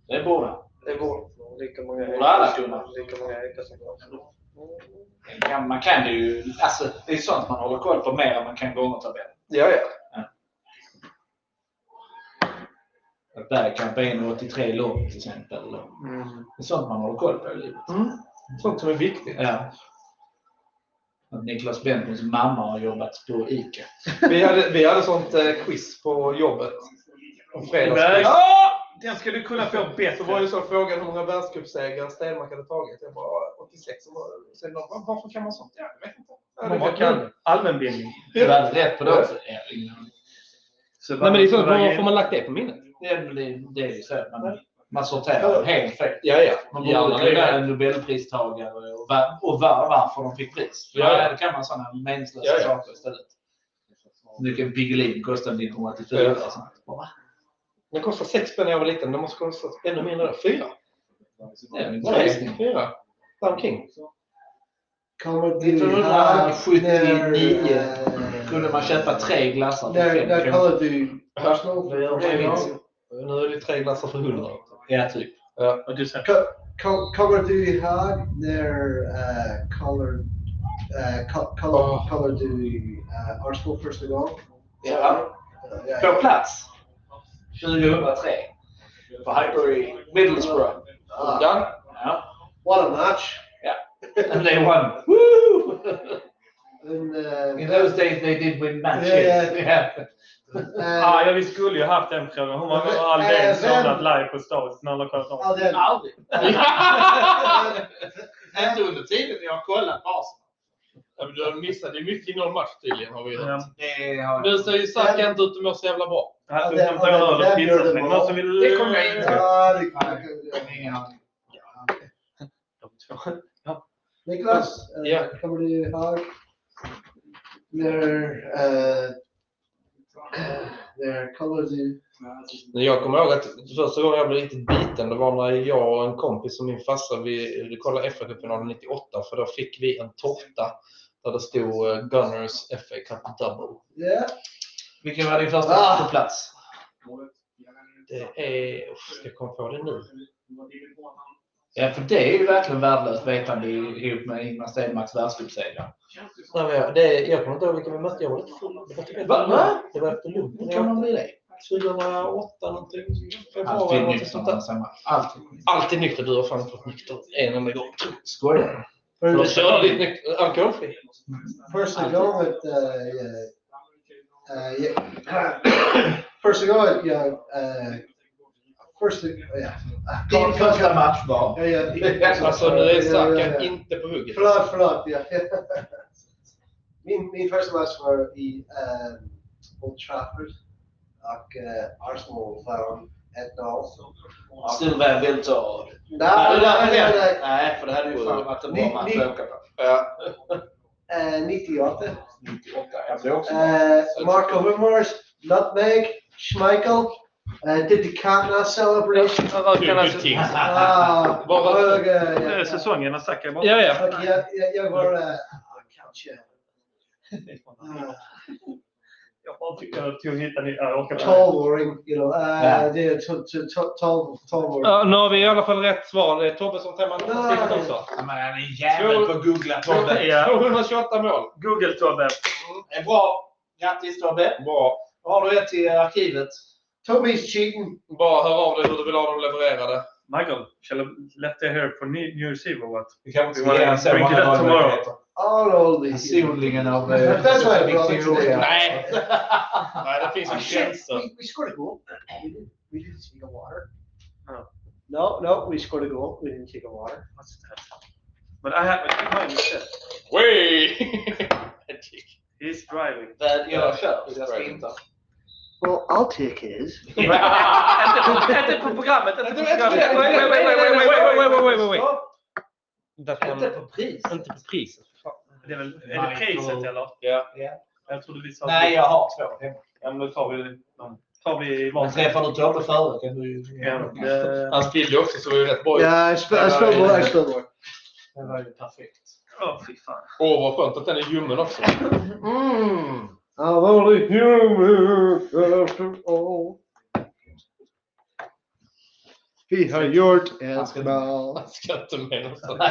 S5: Det borde han.
S2: Det var lika många
S5: Borde alla kunna.
S2: lika många Eka som jag.
S5: Ja, Man kan ju... Alltså, det är sånt man håller koll på mer än man kan gångertabellen.
S2: Ja, ja.
S5: Att där kan benen 83 lopp till exempel.
S3: Mm.
S5: Det är sånt man håller koll på i livet.
S2: Sånt som är viktigt.
S5: Ja. Att Niklas Bentons mamma har jobbat på ICA.
S2: Vi hade, vi hade sånt eh, quiz på jobbet. Om fredagsquiz.
S3: Den ska du kunna få
S2: Så var
S3: bättre.
S2: ju så frågan hur många världscupsegrar Stenmark hade tagit. Jag bara "Ja, 86. Och bara- sen de bara, varför kan man sånt? Ja, jag vet inte. Ja, det
S3: Man
S2: kan-
S3: kan allmänbildning.
S5: Du hade rätt på det också. Ja, ingen aning.
S3: Så
S2: Nej, men det är så.
S3: bara-
S2: Varför har man lagt det på minnet?
S5: Det blir- det är ju så. att Man, man sorterar helt fel.
S2: Ja, ja.
S5: Man
S2: Ja,
S5: borde
S2: det är
S5: skriva nobelpristagare och, var, och var, varför de fick pris. För
S2: Ja, ja.
S5: Då kan man sådana meningslösa
S2: Ja, ja.
S5: saker istället. Mycket Piggelin kostade 1984.
S2: Ja.
S5: och sånt. Bara,
S7: Den kostar 6 spänn när jag var liten. Den måste kosta ännu mindre. där. Fyra.
S5: Nej,
S7: Nej, fyra. Däromkring.
S4: Kommer bli här
S5: 1979
S4: när, eh,
S5: kunde man köpa tre glassar för
S4: När,
S5: fem
S4: när
S5: kronor.
S4: Karleby...
S7: Det är mitt. Nu är det tre glassar för 100.
S5: Ja, typ.
S3: Och du säger,
S4: Co- co- Kommer du ihåg när eh, Color, eh, co- color, color du eh, Arsenal första gången?
S5: Ja.
S4: Eh, ja,
S5: På plats 2003 på Highbury, Middlesbrough.
S4: Ah,
S5: Ja. ja.
S4: What a match!
S5: And they won. Woo!
S4: And, eh,
S5: In those days they did win matches.
S4: Yeah.
S5: Yeah.
S4: eh,
S3: *laughs* ah, ja, vi skulle ju haft den frågan. Hur många har Aldén
S4: Även-
S3: samlat live på stan? Snälla kolla av.
S4: all den-
S5: Aldrig.
S4: *laughs*
S5: Inte under tiden jag har kollat på Arsenal.
S7: Ja, men du missade ju mycket i någon match tydligen. Har vi hört.
S3: Ja.
S5: Det har jag
S7: Nu ser ju Saka inte ut att må så jävla bra.
S3: Här
S4: Ja, det-
S3: hämtar
S4: ja,
S3: jag
S4: det-
S3: öl och
S4: där gör
S3: pizza
S4: det
S3: till mig.
S4: bra.
S3: Någon som vill...
S5: Det kommer jag inte.
S4: Ja, det
S5: ingen aning.
S4: Niklas, eh,
S7: Ja.
S4: kommer du ihåg när, eh, när Color du...
S7: Men Jag kommer ihåg att första gången jag blev riktigt biten det var när jag och en kompis och min farsa vi vi kollade fa finalen 98 för då fick vi en tårta där det stod eh, Gunners FA Cup Double.
S4: Ja,
S5: Vilken var din första
S4: Ah.
S5: på plats?
S7: Det är... Uff, ska jag komma på det nu?
S5: Ja, för det är ju verkligen värdelöst vetande i- ihop med Ingemar Stenmarks världscupseger.
S7: Nej, men jag, det är, jag kommer inte ihåg vilka vi mötte. Jag var lite full. Det var typ
S5: Va? Va?
S7: Det var efter Lund.
S5: Hur kan man bli det?
S7: 2008 någonting. Februari
S5: Alltid
S7: eller någonting
S5: nykter
S7: sånt
S5: när man
S7: där.
S5: säger Alltid.
S7: Alltid nykter. Du har fan inte varit nykter en enda gång.
S5: Skojar
S7: Du har körligt nykter. Alkoholfri.
S4: Första gången uh, jag... *coughs* Första gången jag... eh, Första... ja.
S5: Din första match var?
S4: Ja, ja,
S8: *laughs*
S4: ja.
S7: Alltså nu är
S4: Ja, ja,
S7: Saka
S4: ja.
S7: inte på hugget.
S4: Förlåt, förlåt. *laughs* Ja. Min, min första match var i um, Old Trafford och eh, Arsenal vann 1-0.
S5: Sylvain Viltord.
S8: Uh,
S4: Nej, nej, nej, nej.
S5: Nej, för det hade ju fan varit en bra
S4: Ni-
S5: match
S4: ni-
S5: att åka på.
S7: Ja.
S4: Eh, 98.
S5: 98. Jag blev också
S4: Uh, Marco Hummers, Nutmeg, Schmeichel, uh, did the Cantona celebration.
S3: Ting.
S4: Ah,
S7: Vad var
S4: jag, eh,
S3: Det är
S4: jag-
S3: Säsongen när Saka är borta.
S7: Ja, ja.
S4: Okej, jag- jag- jag var... eh, kanske. Ah,
S3: Jag bara tyckte jag tog hitta ny... Jag orkar inte.
S4: 12-åring, you know. eh,
S5: Ja.
S4: Det är to- to- to- 12 12-åring.
S7: Ja, Uh, nu har vi i alla fall rätt svar. Det är Tobbe som tävlar fantastiskt också.
S5: Ja, men han är jävel på att googla Tobbe.
S3: Ja.
S7: 228 mål.
S3: Google-Tobbe.
S5: Det är Bra. Grattis Tobbe.
S7: Bra.
S5: Då har du ett till arkivet.
S4: Tommy's cheating.
S7: Bara hör av dig hur du vill ha dem levererade.
S3: Michael, shall I let the hair for New New Year's Eve or what?
S5: Vi kanske
S3: ska ge honom så många valmöjligheter.
S4: All old
S5: Solningen av eh,
S4: That's why I brought it
S5: liksom
S4: today.
S7: Nej. Nej, det finns
S4: Oh,
S7: ju
S4: shit.
S7: gränser.
S4: We, we scored a goal. We didn't, we didn't take a water.
S3: Oh.
S4: No, no, we scored a goal. We didn't take a water.
S3: What's that? But I have a mine instead.
S7: Way!
S3: He's
S5: *laughs*
S3: driving.
S5: Jag kör, så jag ska inte.
S4: Well, I'll take his.
S3: Inte på programmet, inte på
S7: programmet. Wait, wait, wait, wait, wait, wait, wait, wait, wait, wait, wait.
S5: Inte på pris.
S7: Inte på priset.
S3: Det är väl, är det priset eller?
S7: Ja.
S3: Jag trodde vi sa...
S5: Nej, jag har två hemma.
S3: Ja, men då tar vi... Tar vi
S5: Men
S3: varsin.
S5: träffar du Tobbe före kan du ju...
S3: Ja, det-
S7: *laughs* Han spillde ju också så det var ju rätt bra.
S4: Yeah, I, sp- I spilled more. I spilled more.
S5: Det var ju perfekt.
S3: Åh, fy fan.
S7: Åh, vad skönt att den är ljummen också. *laughs*
S4: I'm only human after all. Vi har gjort en skandal.
S7: *laughs* Han ska inte med någonstans.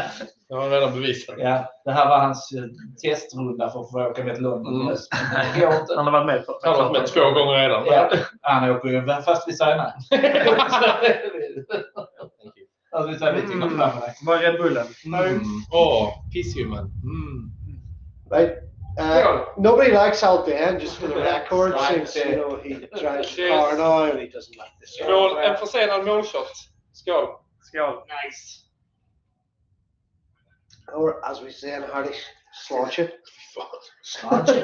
S7: Det har han redan bevisat.
S5: Ja, det här var hans eh, testrunda för att få åka med till London
S7: Mm.
S5: i höst. Men det går inte.
S3: Han har varit med förr.
S7: Han har varit med två gånger redan.
S5: Ja, han åker ju fast vi signar. Fast vi säger vi tycker inte om det.
S3: Var är Red Bullen?
S7: Mm. Åh, pissljummen. Mm.
S4: Right? Uh, nobody likes Alban, just for the record, since you know he drives a car now and he doesn't like this.
S7: Skål, en försenad målshot. Skål.
S3: Skål.
S7: Nice.
S4: Or as we say in Irish, slodge it.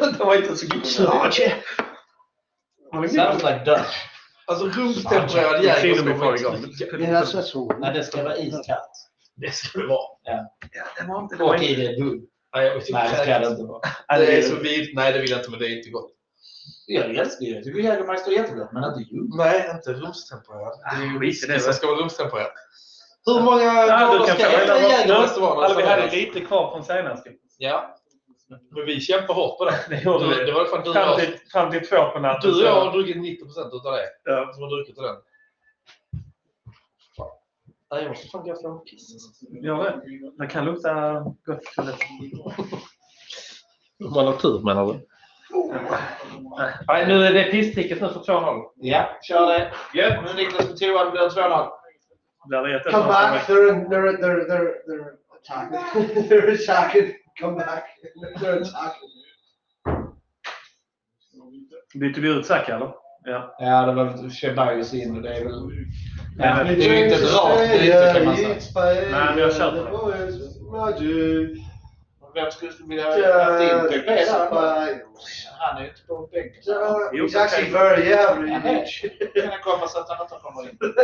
S4: *laughs*
S7: det var inte så god.
S4: Slodge it.
S5: *laughs* Sounds like duck.
S7: Alltså rumstempererad jäger ska vi få igång.
S4: Yeah, that's that's one.
S5: Nej, det ska vara iskallt.
S7: Det ska det vara.
S5: Och i det bull.
S7: Nej, jag vet inte.
S5: Nej, det ska det inte vara.
S7: Nej, det är så vid. Nej, det vill jag inte. Men det är inte gott.
S5: Jag älskar ju, jag tycker Jägermeister är jättebra, men inte jul.
S15: Nej, inte rumstempererad. Det är ju
S5: Ah, skit i det.
S15: whisky som ska vara rumstempererad.
S5: Hur många
S3: Ja,
S5: grader
S3: du kan
S5: ska
S3: få hela
S5: en Jägermeister vara?
S3: Alltså, vi hade
S5: någonstans?
S3: lite kvar från senast.
S5: Ja. Men vi kämpar hårt på det.
S3: Det gjorde
S5: Du-
S3: vi.
S5: Det var fan du och
S3: Fram
S5: jag.
S3: till- Fram till två på natten.
S5: Du och jag har druckit 90 procent utav det.
S3: Ja.
S5: Som har druckit den. Fan. Nej, jag måste fan gå fram och kissa.
S3: Gör det. Det kan lukta gott i toaletten.
S16: Man har tur menar du?
S7: Nej, nu är det pissticket nu för 2-0.
S5: Ja, kör det. Gött. Nu är Niklas på toan. Blir det 2-0?
S4: Come back. They're, they're, they're, they're, they're attacking. they're attacking. Come back. They're attacking.
S3: Byter vi ut Zacke eller? Ja.
S5: Ja, det var Chebaius in och det är väl...
S3: Ja,
S5: det är ju inte ett rakt byte kan man säga.
S3: Nej, men jag köper det.
S4: Magic.
S5: Vem skulle vilja
S4: Uh,
S5: ha in Pepe där? Han är ju inte på bänken.
S4: Jo, He's actually very average.
S5: Hur kan det komma sig att han inte kommer in?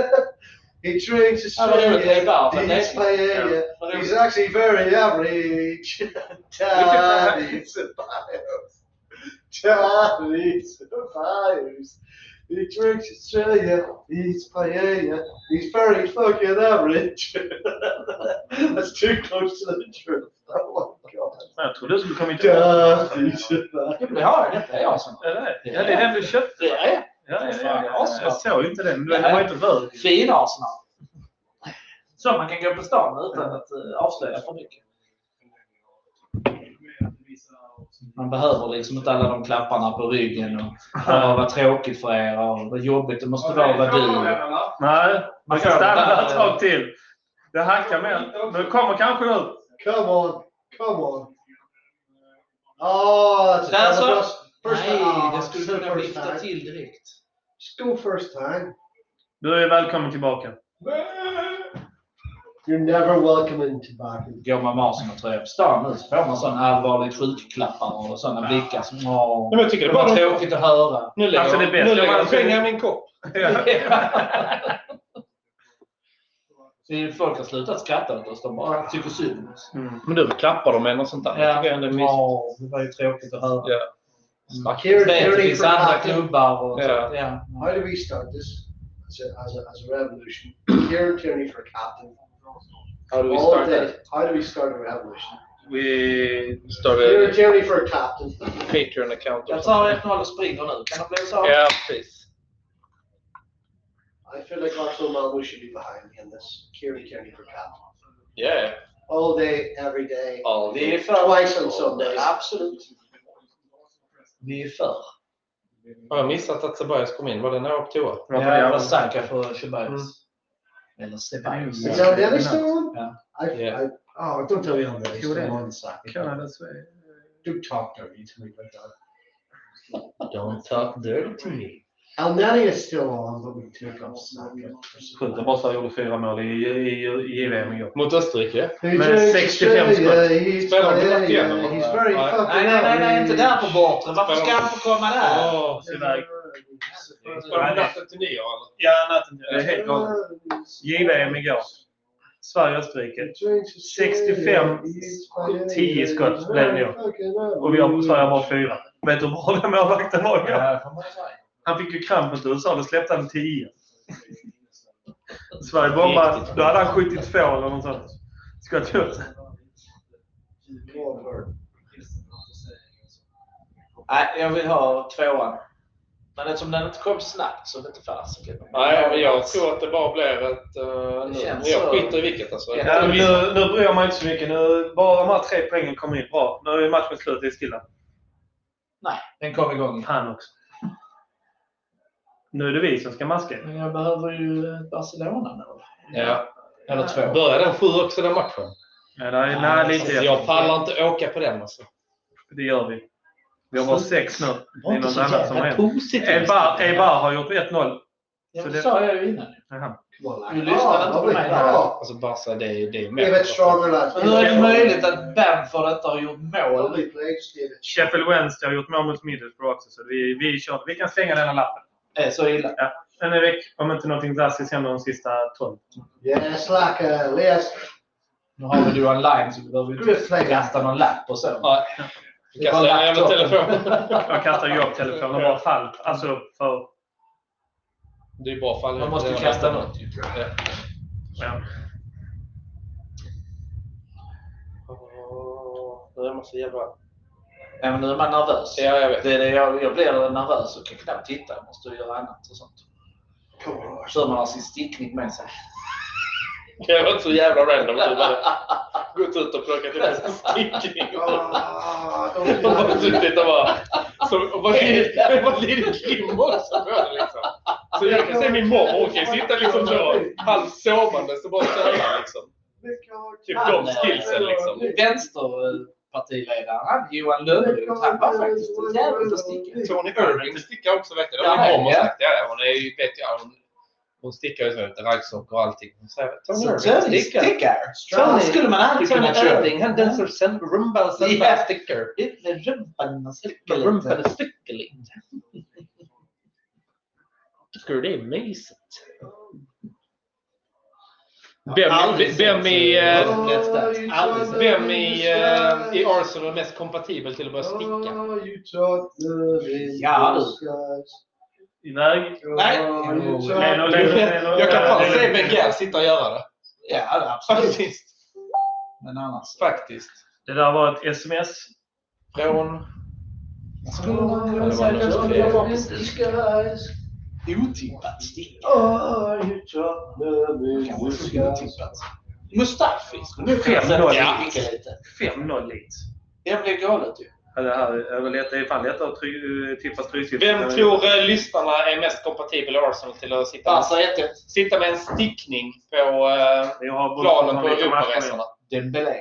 S4: He trains to
S5: Oh, they're- they're
S4: Australia.
S5: both, aren't they?
S4: He's Paella.
S5: Yeah.
S4: He's actually very average. *laughs* Daddy
S5: *laughs*
S4: Ceballos. Daddy Ceballos. He drinks Australia. He's Paella. He's very fucking average. *laughs* That's too close to the truth. Oh my god.
S3: Jag trodde du skulle komma inte
S4: Daddy Ceballos.
S5: Det har jag. Det är jag som...
S3: Ja, det är- ja, det är den du köpte.
S5: Det är jag.
S3: Ja, ja,
S5: Fan,
S3: ja,
S5: det är
S3: ja.
S5: Arsenal.
S3: Jag såg inte den. men Den var inte värd.
S5: Fin Arsenal. Så man kan gå på stan utan att eh, avslöja för mycket. Man behöver liksom inte alla de klapparna på ryggen och "Åh, vad tråkigt för er och vad jobbigt det måste vara att vara du.
S3: Nej, man kan
S5: Ja,
S3: stanna
S5: där-
S3: ett tag till. Det hackar mer. Nu kommer kanske du.
S4: Come on. Come on. Oh, that's
S5: That's
S4: another
S5: a-
S4: bus- first
S5: Nej,
S4: time.
S5: det skulle
S4: Still
S5: kunna
S4: first
S5: vifta
S4: time.
S5: till direkt.
S4: Still first time.
S3: Du är välkommen tillbaka.
S4: You're never welcome in tobacco.
S5: Går man med Arsenal-tröja på stan nu så får man sådana allvarligt sjukklappar och sådana blickar som "Åh,
S7: Men jag tycker det
S5: var
S7: var-
S5: tråkigt att höra. *laughs*
S7: Nu lägger
S3: Alltså, det är bäst.
S7: nu lägger
S3: Jag
S7: han
S3: bara-
S7: pengar i min kopp.
S5: Det är- Folk har slutat skratta åt oss. De bara tycker synd om oss.
S7: Men du klappar dem eller något sånt där.
S5: Ja.
S7: Det är ändå mysigt.
S5: Ja, det var ju tråkigt att höra.
S7: Ja.
S5: Det
S4: Here,
S5: vet,
S4: here
S5: det
S4: he
S5: finns
S4: from
S5: andra
S4: Hackney.
S5: klubbar och
S7: Ja.
S5: sånt. Ja.
S4: How do we start this as a, as a, as a revolution? *coughs* Here, Tierney for captain.
S7: How do we
S4: All
S7: start
S4: day.
S7: that?
S4: How do we start a revolution?
S7: We
S4: Here,
S7: started
S4: Tierney for captain.
S7: Patreon account. or
S5: Jag tar
S7: something.
S5: 1-0 och springer nu. Kan det bli så?
S7: Ja, precis.
S4: I feel like Arsenal Malmo should be behind me in this. Kieran Tierney for captain.
S7: Yeah.
S4: All day, every day.
S7: All
S5: Vi är för.
S4: Twice on Sundays.
S5: Absolut. Vi är för.
S7: Har jag missat att Sebaios kom in? Var det när jag var på toa?
S5: Ja, jag var säker för Mm. Chebaios. Eller
S4: Is
S5: Sebaios.
S4: that the other still on?
S5: Yeah.
S4: I, I,
S7: Yeah.
S4: oh, don't tell me on that.
S3: Sure
S4: Still
S3: is.
S4: on second. Do talk dirty to me like that.
S5: Don't talk dirty to me.
S4: El Nani is still on, but we took off second.
S3: Skönt att Barca gjorde fyra mål i, i, i JVM igår.
S7: Mot Österrike?
S4: He
S3: Men
S4: drinks
S3: 65
S4: Australia,
S3: skott.
S4: he's
S7: Spelar de
S4: Paella,
S7: direkt igenom?
S4: He's very
S7: Nej,
S4: fucking
S5: Nej, nej, nej, nej, inte där på bortre. Varför ska han få komma där?
S3: Åh, se där.
S7: Var det natten till nyår eller?
S3: Ja, natten. Det är helt galet. JVM igår. Sverige-Österrike. 65 10 skott blev det ju. Och vi har Sverige bara fyra. Vet du hur bra den målvakten var igår?
S5: Ja, får man säga.
S3: Han fick ju kramp mot USA. Då släppte han 10. Sverige bombade. Då hade han 72 eller något sånt. Skott ut.
S5: Nej, jag vill ha tvåan. Men eftersom den inte kom snabbt så vet inte fasiken.
S7: Nej, men jag tror att det bara blir ett... eh, nu.
S5: känns
S7: Men jag
S5: så.
S7: skiter i vilket alltså.
S5: Ja.
S3: Ja, nu, nu bryr jag mig inte så mycket. Nu, bara de här tre poängen kommer in bra. Nu är matchen slut. Det är stilla.
S5: Nej, den kom igång.
S3: Han också. Nu är det vi som ska maska.
S5: Men jag behöver ju ett Barcelona nu.
S7: Ja.
S5: Eller två.
S7: Börjar den sju också den matchen?
S3: Ja, det är,
S5: Nej,
S3: nej, lite
S5: alltså,
S3: efter.
S7: Jag pallar inte åka på den alltså.
S3: Det gör vi. Vi har bara sex nu. Det är
S5: Var inte
S3: något
S5: så
S3: annat som har
S5: jävla
S3: hänt.
S5: positivt.
S3: Eibar, Eibar har gjort 1-0.
S5: Ja,
S3: så
S5: men
S3: det-
S5: det sa jag ju innan.
S3: Jaha.
S5: Du
S4: Oh,
S5: lyssnade inte på mig där.
S7: Alltså Barca, det är ju... Det är
S4: Give it stronger lads.
S5: Men hur är det möjligt att Bamford inte har gjort mål?
S4: Lovely plays, David.
S3: Sheffield Wednesday har gjort mål mot Middlesbrough också. Så vi, vi, kör. vi kan slänga denna lappen.
S5: Det är så illa.
S3: Den är väck om inte någonting drastiskt händer de sista 12.
S4: Yes, like a last
S5: Nu har vi Duan Lime så vi behöver ju
S4: Good
S5: inte
S4: play.
S5: kasta någon lapp och så.
S7: Ja. Du kastar en jävla telefon.
S3: Jag kastar jobbtelefoner bara fall. Alltså för...
S7: Det är bra fall.
S3: Man måste kasta något
S7: ju.
S3: Ja.
S7: Nu är man så jävla...
S8: Ja, men nu är man nervös.
S7: Ja, jag vet.
S8: Det är det, jag, jag blir nervös och kan knappt titta. Jag måste göra annat och sånt. Kör man har sin stickning med sig.
S7: Det var inte så jävla random. Du bara gått ut och plockat upp en stickning. Och bara suttit och bara... Så, och vad lider *laughs* vad lider Kim också på det liksom? Så jag kan se min mormor. Hon kan sitta liksom så halvsovande så bara köra liksom. Typ de skillsen liksom.
S8: Vänsterpartiledaren, han Johan Lönnroth, han var faktiskt jävligt att sticka.
S7: Tony Irving stickar också vet du. Det har
S8: Ja,
S7: min mormor
S8: ja.
S7: sagt. Ja, ja, hon är ju vet jag. Hon, hon stickar ju så lite raggsockor och allting. Hon säger Tony
S8: Så
S7: Irving
S8: Tony
S7: stickar.
S8: stickar.
S7: Fan,
S8: Fan, skulle man aldrig
S7: Tony
S8: kunna köra.
S7: Irving, han dansar sen rumba och sen
S8: Ja.
S7: bara sticker.
S8: Rumpan och sticka
S7: Rumpan
S8: lite.
S7: och sticker lite. Tycker du det är mysigt? Vem,
S8: Aldrig
S7: vem
S8: sett
S7: i, eh,
S8: så- Nästan. Aldrig sett.
S7: vem i, eh, i Arsenal är mest kompatibel till att börja sticka?
S8: Ja, du.
S3: Nej.
S8: Nej.
S3: Leno, Leno, Leno.
S7: Jag kan fan se
S3: Leno.
S7: Wenger sitta och göra det.
S8: Ja, det är absolut.
S7: Faktiskt.
S8: Men annars.
S7: Faktiskt.
S3: Det där var ett sms.
S7: Från...
S8: Otippat sticka. Kanske inte skulle
S4: Kanske
S8: tippat. Mustafi skulle kunna
S3: Fem noll.
S8: sätta sticka lite.
S3: 5-0 Leeds.
S8: Det blir galet ju.
S3: Ja, Det här är väl lätt- det är fan lättare att try- tippa stryksiffror.
S7: Vem tror eh, lyssnarna är mest kompatibel i Arsenal till att sitta med,
S8: Barca 1-1.
S7: sitta med en stickning på eh,
S3: Jag har
S7: planen på
S3: bollen lite matcher
S7: Europaresorna?
S8: Dembélé.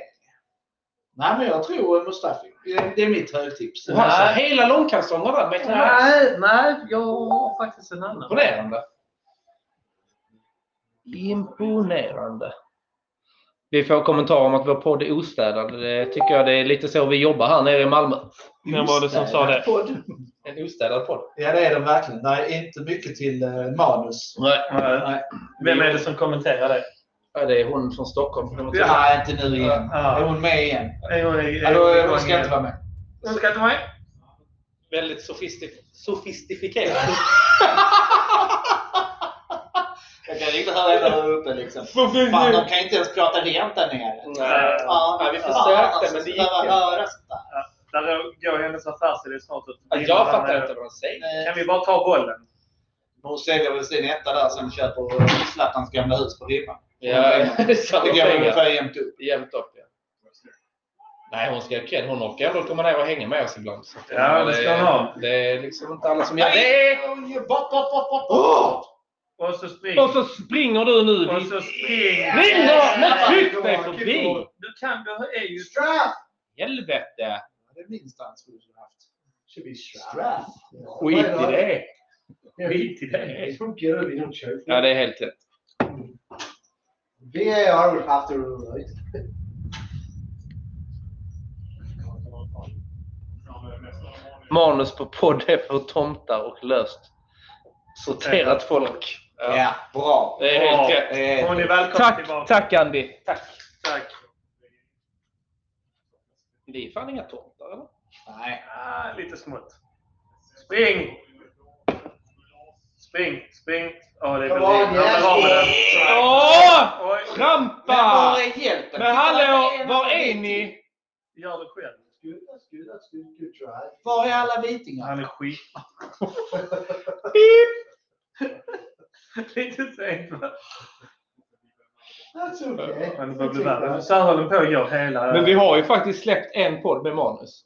S8: Nej, men jag tror Mustafi. Det det är mitt högtips.
S7: Och han sa hela långkalsonger där med tendens.
S3: Nej, nej, jag har faktiskt en annan.
S7: Imponerande. Imponerande. Vi får kommentarer om att vår podd är ostädad. Det tycker jag det är lite så vi jobbar här nere i Malmö.
S3: Vem var det som sa det?
S8: Podd.
S7: En ostädad podd.
S8: Ja, det är den verkligen. Det är inte mycket till eh, manus.
S7: Nej.
S3: Nej. Vem är det som kommenterar det?
S7: Ja, det är hon från Stockholm.
S8: Nej, inte nu igen.
S3: Ja.
S8: Är hon med igen?
S3: Är hon- är-
S8: Ja, då
S3: är
S8: då
S3: hon-
S8: ska jag inte vara med.
S3: Hon ska inte vara med.
S7: Väldigt sofistik- sofistikerad.
S8: Jag kan inte höra henne där uppe liksom. Fan, de kan ju inte ens prata rent där nere.
S7: Nej.
S8: Ja,
S7: Nej, vi försökte, men det gick
S8: inte.
S7: inte.
S8: alltså, Höra sånt där.
S3: Där går hennes affärsidé snart ut.
S7: Ja, Jag fattar inte vad de säger.
S8: Eh,
S3: Kan vi bara ta bollen?
S8: Men Hon säljer väl sin etta där sen köper eh, Zlatans gamla hus på Ribban.
S7: Ja, det är
S8: Det
S7: samma
S8: går väl
S7: pengar.
S8: ungefär jämnt upp.
S7: Jämt upp, ja. Nej, hon ska ha cred. Hon orkar ändå komma ner och hänga med oss ibland. Så att,
S3: Ja, det ska hon ha.
S7: Det är liksom inte alla som gör det.
S8: Bort, bort, bort, bort, bort!
S3: Och så spring.
S7: Och så springer du nu.
S3: Och
S7: din-
S3: så spring.
S7: Springer! Men tryck dig förbi!
S3: Du kan, du är ju...
S8: Straff!
S7: Helvete!
S8: Det är minst han skulle ha haft. Should be straff.
S7: Skit i det.
S3: Skit i det.
S4: It don't get it, you don't choke.
S7: Ja, det är helt rätt.
S4: VAR would have to rule it.
S7: Manus på podd är för tomtar och löst sorterat folk.
S8: Ja, bra.
S7: Det är helt
S3: Ja.
S7: rätt.
S8: Eh,
S3: Hon är välkommen
S7: Tack,
S3: tillbaka.
S7: tack Andy. Tack.
S3: Tack.
S7: Vi är fan inga tomtar eller?
S8: Nej.
S3: Ah, lite smått. Spring! Spring, spring. Ja, det är väl
S4: Come on,
S3: det. Han
S4: yes.
S3: är av med den.
S7: Åh!
S3: Oj,
S8: Men
S7: Trampa!
S8: var är hjälpen?
S7: Men hallå, var är ni?
S3: gör det själv.
S4: Good, that's good, that's good, good try.
S8: Var är alla vitingar?
S3: Han är skit. Lite sent va?
S4: That's okay.
S3: Men det börjar bli värre. Så här höll den på att gå hela...
S7: Men vi har ju faktiskt släppt en podd med manus.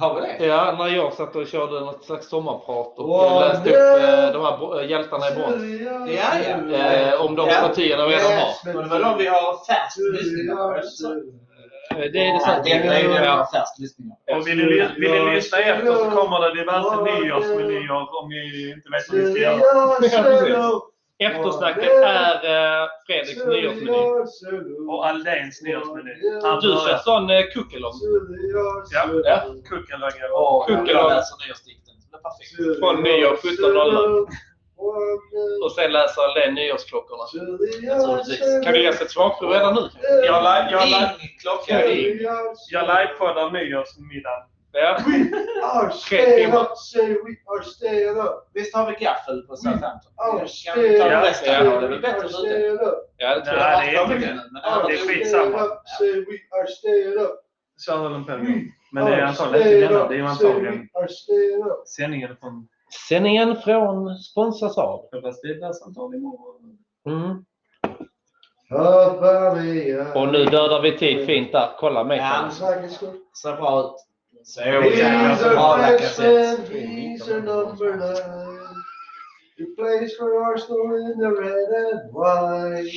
S8: Har vi det?
S7: Ja, när jag satt och körde något slags sommarprat och
S4: Åh,
S7: läste upp
S4: nej!
S7: eh, de här bro- eh, hjältarna i brons.
S4: Ja,
S8: Ja, ja.
S7: Eh, om de
S8: Ja.
S7: partierna vi redan har.
S4: Yes, men-
S8: Men det var de vi har färsk lyssning på.
S4: Ja,
S8: eller?
S7: Eh, Det är det
S8: Ja,
S7: sant.
S8: Det är ju det vi har färsk lyssning på.
S3: Och vill ni, vill ni lyssna efter så kommer det diverse nyårsmenyer om ni inte vet vad ni ska göra.
S7: Eftersnacket är eh, Fredriks nyårsmeny.
S3: Och Aldéns nyårsmeny. Han
S7: Du kör
S3: börjar-
S7: sån eh, kuckelom.
S3: Ja,
S7: ja.
S3: Kuckelånga.
S8: Åh,
S7: Kuckelång.
S8: jag läser nyårsdikten. Det är perfekt.
S7: Från nyår 17.00.
S5: Och sen läser han Len nyårsklockorna.
S4: Naturligtvis.
S5: Kan vi läsa ett smakprov redan nu?
S3: Jag la- jag la-
S5: klocka. Ring.
S3: Jag livepoddar nyårsmiddagen.
S5: Ja.
S4: Are staying up, say we are staying up.
S17: Visst har vi gaffel på Southampton?
S4: Are
S17: Kan vi
S4: staying
S17: ta
S4: up.
S17: resten? Ja, det är väl bättre
S4: Are
S17: ute.
S4: staying up.
S5: Ja, det tror jag.
S3: Nej, det är inte det.
S4: Are
S3: Det är
S4: staying
S3: skitsamma.
S4: up, Say we are staying up.
S3: Så håller de på igång. Men det är
S4: Are
S3: antagligen
S4: staying
S3: inte denna.
S4: up,
S3: Det är ju
S4: say we
S3: antagligen
S4: Are staying up.
S3: sändningen från...
S5: Sändningen från sponsras av.
S3: Fast det blir samtal imorgon.
S5: Mm.
S4: Up, buddy, up.
S5: Och nu dödar vi tid fint där. Kolla mig.
S8: Ja. Ser bra ut. Så
S4: He's
S8: jävla bra
S4: a
S8: Lacazette.
S4: Frenchman, he's a number nine. He plays for Arsenal in the red and white.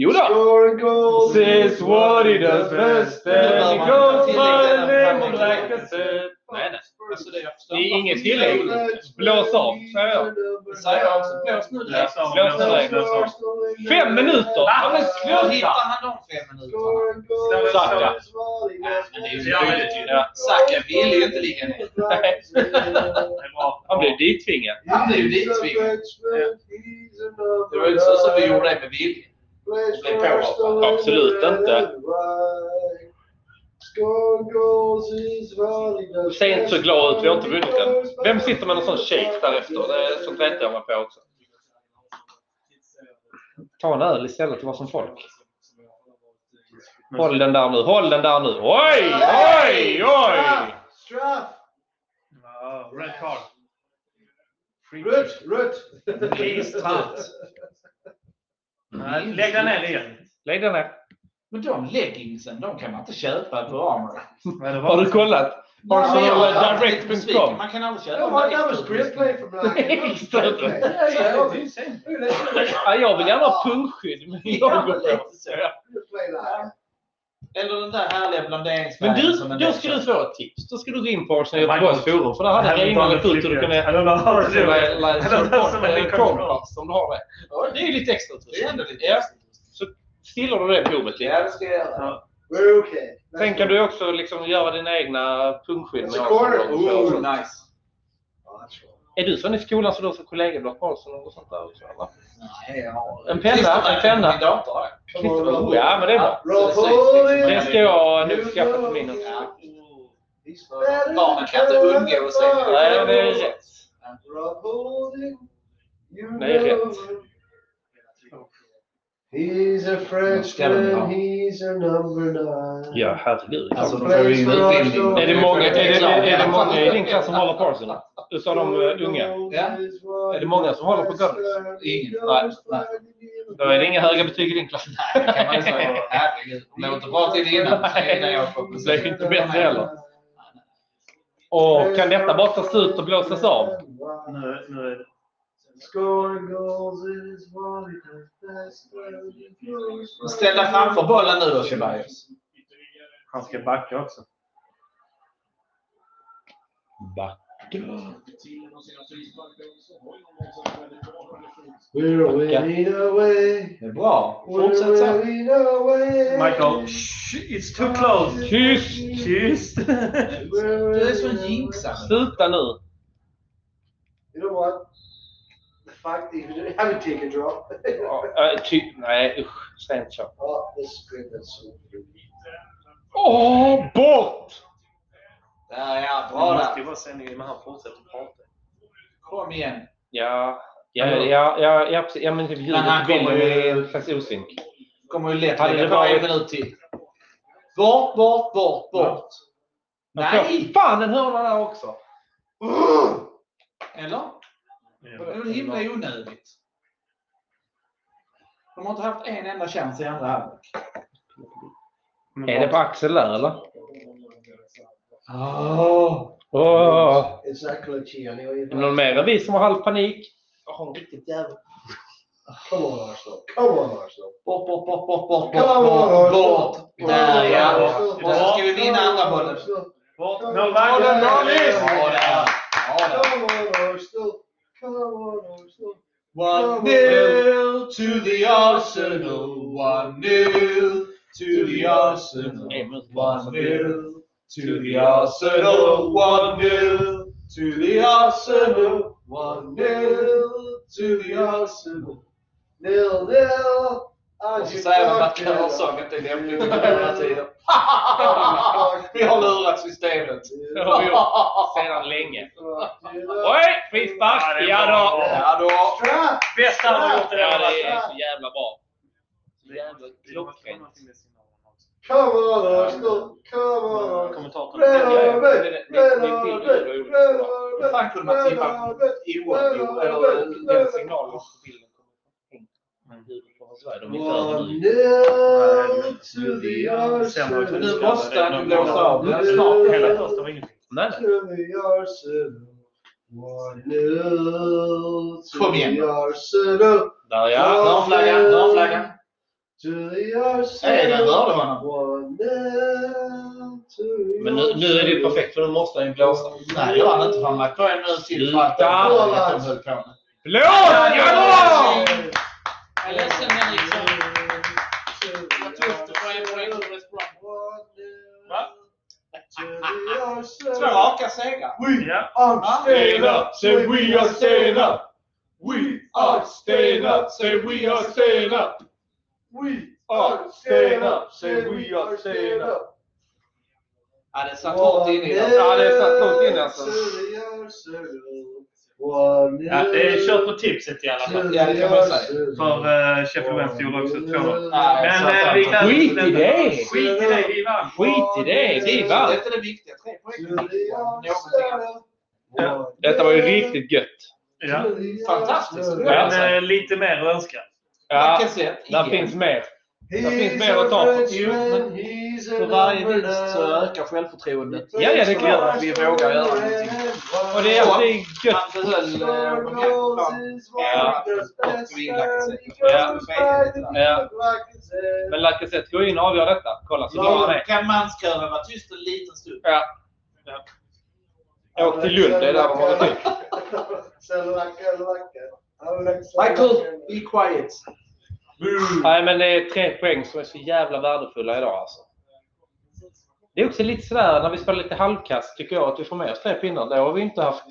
S5: Jo
S8: Eh,
S5: då.
S4: Scoring goals.
S5: This is what he does best and he goes by the name of like a said. Nej, nej.
S8: Alltså det jag förstår.
S5: Det är inget tillägg. Blås av, säger jag.
S8: Säger jag också. Blås nu direkt.
S3: Blås av,
S5: Blås av.
S3: blås av, blås av.
S5: Fem minuter! Ja, men
S8: Hur
S5: sluta!
S8: hittar han de fem minuterna?
S4: Scoring goals.
S3: Snälla,
S5: Saka.
S8: Men det är ju
S3: Ja, men-
S8: tydligt ju. Saka ville ju inte ligga ner.
S3: Det är bra.
S5: Han blev dittvingad.
S8: Han blev ju ditvingad. Det var ju inte så som vi gjorde det med vilja.
S4: Blev
S8: på,
S5: va? Absolut inte. Säg inte så glad ut, vi har inte vunnit än. Vem sitter med en sån shake där efter? Det är sånt retar jag mig på också. Ta en öl istället och var som folk. Håll den där nu, håll den där nu. Oj, oj, oj!
S4: Straff!
S3: Ja, Red card.
S4: Rött! Rött!
S3: Nej, Lägg den ner igen.
S5: Lägg den ner.
S8: Men de leggingsen, de kan man inte köpa på Armour.
S3: Men det var-
S5: *laughs* Har du kollat?
S8: Arsenaldirect.com.
S5: Arsenaldirect.com.
S8: Man kan aldrig köpa
S4: Oh, my, that was great play from Ryan.
S5: Ja, jag vill gärna ha pungskydd med
S8: Ja,
S5: joggor
S8: lite
S5: på.
S8: så. Eller den där härliga
S5: Men
S8: blonderingsfärgen som
S5: du,
S8: en
S5: då
S8: del
S5: ska
S8: köper.
S5: du få ett tips. Då ska du gå in på Arsenal
S3: Michael-
S5: Göteborgs forum. För där hade det regnat ut och du kunde...
S3: Eller vad har du?
S5: Comcast om du har det. Det är ju lite extra
S8: Det är ändå lite
S5: Ja. Så stillar du det liksom. behovet lite.
S8: Ja, det ska jag göra.
S4: We're okay.
S5: Sen kan du också liksom göra dina egna pungskydd. med
S4: It's a
S5: Arsenal.
S4: corner.
S5: Så-
S4: Ooh,
S8: nice.
S5: Är du sån i skolan så du har så kollegieblock på Arsenal och sånt där också? eller?
S8: Nej, jag har-
S5: En penna, en penna.
S8: Min dator har jag.
S5: Oh, ja, men det är bra. Det ska jag nog skaffa på min också.
S8: Barnen kan inte undgå att se det.
S5: Nej, det är rätt.
S4: Rob Holding. You
S5: Nej,
S4: know
S5: rätt.
S4: him. He's a Frenchman, he's a number nine.
S5: Ja, herregud.
S8: Alltså, de
S4: Plays
S8: får ju
S4: for
S8: utbildning.
S4: Arsenal.
S5: Är det många, är det, är det, är det många i din klass som håller på Arsenal? Utav de eh, unga?
S8: Ja.
S5: Är det många som håller på Gunners?
S8: Ingen.
S5: Nej,
S8: nej.
S5: Då är det inga höga betyg i din klass.
S8: Nej, det kan man ju säga. Herregud. De låter bra till det innan. Det är när jag får
S5: Det är inte bättre heller. Och kan detta bara tas ut och blåsas av?
S3: Nu, nu är det.
S4: Scoring goals is what he does best. and he goes by
S8: Ställ dig framför bollen nu då, Chebaios.
S3: Han ska backa också.
S4: We're winning away.
S8: Det är bra.
S4: We're
S8: Fortsätt så.
S4: winning away.
S3: Michael, shh, it's too close.
S5: Tyst!
S3: Tyst!
S8: Du är så jinxad.
S5: Sluta nu!
S4: You know what? The fact that you didn't have a take a drop.
S5: Ja, eh, ty, nej, usch. Säg inte så.
S4: oh, this is great. That's so good.
S5: Åh, bort!
S8: Ja, ja,
S3: Det
S8: bra
S3: måste ju
S8: där.
S3: vara sändningen, men han fortsätter prata.
S8: Kom igen.
S5: Ja, ja, ja, ja, ja, precis. ja men typ ljudet
S8: Men han
S5: och bilden
S8: kommer ju-
S5: är en slags osynk.
S8: Kommer ju lätt
S5: Hade
S8: lägga
S5: det
S8: på en
S5: varit-
S8: minut till. Bort, bort, bort, bort.
S5: Jag tror-
S8: Nej! Uh!
S5: Fan, en hörna där också!
S8: Eller? Det var himla onödigt. De har inte haft en enda chans i andra halvlek.
S5: Är det på axel där eller? Ah.
S8: Oh.
S5: Åh!
S4: It's not glitchy anyway.
S5: Är det någon mer än vi som har halv panik?
S4: Come on, Arsenal. Come on, Arsenal.
S8: Bort, bort, bort, bort, bort,
S4: Come
S8: bort,
S4: on,
S8: bort, bort.
S4: Arsenal.
S8: Där ja.
S4: Arsenal.
S8: Där ska vi vinna andra bollen.
S3: Bort!
S4: Bollen,
S3: Målvakten!
S4: Alice!
S8: Ja, där. Ja, där.
S4: Come on, Arsenal. Come on, Arsenal.
S8: One nil to the Arsenal. One nil to the Arsenal. One nil to the Arsenal. One nil to the Arsenal. One nil to the Arsenal.
S4: Nil, nil.
S5: Och så säger man att körsång inte är lämplig under den här tiden. Vi har lurat systemet.
S2: Det har vi gjort sedan länge. Oj, frispark!
S5: Ja, det är
S2: Ja då!
S5: bra. Ja då.
S4: Straff!
S3: Bästa han har gjort i
S2: Ja,
S3: hela
S2: det är
S3: matchen.
S2: så jävla bra. Så jävla klockrent.
S4: Come on Arsenal, come on.
S5: Kommentatorn.
S4: Red
S2: Ja,
S4: Army,
S2: det- det-
S4: Red
S2: det-
S4: Army,
S2: det- det- det-
S4: Red
S5: Hur fan kunde man tippa
S4: Army, Red
S5: oavgjort? Eller den signalen på bilden kommer
S2: De är för
S4: One nil to the
S3: Sämre
S4: Arsenal.
S3: också.
S5: Nu måste han ju blåsa av den snart.
S3: Hela första var ingenting.
S2: Nej, nej.
S4: To the Arsenal. One nil to
S5: Kom igen.
S4: the Arsenal.
S2: Där ja.
S5: Ramflaggan, ramflaggan.
S4: Nej,
S5: Nej, den rörde honom.
S2: Men nu, nu är det ju perfekt för nu måste han ju blåsa.
S5: Nej, det gör han inte. för Han har lagt på en eh, minut till för allt det
S2: Sluta!
S5: här han höll på med.
S2: Blås! Ja!
S13: Jag är ledsen men liksom... Jag tog det på en poäng och
S3: Va?
S5: Två raka segrar.
S1: We
S3: Ja.
S1: are staying up, say we are staying up. We are staying up, say we are staying up. We are staying up, say we are staying up.
S5: Ja, det satt hårt inne i den. Ja, det satt hårt inne alltså.
S3: Ja, det är kört på tipset i alla fall.
S5: Ja, det kan man säga.
S3: För eh, Sheffield Wednesday gjorde också 2-0. Men eh, vi kan...
S2: Skit i det!
S3: Skit i det, vi vann!
S2: Skit i det! Vi
S5: Det är
S2: vann!
S5: inte det viktiga. Tre poäng.
S2: Detta var ju riktigt gött.
S3: Ja.
S5: Fantastiskt.
S2: Ja.
S3: Men eh, lite mer att önska.
S2: Ja,
S5: Lacazette
S2: där
S5: igen.
S2: finns mer.
S4: Det
S2: finns mer att ta på.
S5: Jo, men För varje vinst så ökar självförtroendet.
S2: Ja, ja, det är klart.
S5: Vi vågar göra någonting.
S2: Och det är alltid gött.
S5: Han behöll... eh, på hemmaplan.
S2: Ja.
S5: Och vi Lacazette.
S2: Ja. Ja. Men Lacazette går in och avgör detta. Kolla så bra han
S5: Ja,
S2: är.
S5: Kan manskören vara tyst en liten stund?
S2: Ja. Åk till Lund, det är där vi håller till.
S5: Michael, be quiet.
S2: Nej, men det är tre poäng som är så jävla värdefulla idag alltså. Det är också lite sådär när vi spelar lite halvkast tycker jag att vi får med oss tre pinnar. Det har vi inte haft.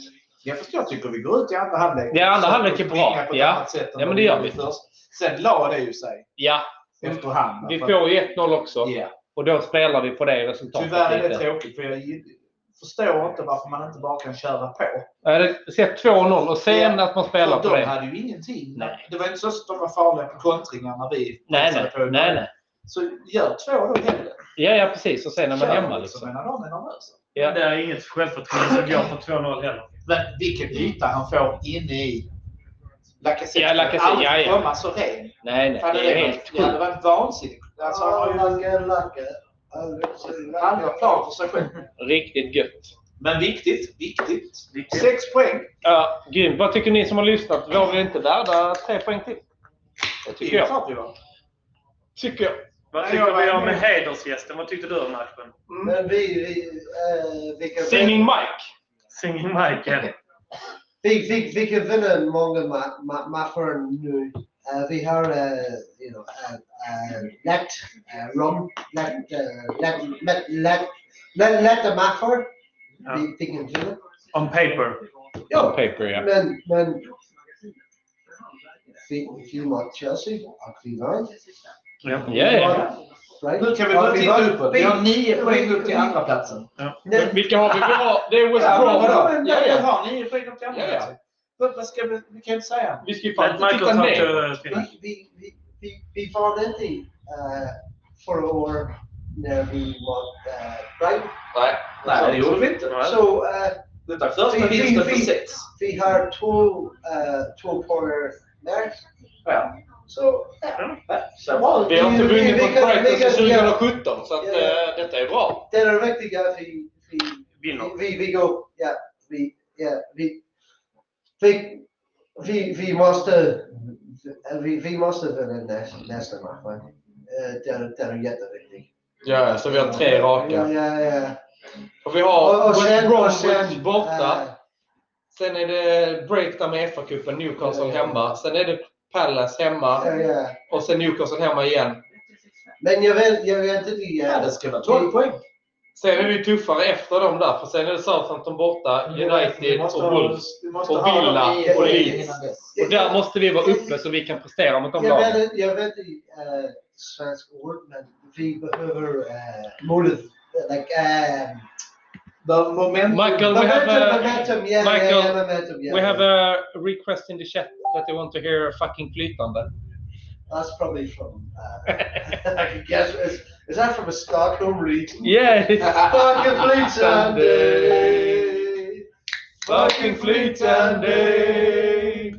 S5: Ja, fast jag tycker vi går ut i andra halvlek.
S2: Ja, andra halvlek är
S5: Och
S2: bra.
S5: springa På ett
S2: Ja.
S5: annat sätt än
S2: Ja, men
S5: vad
S2: det gör vi.
S5: först. Sen la det ju sig
S2: Ja,
S5: efterhand.
S2: vi
S5: För-
S2: får ju 1-0 också
S5: Ja.
S2: och då spelar vi på det resultatet.
S5: Tyvärr är det
S2: lite.
S5: tråkigt för jag gill- förstår inte varför man inte bara kan köra på.
S2: Nej, det- Sätt 2-0 och sen
S5: Ja.
S2: att man spelar
S5: För
S2: på
S5: de
S2: det.
S5: hade ju ingenting.
S2: Nej.
S5: Det var inte så att de var farliga på kontringar när vi
S2: Nej,
S5: pressade
S2: nej,
S5: på.
S2: nej, nej.
S5: Så gör två då hellre.
S2: Ja, ja, precis. Och sen när man
S5: Kör
S2: är hemma liksom.
S5: medan de är nervösa.
S2: Ja.
S3: Det är inget självförtroende som går för 2-0 heller.
S5: Men vilken yta han får inne i Lacazette.
S2: Ja, Lacazette,
S5: Aldrig
S2: ja, ja.
S5: komma så ren.
S2: Nej, nej.
S5: Hade
S2: Det är
S5: varit-
S2: helt
S5: det hade
S2: sjukt.
S5: varit vansinnigt. Alltså, han har ju en andra plan för sig själv.
S2: Riktigt gött.
S5: Men viktigt, viktigt. Sex poäng.
S2: Ja, grymt. Vad tycker ni som har lyssnat? Var vi inte värda tre poäng till? Det tycker
S5: Det är
S2: jag.
S5: klart vi var.
S2: Tycker jag.
S3: Vad
S5: Nej,
S3: tycker
S5: jag
S3: vi
S5: var
S3: om
S5: med.
S3: hedersgästen? Vad tyckte du om matchen?
S4: Men vi, vi, eh, vilka
S2: Singing Mike.
S3: Singing Michael.
S4: Vi, vi, vi kan vinna många ma- ma- matcher nu. Eh, vi har eh, you know, eh, eh, lätt, eh, rom, lätt, eh, lätt, lätt, lätt, lätt, lätta matcher.
S3: Ja.
S4: Vi, vi kan vinna.
S3: On paper.
S2: Ja. Paper, ja.
S4: Men, men vi, vi mot Chelsea och vi vann.
S2: Ja, ja.
S4: Right?
S5: Nu kan vi
S4: Och
S5: gå titta
S4: vann.
S5: uppåt. Vi har nio poäng upp till andra platsen.
S4: Nej,
S2: Vilka har vi? Vi har, det är West
S5: Ja,
S2: Brom.
S5: vadå?
S2: Ja,
S5: Ja, vi
S2: ja.
S5: har nio poäng upp till andra
S2: Ja, ja.
S5: platsen. Vad vad ska vi, vi kan inte säga.
S2: Vi ska ju fan
S3: Let
S2: inte
S3: Michael
S2: titta
S3: talk
S2: ner.
S3: to uh, Spinner.
S4: vi, vi, vi, vi, vi vann inte eh, förra året när vi mot eh, Brighton.
S5: Nej, det gjorde vi inte.
S4: Så eh,
S5: Utan första
S4: Vi- vi-
S5: vinsten på
S4: vi-
S5: sex.
S4: Vi har två, uh, två poäng där.
S5: Ja.
S4: Så,
S5: Så
S4: bra.
S2: Vi har inte vunnit mot Brighton sedan
S4: göra-
S2: 2017, så att,
S4: Ja,
S2: eh, detta är bra.
S4: Det är riktigt att vi, vi,
S3: Vinner.
S4: vi, vi går, ja, vi, ja, vi, vi, vi, vi måste, vi, vi måste vinna nästa, nästa match. va? Eh, Det är, det är jätteviktigt.
S2: Ja, så vi har tre
S4: Ja,
S2: raka.
S4: ja, ja. Oh,
S2: Och vi
S7: Oh,
S4: Och,
S2: har
S4: och
S2: West
S4: sen, och
S2: Bromwich
S4: sen,
S2: borta.
S4: eh,
S2: Sen är det break där med FA-cupen, Newcastle hemma. Sen är det Palace hemma
S4: Uh, ja, ja.
S2: och sen Newcastle hemma igen.
S4: Men jag vet, jag vet inte, vi,
S5: Ja,
S4: eh,
S5: det ska vara 12 poäng.
S7: Sen är vi tuffare efter dem där, för sen är det Southampton borta,
S18: Vi
S7: United
S18: måste
S7: och
S18: ha-
S7: Wolves
S18: vi måste
S7: och
S18: ha dem
S7: Villa
S18: i-
S7: och Leeds.
S18: innan dess.
S7: Och där måste vi vara uppe så vi kan prestera mot de
S4: Jag
S7: lagen.
S4: vet, jag vet i eh, svenska ord, men vi behöver eh, modet. Like, eh, the momentum.
S7: Michael, we
S4: momentum,
S7: have a,
S4: momentum, yeah,
S7: Michael,
S4: yeah, yeah, momentum, yeah.
S7: we
S4: yeah.
S7: have a request in the chat that they want to hear fucking flytande.
S4: That's probably from, uh, *laughs* I can guess, is, is that from a Stockholm region?
S7: Yeah, it's-
S4: Fucking Fleet Sunday.
S19: Fucking Fleet and Day.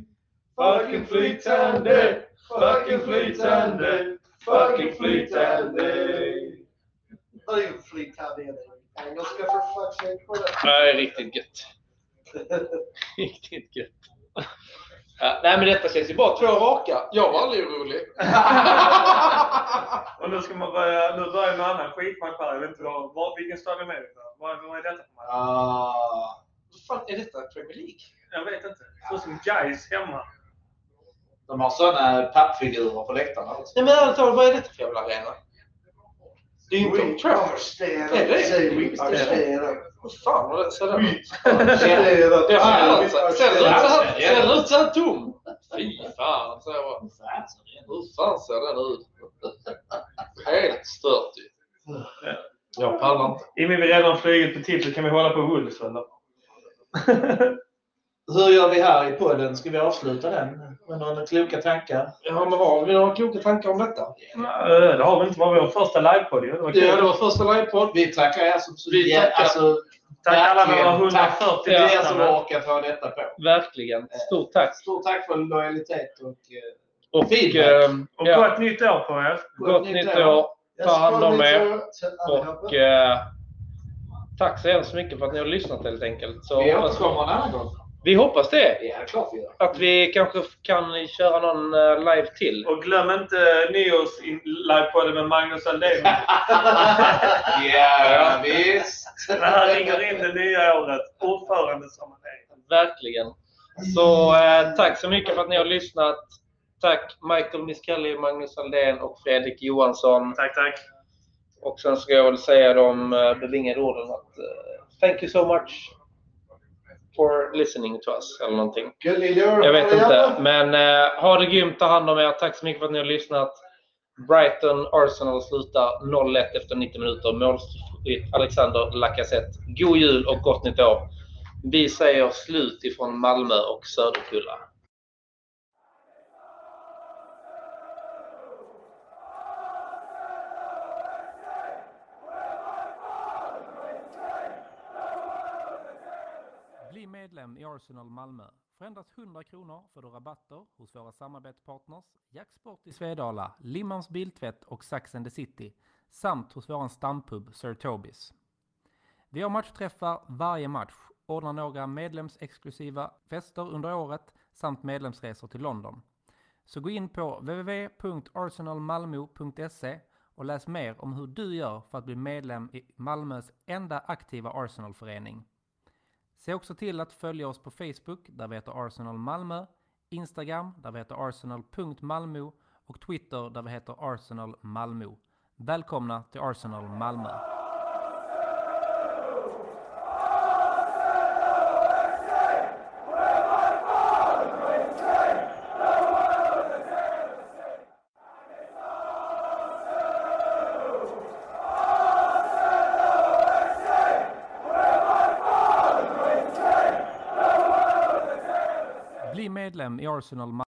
S19: Fucking Fleet and Day. Fucking Fleet and Day. Fucking Fleet and Day.
S4: Not even Fleet Sunday, I think. Let's go for fuck's sake. what the-
S7: Nej, riktigt gött. Riktigt gött. Ja, nej, men detta känns ju bara två raka. Jag var aldrig orolig.
S3: Och nu ska man börja, nu börjar en annan skitmatch här. Jag vet inte vad, vad, vilken stad är med för? Vad, vad är detta för match?
S5: Ah.
S7: Vad fan är detta? Premier League?
S3: Jag vet inte. Det ser ut som Gais hemma.
S5: De har sådana pappfigurer på läktarna också.
S7: Nej, men ärligt talat, vad är detta för jävla arena? Det är ju inte Old Trafford.
S4: stand
S7: Är
S4: up,
S7: det?
S4: say we are
S7: Är det?
S4: stand up.
S7: Vad fan var det? Ser den ut?
S4: Stand up.
S7: Det
S4: Ah,
S7: ser
S4: we
S7: ut så här-
S4: are
S7: ser
S4: stand up.
S7: ut- ser den ut så här tom? Fy fan, säger jag bara. Hur fan ser den ut? Helt stört ju. Jag pallar inte.
S3: Jimmy, vi redan har flugit på tips. Kan vi hålla på Wolves eller?
S5: *laughs* Hur gör vi här i podden? Ska vi avsluta den med några kloka tankar?
S7: Ja, men har vi några kloka tankar om detta?
S3: Nej, det har vi inte. Det var vår första livepodd ju. Det var kul.
S7: Ja, det var första livepodd.
S5: Vi tackar er som så
S7: Vi tackar.
S5: alltså,
S3: Tack alla
S5: verkligen.
S3: våra
S5: Tack
S3: 140
S5: till er som
S3: lyssnare.
S5: har orkat ha detta på.
S7: Verkligen. Stort tack.
S5: Stort tack för lojalitet och eh,
S7: Och,
S5: Feedback.
S7: eh,
S3: Och
S7: ja,
S3: gott nytt år på er.
S7: gott nytt år. Ta hand om er. Och eh, tack så hemskt mycket för att ni har lyssnat helt enkelt. Så
S5: vi
S7: hoppas-
S5: återkommer en annan gång.
S7: vi hoppas det.
S5: Ja, det är klart vi gör.
S7: Att vi kanske kan köra någon eh, live till.
S3: Och glöm inte nyårs in- livepodden med Magnus Aldén.
S5: Ja, visst.
S3: När han ringer in det nya året. Ordförande som han är.
S7: Verkligen. Så eh, tack så mycket för att ni har lyssnat. Tack Michael Miskelly, Magnus Aldén och Fredrik Johansson.
S3: Tack, tack.
S7: Och sen ska jag väl säga de eh, bevingade orden att eh, thank you so much for listening to us eller någonting.
S4: Good leader.
S7: Jag vet inte. Men eh, ha det grymt, ta hand om er. Tack så mycket för att ni har lyssnat. Brighton, Arsenal slutar 0-1 efter 90 minuter. Målskytt Alexander Lacazette. God jul och gott nytt år. Vi säger slut ifrån Malmö och Söderkulla.
S2: Bli medlem i Arsenal Malmö. För endast 100 kronor får du rabatter hos våra samarbetspartners Jacksport i Svedala, Limmans Biltvätt och Saxen the City samt hos våran stampub Sir Tobis. Vi har matchträffar varje match, ordnar några medlemsexklusiva fester under året samt medlemsresor till London. Så gå in på www.arsenalmalmo.se och läs mer om hur du gör för att bli medlem i Malmös enda aktiva Arsenalförening. Se också till att följa oss på Facebook där vi heter Arsenal Malmö, Instagram där vi heter arsenal.malmo och Twitter där vi heter Arsenal Malmö. Välkomna till Arsenal Malmö! Bli medlem i Arsenal Malmö